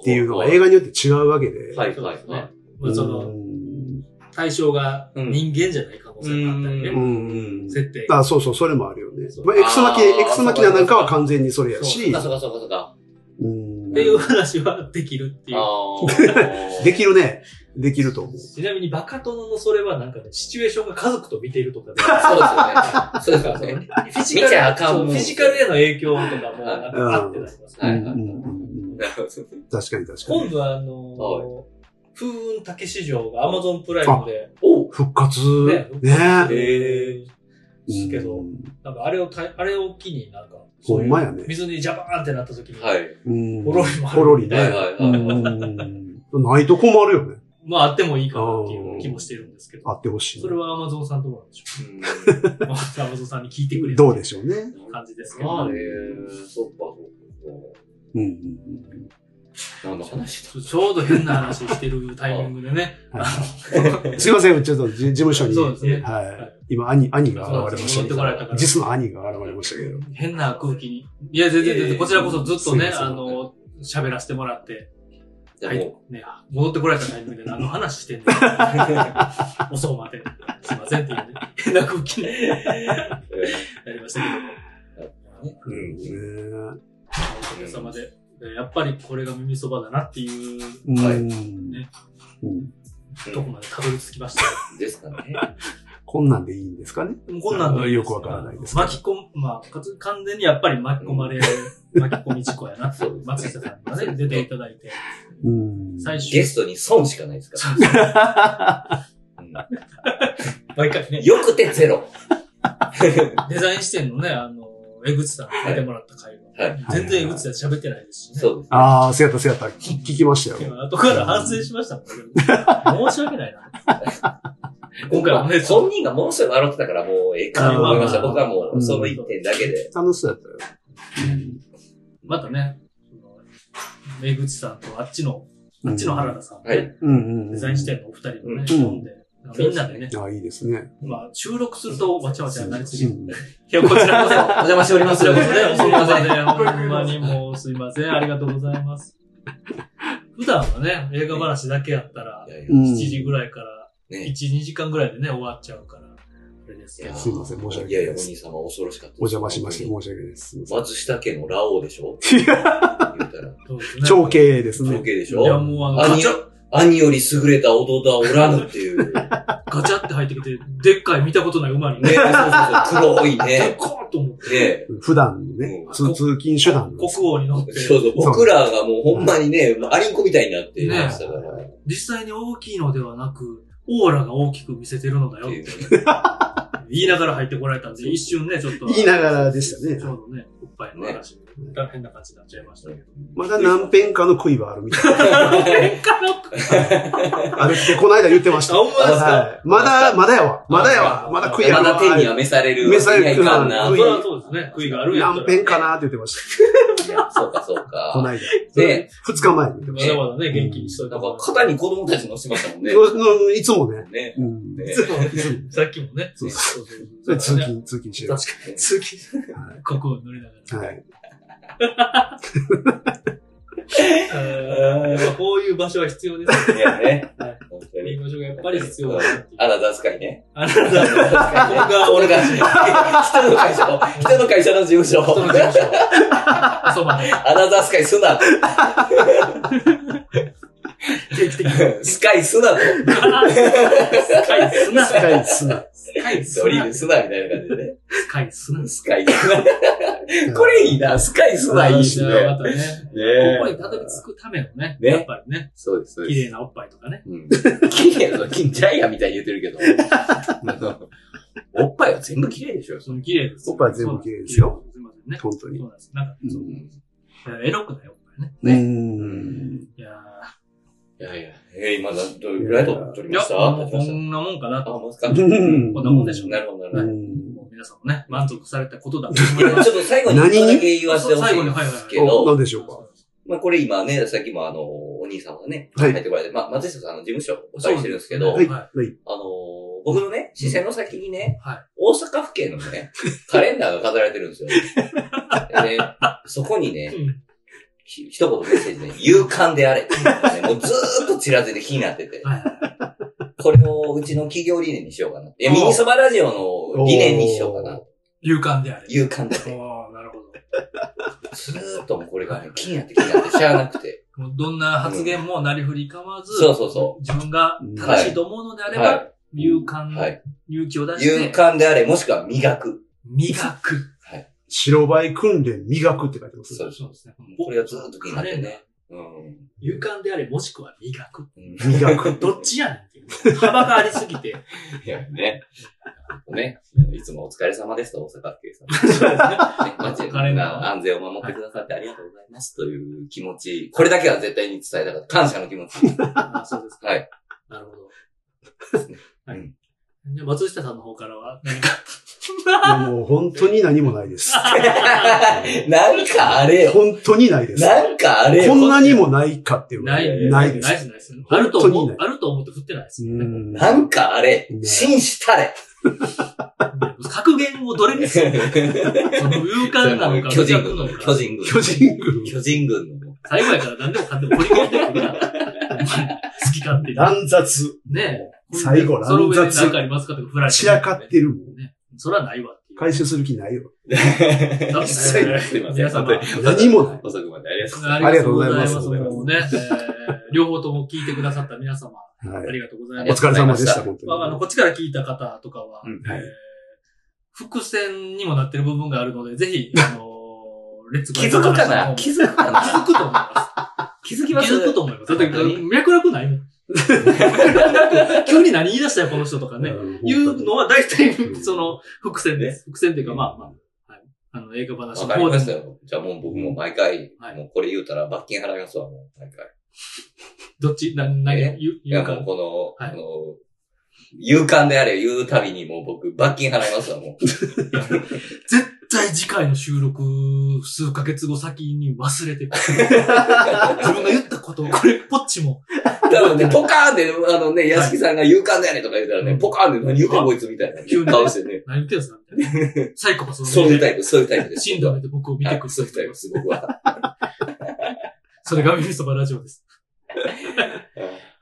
Speaker 3: っていうのが映
Speaker 2: 画。
Speaker 3: 画によって違うわけで。
Speaker 2: はい
Speaker 1: そう
Speaker 2: は
Speaker 1: で
Speaker 2: い
Speaker 1: す
Speaker 2: はい
Speaker 1: ね。。まあ、その、対象が人間じゃない可能性があったり
Speaker 2: う
Speaker 3: う
Speaker 1: ね。
Speaker 3: ん。うん。
Speaker 1: 設定が。
Speaker 3: あそうそう、それもあるよね
Speaker 1: そう。
Speaker 3: まあ、エクスマキ、
Speaker 2: あー
Speaker 3: エクスマキナなんかは完全にそれや
Speaker 2: そう
Speaker 3: し
Speaker 2: か、そうかそうかそうか。
Speaker 3: うん
Speaker 1: っていう話はできるっていう。
Speaker 2: あ
Speaker 3: できるね。できると思う。
Speaker 1: ちなみにバカ殿のそれはなんかね、シチュエーションが家族と似ているとかで、
Speaker 2: そうですよね。そうですよね。
Speaker 1: フィ
Speaker 2: 見ちゃあかん
Speaker 1: そ
Speaker 2: も
Speaker 1: うんフィジカルへの影響とかもなんかあってなりますね。
Speaker 2: はい
Speaker 3: うんうんうんうん
Speaker 2: なるほど。
Speaker 3: 確かに確か
Speaker 1: 今
Speaker 3: に。
Speaker 1: 度はあの
Speaker 2: は
Speaker 1: ー、風雲竹市場が Amazon プライムで、
Speaker 2: おう
Speaker 3: 復活
Speaker 1: ね。
Speaker 3: ね
Speaker 1: え
Speaker 3: え。
Speaker 1: けど、なんかあれをた、あれを機になんか、
Speaker 3: ほんまやね
Speaker 1: 水にジャバーンってなった時に、
Speaker 2: はい。
Speaker 3: うん。
Speaker 1: ポロリもある
Speaker 3: ポロリ
Speaker 2: はいは
Speaker 3: ね。
Speaker 2: いは
Speaker 3: う
Speaker 2: い。
Speaker 3: ん。ないと困るよね。
Speaker 1: まああってもいいかなっていう気もしてるんですけど
Speaker 3: あ、ってほしい
Speaker 1: そ。れは Amazon さんどうなんでしょ
Speaker 2: うん
Speaker 1: う ?Amazon さんに聞いてくれる
Speaker 3: どうでしょうね。
Speaker 1: 感じですけ
Speaker 2: ま
Speaker 1: ど
Speaker 2: あね、そっかそ
Speaker 3: うんうん
Speaker 2: っか。何の話だ
Speaker 1: ちょちょうど変な話してるタイミングでね。
Speaker 3: うんはいすいません、ちょっとじ事務所に。
Speaker 1: そうですね
Speaker 3: はい。今、兄、兄が現れまし
Speaker 1: そうです戻ってこられたか
Speaker 3: たけ
Speaker 1: ら
Speaker 3: ど。実の兄が現れましたけど。
Speaker 1: 変な空気に。いや、全然全
Speaker 2: いやいや
Speaker 1: 然、こちらこそずっとね、
Speaker 3: すいません
Speaker 1: あの、喋らせてもらって、
Speaker 2: じゃ
Speaker 1: は
Speaker 2: あ
Speaker 1: い
Speaker 2: も、
Speaker 1: ね、戻ってこられたタイミングで、あの話してんねおそうまで。すいませんっていうね、変な空気にな
Speaker 2: う。え
Speaker 1: りましたけども。
Speaker 2: ーうん
Speaker 3: ね
Speaker 1: おかげさまで、えやっぱりこれが耳そばだなっていう
Speaker 3: うん
Speaker 2: はい
Speaker 1: ね
Speaker 3: うん
Speaker 1: とこまでたどり着きました。
Speaker 2: ですかね。
Speaker 3: こんなんでいいんですかね。
Speaker 1: もうこんなんで
Speaker 3: よくわからないですけど
Speaker 1: 巻き込む、まあ、かつ完全にやっぱり巻き込まれ、巻き込み事故やなって
Speaker 2: そうですね
Speaker 1: 松下さんがね、出ていただいて、
Speaker 3: うん
Speaker 1: 最終
Speaker 2: ゲストに損しかないですか
Speaker 1: 毎回
Speaker 2: ら。
Speaker 1: ね、
Speaker 2: よくてゼ ロ。
Speaker 1: デザイン視点のね、あの、江口さんに出てもらった回
Speaker 2: はい
Speaker 1: は、全然江口さん喋ってないですしね。
Speaker 2: そうです。
Speaker 3: ああ、せやったせやった。聞聞きましたよ。
Speaker 1: 後から反省しましたもんね。申し訳ないな。今回もね、ちょっ
Speaker 2: 本人がものすごい笑ってたから、もうええかと思いました。僕はもう、その一点だけで。
Speaker 3: 楽しそうやったよ。
Speaker 1: とまたね、その江口さんとあっちの、あっちの原田さん、
Speaker 2: は
Speaker 1: ね
Speaker 2: い。
Speaker 3: うんうんうん。
Speaker 1: デザイン視点のお二人もね、
Speaker 3: うん
Speaker 1: 飲んで、みんなでね、
Speaker 3: ああ、いいですね。
Speaker 1: まあ、収録するとわちゃわちゃになりすぎ
Speaker 3: う
Speaker 1: る。
Speaker 3: ん
Speaker 1: いや、こちらこそ、
Speaker 2: お邪魔しておりま
Speaker 1: こ
Speaker 2: す。
Speaker 1: ちらこそね、おそば
Speaker 2: ん
Speaker 1: で、ほんまにもうすいません、ありがとうございます。普段はね、映画話だけやったら、
Speaker 2: いやいや
Speaker 4: うん
Speaker 1: 7時ぐらいから、1、
Speaker 2: ね。
Speaker 1: 2時間ぐらいでね、終わっちゃうから、あれですけど。
Speaker 3: すいません申し訳ない
Speaker 2: いやいや、お兄様恐ろしかったです。
Speaker 3: お邪魔しまして、申し訳ないです。
Speaker 2: 松下家のラオウでしょ
Speaker 3: い
Speaker 2: 言ったら。
Speaker 1: そうですね。
Speaker 3: 長兄です
Speaker 2: 情
Speaker 3: ね。
Speaker 2: 景でし
Speaker 1: いや、
Speaker 2: ょ
Speaker 1: もうあの、ガ
Speaker 2: 兄
Speaker 1: チャ、
Speaker 2: 兄より優れた弟はおらぬって いう。ね、
Speaker 1: ガチャって入ってきて、でっかい見たことない馬に
Speaker 2: そう
Speaker 1: ね、
Speaker 2: そうそう、黒い
Speaker 1: で
Speaker 2: ね
Speaker 1: っ。かーと思って、
Speaker 2: ね。
Speaker 3: 普段のね
Speaker 2: う、ん
Speaker 3: 通通勤手段なんで
Speaker 1: 国
Speaker 3: す。
Speaker 1: 王に乗って、
Speaker 2: そうそう、僕らがもうほんまにね、アリンコみたいになってましたから。っ
Speaker 1: 実際に大きいのではなく、オーラが大きく見せてるのだよ
Speaker 2: て
Speaker 1: っ
Speaker 2: い
Speaker 1: て
Speaker 2: う
Speaker 1: 言いながら入ってこられたんで、一瞬ね、ちょっと。
Speaker 3: 言いながらでしたね
Speaker 1: ちょうどね、おっぱいの話で、大変な感じになっちゃいましたけど。
Speaker 3: まだ何編かの悔いはあるみたいな。あるって、この間言ってました。
Speaker 1: あほんまですか
Speaker 3: はいまだ、まだやわ。まだやわ。まだ悔い
Speaker 2: ま
Speaker 3: あるわ。
Speaker 2: だ手には召される。
Speaker 3: 召される
Speaker 2: いやいかん な。
Speaker 1: そ
Speaker 3: 悔
Speaker 1: れはそうですね。悔いがあるやん
Speaker 3: 何編かなって言ってました。
Speaker 2: そうか、そう
Speaker 3: こ の
Speaker 2: か。
Speaker 3: 間。
Speaker 2: ね。
Speaker 3: 二日前に言ってま
Speaker 1: ま
Speaker 3: し
Speaker 1: だまだね、元気にしといて
Speaker 2: なん
Speaker 1: もら
Speaker 2: か
Speaker 1: う、
Speaker 2: 肩に子供たち乗せましたもんね。
Speaker 3: たのの。いつもね。
Speaker 2: ね。
Speaker 3: うん
Speaker 2: ね
Speaker 3: いつもいつも
Speaker 1: さっきもね。
Speaker 3: そう
Speaker 1: そうそう
Speaker 3: それ通
Speaker 1: ね
Speaker 3: 勤、通勤してる。
Speaker 1: 確かに。通勤。ここを乗りなが
Speaker 3: はい。
Speaker 1: ら。えーまあこういう場所は必要です
Speaker 2: いやね
Speaker 1: はい。
Speaker 2: 本当
Speaker 1: ね。い
Speaker 2: に。
Speaker 1: う場所がやっぱり必要だなっていう
Speaker 2: あなた扱いね。
Speaker 1: あなたは
Speaker 2: 俺が、人の会社の、人の会社の事務所。
Speaker 1: その事務 所。そばで。
Speaker 2: アナザースカイすな。
Speaker 1: 定期的 に。
Speaker 2: スカイすなと。
Speaker 1: 深い砂。
Speaker 3: 世界に 素直
Speaker 1: 深い
Speaker 2: ド
Speaker 1: 砂
Speaker 2: リル。すなみたいな感じでね。
Speaker 1: 深い砂。
Speaker 2: スカイすな。これいいな。スカイすないいしね。
Speaker 1: またね。
Speaker 2: ね
Speaker 1: ここにたどり着くためのね、
Speaker 2: ね
Speaker 1: やっぱりね、
Speaker 2: そうです、そう
Speaker 1: 綺
Speaker 2: で
Speaker 1: 麗
Speaker 2: す。
Speaker 1: なおっぱいとかね。
Speaker 2: うん綺麗な、ジャイアンみたいに言ってるけど。おっぱいは全部綺麗でしょ。
Speaker 1: その綺麗です。
Speaker 3: おっぱいは全部綺麗ですよ。
Speaker 1: すいませんね。
Speaker 3: 本当に
Speaker 1: そ。うなんです。なんか、
Speaker 3: う
Speaker 1: そ
Speaker 3: ん
Speaker 1: うエロくないおっぱいね。
Speaker 2: う
Speaker 3: う。
Speaker 2: んん
Speaker 1: いや
Speaker 2: いやいや、えー、今だ、どれぐらいと撮り
Speaker 1: ーい
Speaker 2: ま
Speaker 1: や
Speaker 2: した
Speaker 1: も
Speaker 2: 撮
Speaker 1: う
Speaker 2: り
Speaker 1: こ
Speaker 2: ました
Speaker 1: んなもんかな
Speaker 2: あ、
Speaker 1: と。
Speaker 2: もうですか
Speaker 3: うん
Speaker 1: こんなもんでしょうね。
Speaker 2: なるほど、なるほ
Speaker 3: う
Speaker 2: ど。
Speaker 3: ん
Speaker 1: もう皆さんもね、満足されたことだと
Speaker 2: い
Speaker 1: 思い
Speaker 2: や
Speaker 1: ま
Speaker 2: ち
Speaker 1: す。
Speaker 2: ょっと最後に一個だけ言わせてほしいんですけ
Speaker 3: お
Speaker 2: ど、
Speaker 3: 何でしょうか
Speaker 2: まあこれ今ね、さっきもあの、お兄さんがね、
Speaker 3: はい
Speaker 2: 入ってこられて、まあ松下さんの事務所お借りしてるんですけど、
Speaker 3: はい。
Speaker 1: は
Speaker 3: はい。
Speaker 2: あの、僕のね、視線の先にね、
Speaker 1: はい
Speaker 2: 大阪府警のね、カレンダーが飾られてる んですよ。でね、そこにね、
Speaker 1: うん
Speaker 2: ひ一言メッセージで、勇敢であれっていうのがね、もうずーっとちらついて気になってて、
Speaker 1: はいはい
Speaker 2: これをうちの企業理念にしようかな。いや、ミニそばラジオの理念にしようかな。
Speaker 1: 勇敢であれ。
Speaker 2: 勇敢であれ。
Speaker 1: おーなるほど。
Speaker 2: ずーっともうこれがね、気になって気になってしゃあなくて。
Speaker 1: もうどんな発言もなりふり構わず、
Speaker 2: そうそうそ
Speaker 1: 自分が正しいと思うのであれば、
Speaker 2: は
Speaker 1: 勇敢、
Speaker 2: い。はい。
Speaker 1: 勇気を出して、
Speaker 2: 勇敢であれ、もしくは磨く。
Speaker 1: 磨く。
Speaker 3: 白バイ訓練磨くって書い てます。
Speaker 2: そう
Speaker 1: そうですね。
Speaker 2: これがずーっと気になってね。うん。
Speaker 1: 勇敢であれ、もしくは磨く。
Speaker 2: うん
Speaker 3: 磨く。
Speaker 1: どっちやねんっていう。幅がありすぎ て。
Speaker 2: いや、ね。ね。いつもお疲れ様ですと、大阪府警さん。 ね、街
Speaker 1: カレンダー
Speaker 2: 安全を守ってくださってありがとうございますという気持ち。これだけは絶対に伝えたかった。感謝の気持ち。
Speaker 1: あそうですか。
Speaker 2: はい。
Speaker 1: なるほど。
Speaker 2: う
Speaker 1: は
Speaker 2: ん
Speaker 1: い。じゃあ松下さんの方からは何か、
Speaker 3: いやもう本当に何もな いです。
Speaker 2: なんかあれよ。
Speaker 3: 本当にないです。
Speaker 2: なんかあれよ。
Speaker 3: こんなにもないかっていうのは
Speaker 1: ない
Speaker 2: や
Speaker 1: い
Speaker 2: いや
Speaker 3: ない
Speaker 1: で。
Speaker 3: ですす
Speaker 1: ないです、ないです。あると思
Speaker 3: 本
Speaker 1: う
Speaker 3: 当に、
Speaker 1: あると思って振ってないです
Speaker 3: う
Speaker 1: よね。
Speaker 3: ん
Speaker 2: なんかあれ。紳士たれ。
Speaker 1: で格言をどれにする のか、その勇敢なのか、
Speaker 2: 巨人
Speaker 1: 無弱
Speaker 2: 軍の
Speaker 1: なの。か
Speaker 2: 巨人軍。
Speaker 3: 巨人軍。
Speaker 2: 巨人軍の。
Speaker 1: 最後やから何でもかんでも掘り込んでくるな。好き勝手に。
Speaker 3: 乱雑。
Speaker 1: ねえ。
Speaker 3: 最後
Speaker 1: その上で
Speaker 3: 乱雑
Speaker 1: 何かありますかとか振られて。
Speaker 3: 散らかってるもん。
Speaker 1: ね。それはないわっていう。
Speaker 3: 回収する気 ないよ。
Speaker 1: 一切ない
Speaker 2: すいません。
Speaker 1: 皆様
Speaker 2: 本当に
Speaker 3: 何もない。
Speaker 2: 遅くまでありがとうございます。
Speaker 1: ありがとうございます。
Speaker 3: ありがとうございます
Speaker 1: もうね、えー両方とも聞いてくださった皆様、
Speaker 3: は
Speaker 1: あ
Speaker 3: い。
Speaker 1: りがとうござい
Speaker 3: お
Speaker 1: ます。
Speaker 3: 疲れ様でした、本
Speaker 1: まあ、あの、
Speaker 3: 当
Speaker 1: こっちから聞いた方とかは、
Speaker 2: うん
Speaker 1: え
Speaker 3: はい
Speaker 1: ー伏線にもなってる部分があるので、ぜひ、あのー、レッツゴー
Speaker 2: 気づくか
Speaker 1: の
Speaker 2: な
Speaker 1: 方も
Speaker 2: 気づくかな
Speaker 1: 気づくと思いま。
Speaker 2: 気づきますす
Speaker 1: 気づくと思います。だって
Speaker 2: 本当に、
Speaker 1: 脈絡ないも ん。急に何言い出したよ、この人とか
Speaker 3: に。
Speaker 1: ね。
Speaker 3: ん
Speaker 1: 言うのは大体
Speaker 3: う、ん
Speaker 1: その、伏線です。伏線っていうか、まあまあ、はい、あの、映画話
Speaker 2: わ
Speaker 1: の
Speaker 2: かり
Speaker 1: 方
Speaker 2: ま
Speaker 1: で
Speaker 2: した
Speaker 1: も、
Speaker 2: よ。じゃあもう僕も毎回、
Speaker 1: はい
Speaker 2: もうこれ言うたら罰金払いますわ、もう毎回。
Speaker 1: どっち、な何、
Speaker 2: え
Speaker 1: 何言う
Speaker 2: い
Speaker 1: 言
Speaker 2: や
Speaker 1: う
Speaker 2: も
Speaker 1: か
Speaker 2: う。この、
Speaker 1: はい
Speaker 2: あの、勇敢であれ言うたびにもう僕罰金払いますわ、もう。
Speaker 1: 絶対次回の収録数ヶ月後先に忘れて る。自分が言ったことを、これ、ポッチも。
Speaker 2: 多分ね、ポカーンで、あのね、屋敷さんが勇敢であれとか言うたらね、
Speaker 1: うん
Speaker 2: ポカーンで何言うてんこいつみたいな
Speaker 1: 急に
Speaker 2: 顔してね。
Speaker 1: 何言ってんすかみたいな。サイコパス
Speaker 2: そういうタ
Speaker 1: で。
Speaker 2: イプ、そういうタイプです。
Speaker 1: 死んだ目で僕を見て
Speaker 2: は
Speaker 1: く
Speaker 2: い
Speaker 1: る。
Speaker 2: そういうタイプです、僕は。
Speaker 1: それがミミそばラジオです。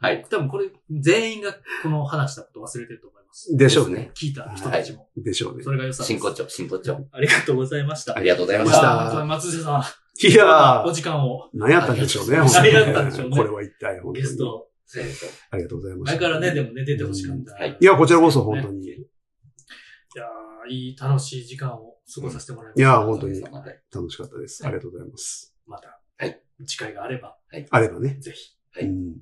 Speaker 2: はい。
Speaker 1: 多分これ、全員がこの話したこと忘れてると思います。
Speaker 3: でしょうね。
Speaker 1: 聞いた人たちも。
Speaker 3: でしょうね
Speaker 1: そ。れが良さです
Speaker 2: 真骨頂、真骨頂。
Speaker 1: ありがとうございました。
Speaker 2: ありがとうございま
Speaker 3: ま
Speaker 2: し。
Speaker 3: したた
Speaker 1: いやー本当に松瀬さん、
Speaker 3: いや
Speaker 1: お
Speaker 3: ー、
Speaker 1: 時間を。
Speaker 3: 何やったんでしょうね、
Speaker 1: 何
Speaker 3: 本当に
Speaker 1: やったんでしょうね
Speaker 3: これは一体、本当
Speaker 1: ゲス
Speaker 3: に。
Speaker 1: ト、
Speaker 3: ありがとうございまし
Speaker 1: 前
Speaker 3: た。
Speaker 1: からね、でもね、出てほしかった。
Speaker 2: はい
Speaker 3: いや、こちらこそ本当に。
Speaker 1: ね
Speaker 3: い
Speaker 1: いやーいい楽しい時間を過ごさせてもらいました。
Speaker 3: や、本当に
Speaker 2: はい
Speaker 3: 楽しかったです。ありがとうございます。
Speaker 1: また、
Speaker 2: はい
Speaker 1: 次回があれば、
Speaker 3: あればね。
Speaker 1: ぜひ、
Speaker 2: はい
Speaker 3: うん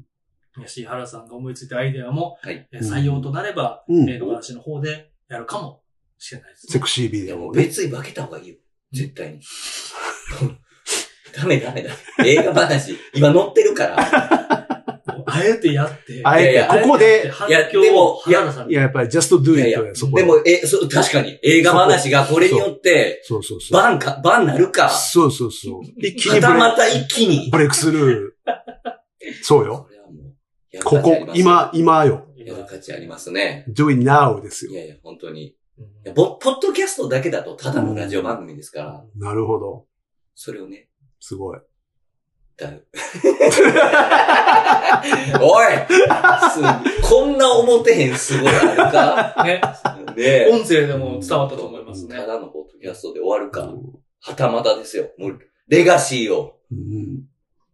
Speaker 1: 東原さんが思いついたアイデアも、
Speaker 2: はい
Speaker 1: えー採用となれば、
Speaker 3: うん
Speaker 1: 映画話の方でやるかもしれないです、
Speaker 3: セクシービ
Speaker 2: い
Speaker 3: デ
Speaker 2: や、も
Speaker 3: オ
Speaker 2: う
Speaker 3: をね。
Speaker 2: 別に負けた方がいいよ。絶対に。 ダメダメダメ。映画話、今乗ってるから。
Speaker 1: あえてやって、
Speaker 3: あえ
Speaker 2: いやい
Speaker 3: て、
Speaker 2: や
Speaker 3: ここで、
Speaker 1: 反
Speaker 2: いやで
Speaker 1: 響を
Speaker 2: もいや
Speaker 1: 原田さん
Speaker 3: い
Speaker 1: に。
Speaker 3: や、やっぱり just do
Speaker 2: いやいや
Speaker 3: it そこ
Speaker 2: でも、え、そう、確かに。映画話がこれによって、
Speaker 3: そうそうそう。
Speaker 2: バンか、バンなるか。
Speaker 3: そうそうそう。一気
Speaker 2: ま
Speaker 3: にブ
Speaker 2: た
Speaker 3: レ
Speaker 2: また一気に。
Speaker 3: ブレイクスルー。そうよ。
Speaker 2: それはもうやる
Speaker 3: こ
Speaker 2: 価値ありま、
Speaker 3: こ
Speaker 2: すね
Speaker 3: 今、。今よ。
Speaker 1: い
Speaker 2: や
Speaker 1: や
Speaker 2: る価値ありますね。
Speaker 3: do it now です
Speaker 2: い
Speaker 3: よ。
Speaker 2: やいや、本当に。い
Speaker 1: うん
Speaker 2: やぼポッドキャストだけだとただのラジオ番組ですから、
Speaker 3: なるほど。
Speaker 2: それをね、
Speaker 3: すごい。
Speaker 2: だる。おいすこんな思てへんすごいある か
Speaker 1: ね、
Speaker 2: ね
Speaker 1: 音声でも伝わったと思いますね
Speaker 2: た。だのポッドキャストで終わるか
Speaker 3: う。ん
Speaker 2: はたまたですよ。もう、レガシーを。
Speaker 3: うん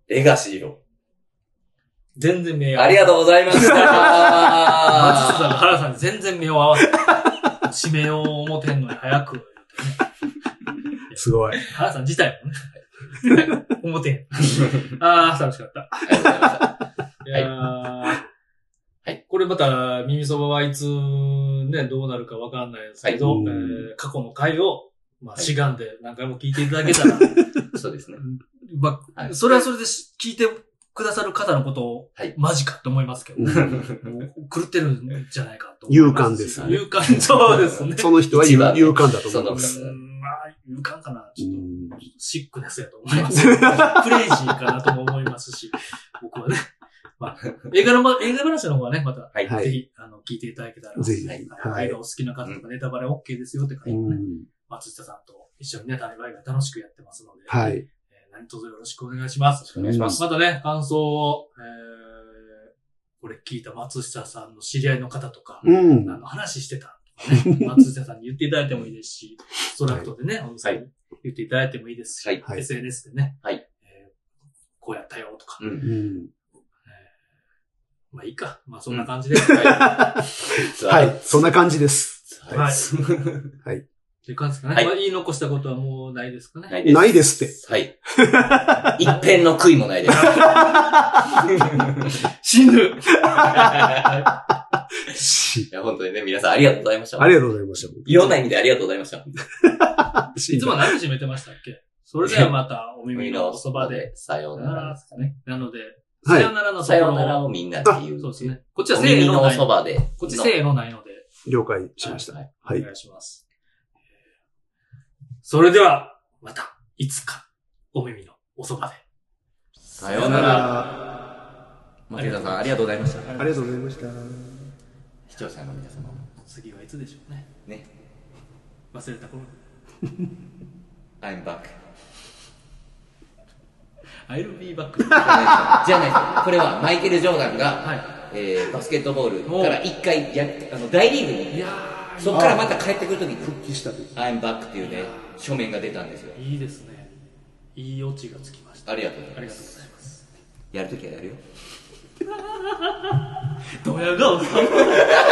Speaker 2: レガシーを。
Speaker 1: 全然目合わ
Speaker 2: ありがとうございまし
Speaker 1: 松
Speaker 2: た。
Speaker 1: 下さんと原田さんに全然目を合わせて、締めよう思てんのに早く。
Speaker 3: すごい。
Speaker 1: 原さん自体もね。 思てん。ああ、楽しかった。
Speaker 2: ありがとうございました。
Speaker 1: いやー
Speaker 2: はい
Speaker 1: これまた、耳そばはいつ、ね、どうなるかわかんないですけど、
Speaker 3: はい
Speaker 1: えー過去の回を、まあ、
Speaker 2: はい
Speaker 1: 志願で何回も聞いていただけたら、
Speaker 2: そうですね。
Speaker 1: まあ
Speaker 2: はい
Speaker 1: それはそれでし聞いてくださる方のことを、
Speaker 2: はい
Speaker 1: マジかと思いますけど、
Speaker 3: う
Speaker 1: も
Speaker 3: ん
Speaker 1: う狂ってるんじゃないかと思いますし。
Speaker 3: 勇敢ですね
Speaker 1: 勇敢、そうですね。
Speaker 3: その人は
Speaker 2: 一番ね
Speaker 3: 勇勇敢だと思いま
Speaker 2: う
Speaker 3: す。
Speaker 2: そ
Speaker 1: うんまあ、勇敢かな。
Speaker 3: う
Speaker 1: ちょっと
Speaker 3: ん
Speaker 1: シックネスやと思い ます。プレイジーかなとも思いますし、僕はね。まあ、映画のま、映画話の方はね、また、
Speaker 2: はい。
Speaker 3: はい
Speaker 1: ぜひ、あの、聞いていただけたら、
Speaker 3: ぜひ
Speaker 1: はい
Speaker 3: はい
Speaker 1: 映画お好きな方とかネタバレ OK ですよって書いて、
Speaker 3: うん
Speaker 1: 松下さんと一緒にね、タイバイが楽しくやってますので、
Speaker 3: は
Speaker 1: え
Speaker 3: い。
Speaker 1: ー何卒よろしくお願いします。
Speaker 2: お願いします。
Speaker 1: またね、感想を、えー、これ聞いた松下さんの知り合いの方とか、
Speaker 3: うん。
Speaker 1: あの、話してたとか ね。松下さんに言っていただいてもいいですし、ストラクトでね、お店に言っていただいてもいいですし、
Speaker 2: はい
Speaker 3: はい
Speaker 1: SNS でね、
Speaker 2: はい
Speaker 1: えーこうやったよとか、
Speaker 2: うん
Speaker 3: うん
Speaker 1: まあいいか。まあそんな感 じで。
Speaker 2: は。
Speaker 3: はい。そんな感じです。
Speaker 1: はい という感じですかね。
Speaker 2: はい
Speaker 1: まあ言い残したことはもうないですかね。
Speaker 2: ないです。
Speaker 3: ないです って。
Speaker 2: はい。一辺の悔いもないです。
Speaker 1: 死ぬ
Speaker 3: し
Speaker 2: いや、本当にね、皆さんありがとうございました。
Speaker 3: ありがとうございました。
Speaker 2: いろんな意味でありがとうございました。
Speaker 1: いつも何時締めてましたっけそれではまたお耳のおそばで。。
Speaker 2: さようならですかね。
Speaker 1: なので、
Speaker 3: は
Speaker 1: さ
Speaker 3: い
Speaker 1: よならのとこ
Speaker 2: さ
Speaker 1: ろ
Speaker 2: ようならをみんなっていう。
Speaker 1: そうです。ね。こっちは
Speaker 2: お
Speaker 1: せー
Speaker 2: 耳
Speaker 1: の
Speaker 2: のお
Speaker 1: ない。
Speaker 2: そ
Speaker 1: こ
Speaker 2: ばで。
Speaker 1: っちせーのないので。
Speaker 3: 了解しました。
Speaker 2: はい
Speaker 3: は
Speaker 1: お
Speaker 3: い
Speaker 1: 願。いします。それでは、また、いつか、お耳のおそばで。
Speaker 2: さようなら。松田さん、ありがとうございました。
Speaker 3: ありがとうございました。
Speaker 2: 視聴者の皆様も。
Speaker 1: 次はいつでしょうね。
Speaker 2: ね。
Speaker 1: 忘れた頃に。
Speaker 2: I'm back.
Speaker 1: I'll be back.
Speaker 2: じゃないです。これはマイケル・ジョーダンが、
Speaker 1: はい
Speaker 2: えーバスケットボールから一回やあの大リーグ に
Speaker 1: いや
Speaker 2: そこからまた帰ってくるときに
Speaker 3: 復帰した時。
Speaker 2: 「I'm back」っていうね書面が出たんですよ
Speaker 1: ー、いいですね。いいオチがつきました。
Speaker 2: ありがとうござい
Speaker 1: あり
Speaker 2: ま
Speaker 1: が
Speaker 2: す
Speaker 1: とうございます。
Speaker 2: やるときはやるよ
Speaker 1: ドヤ顔さん。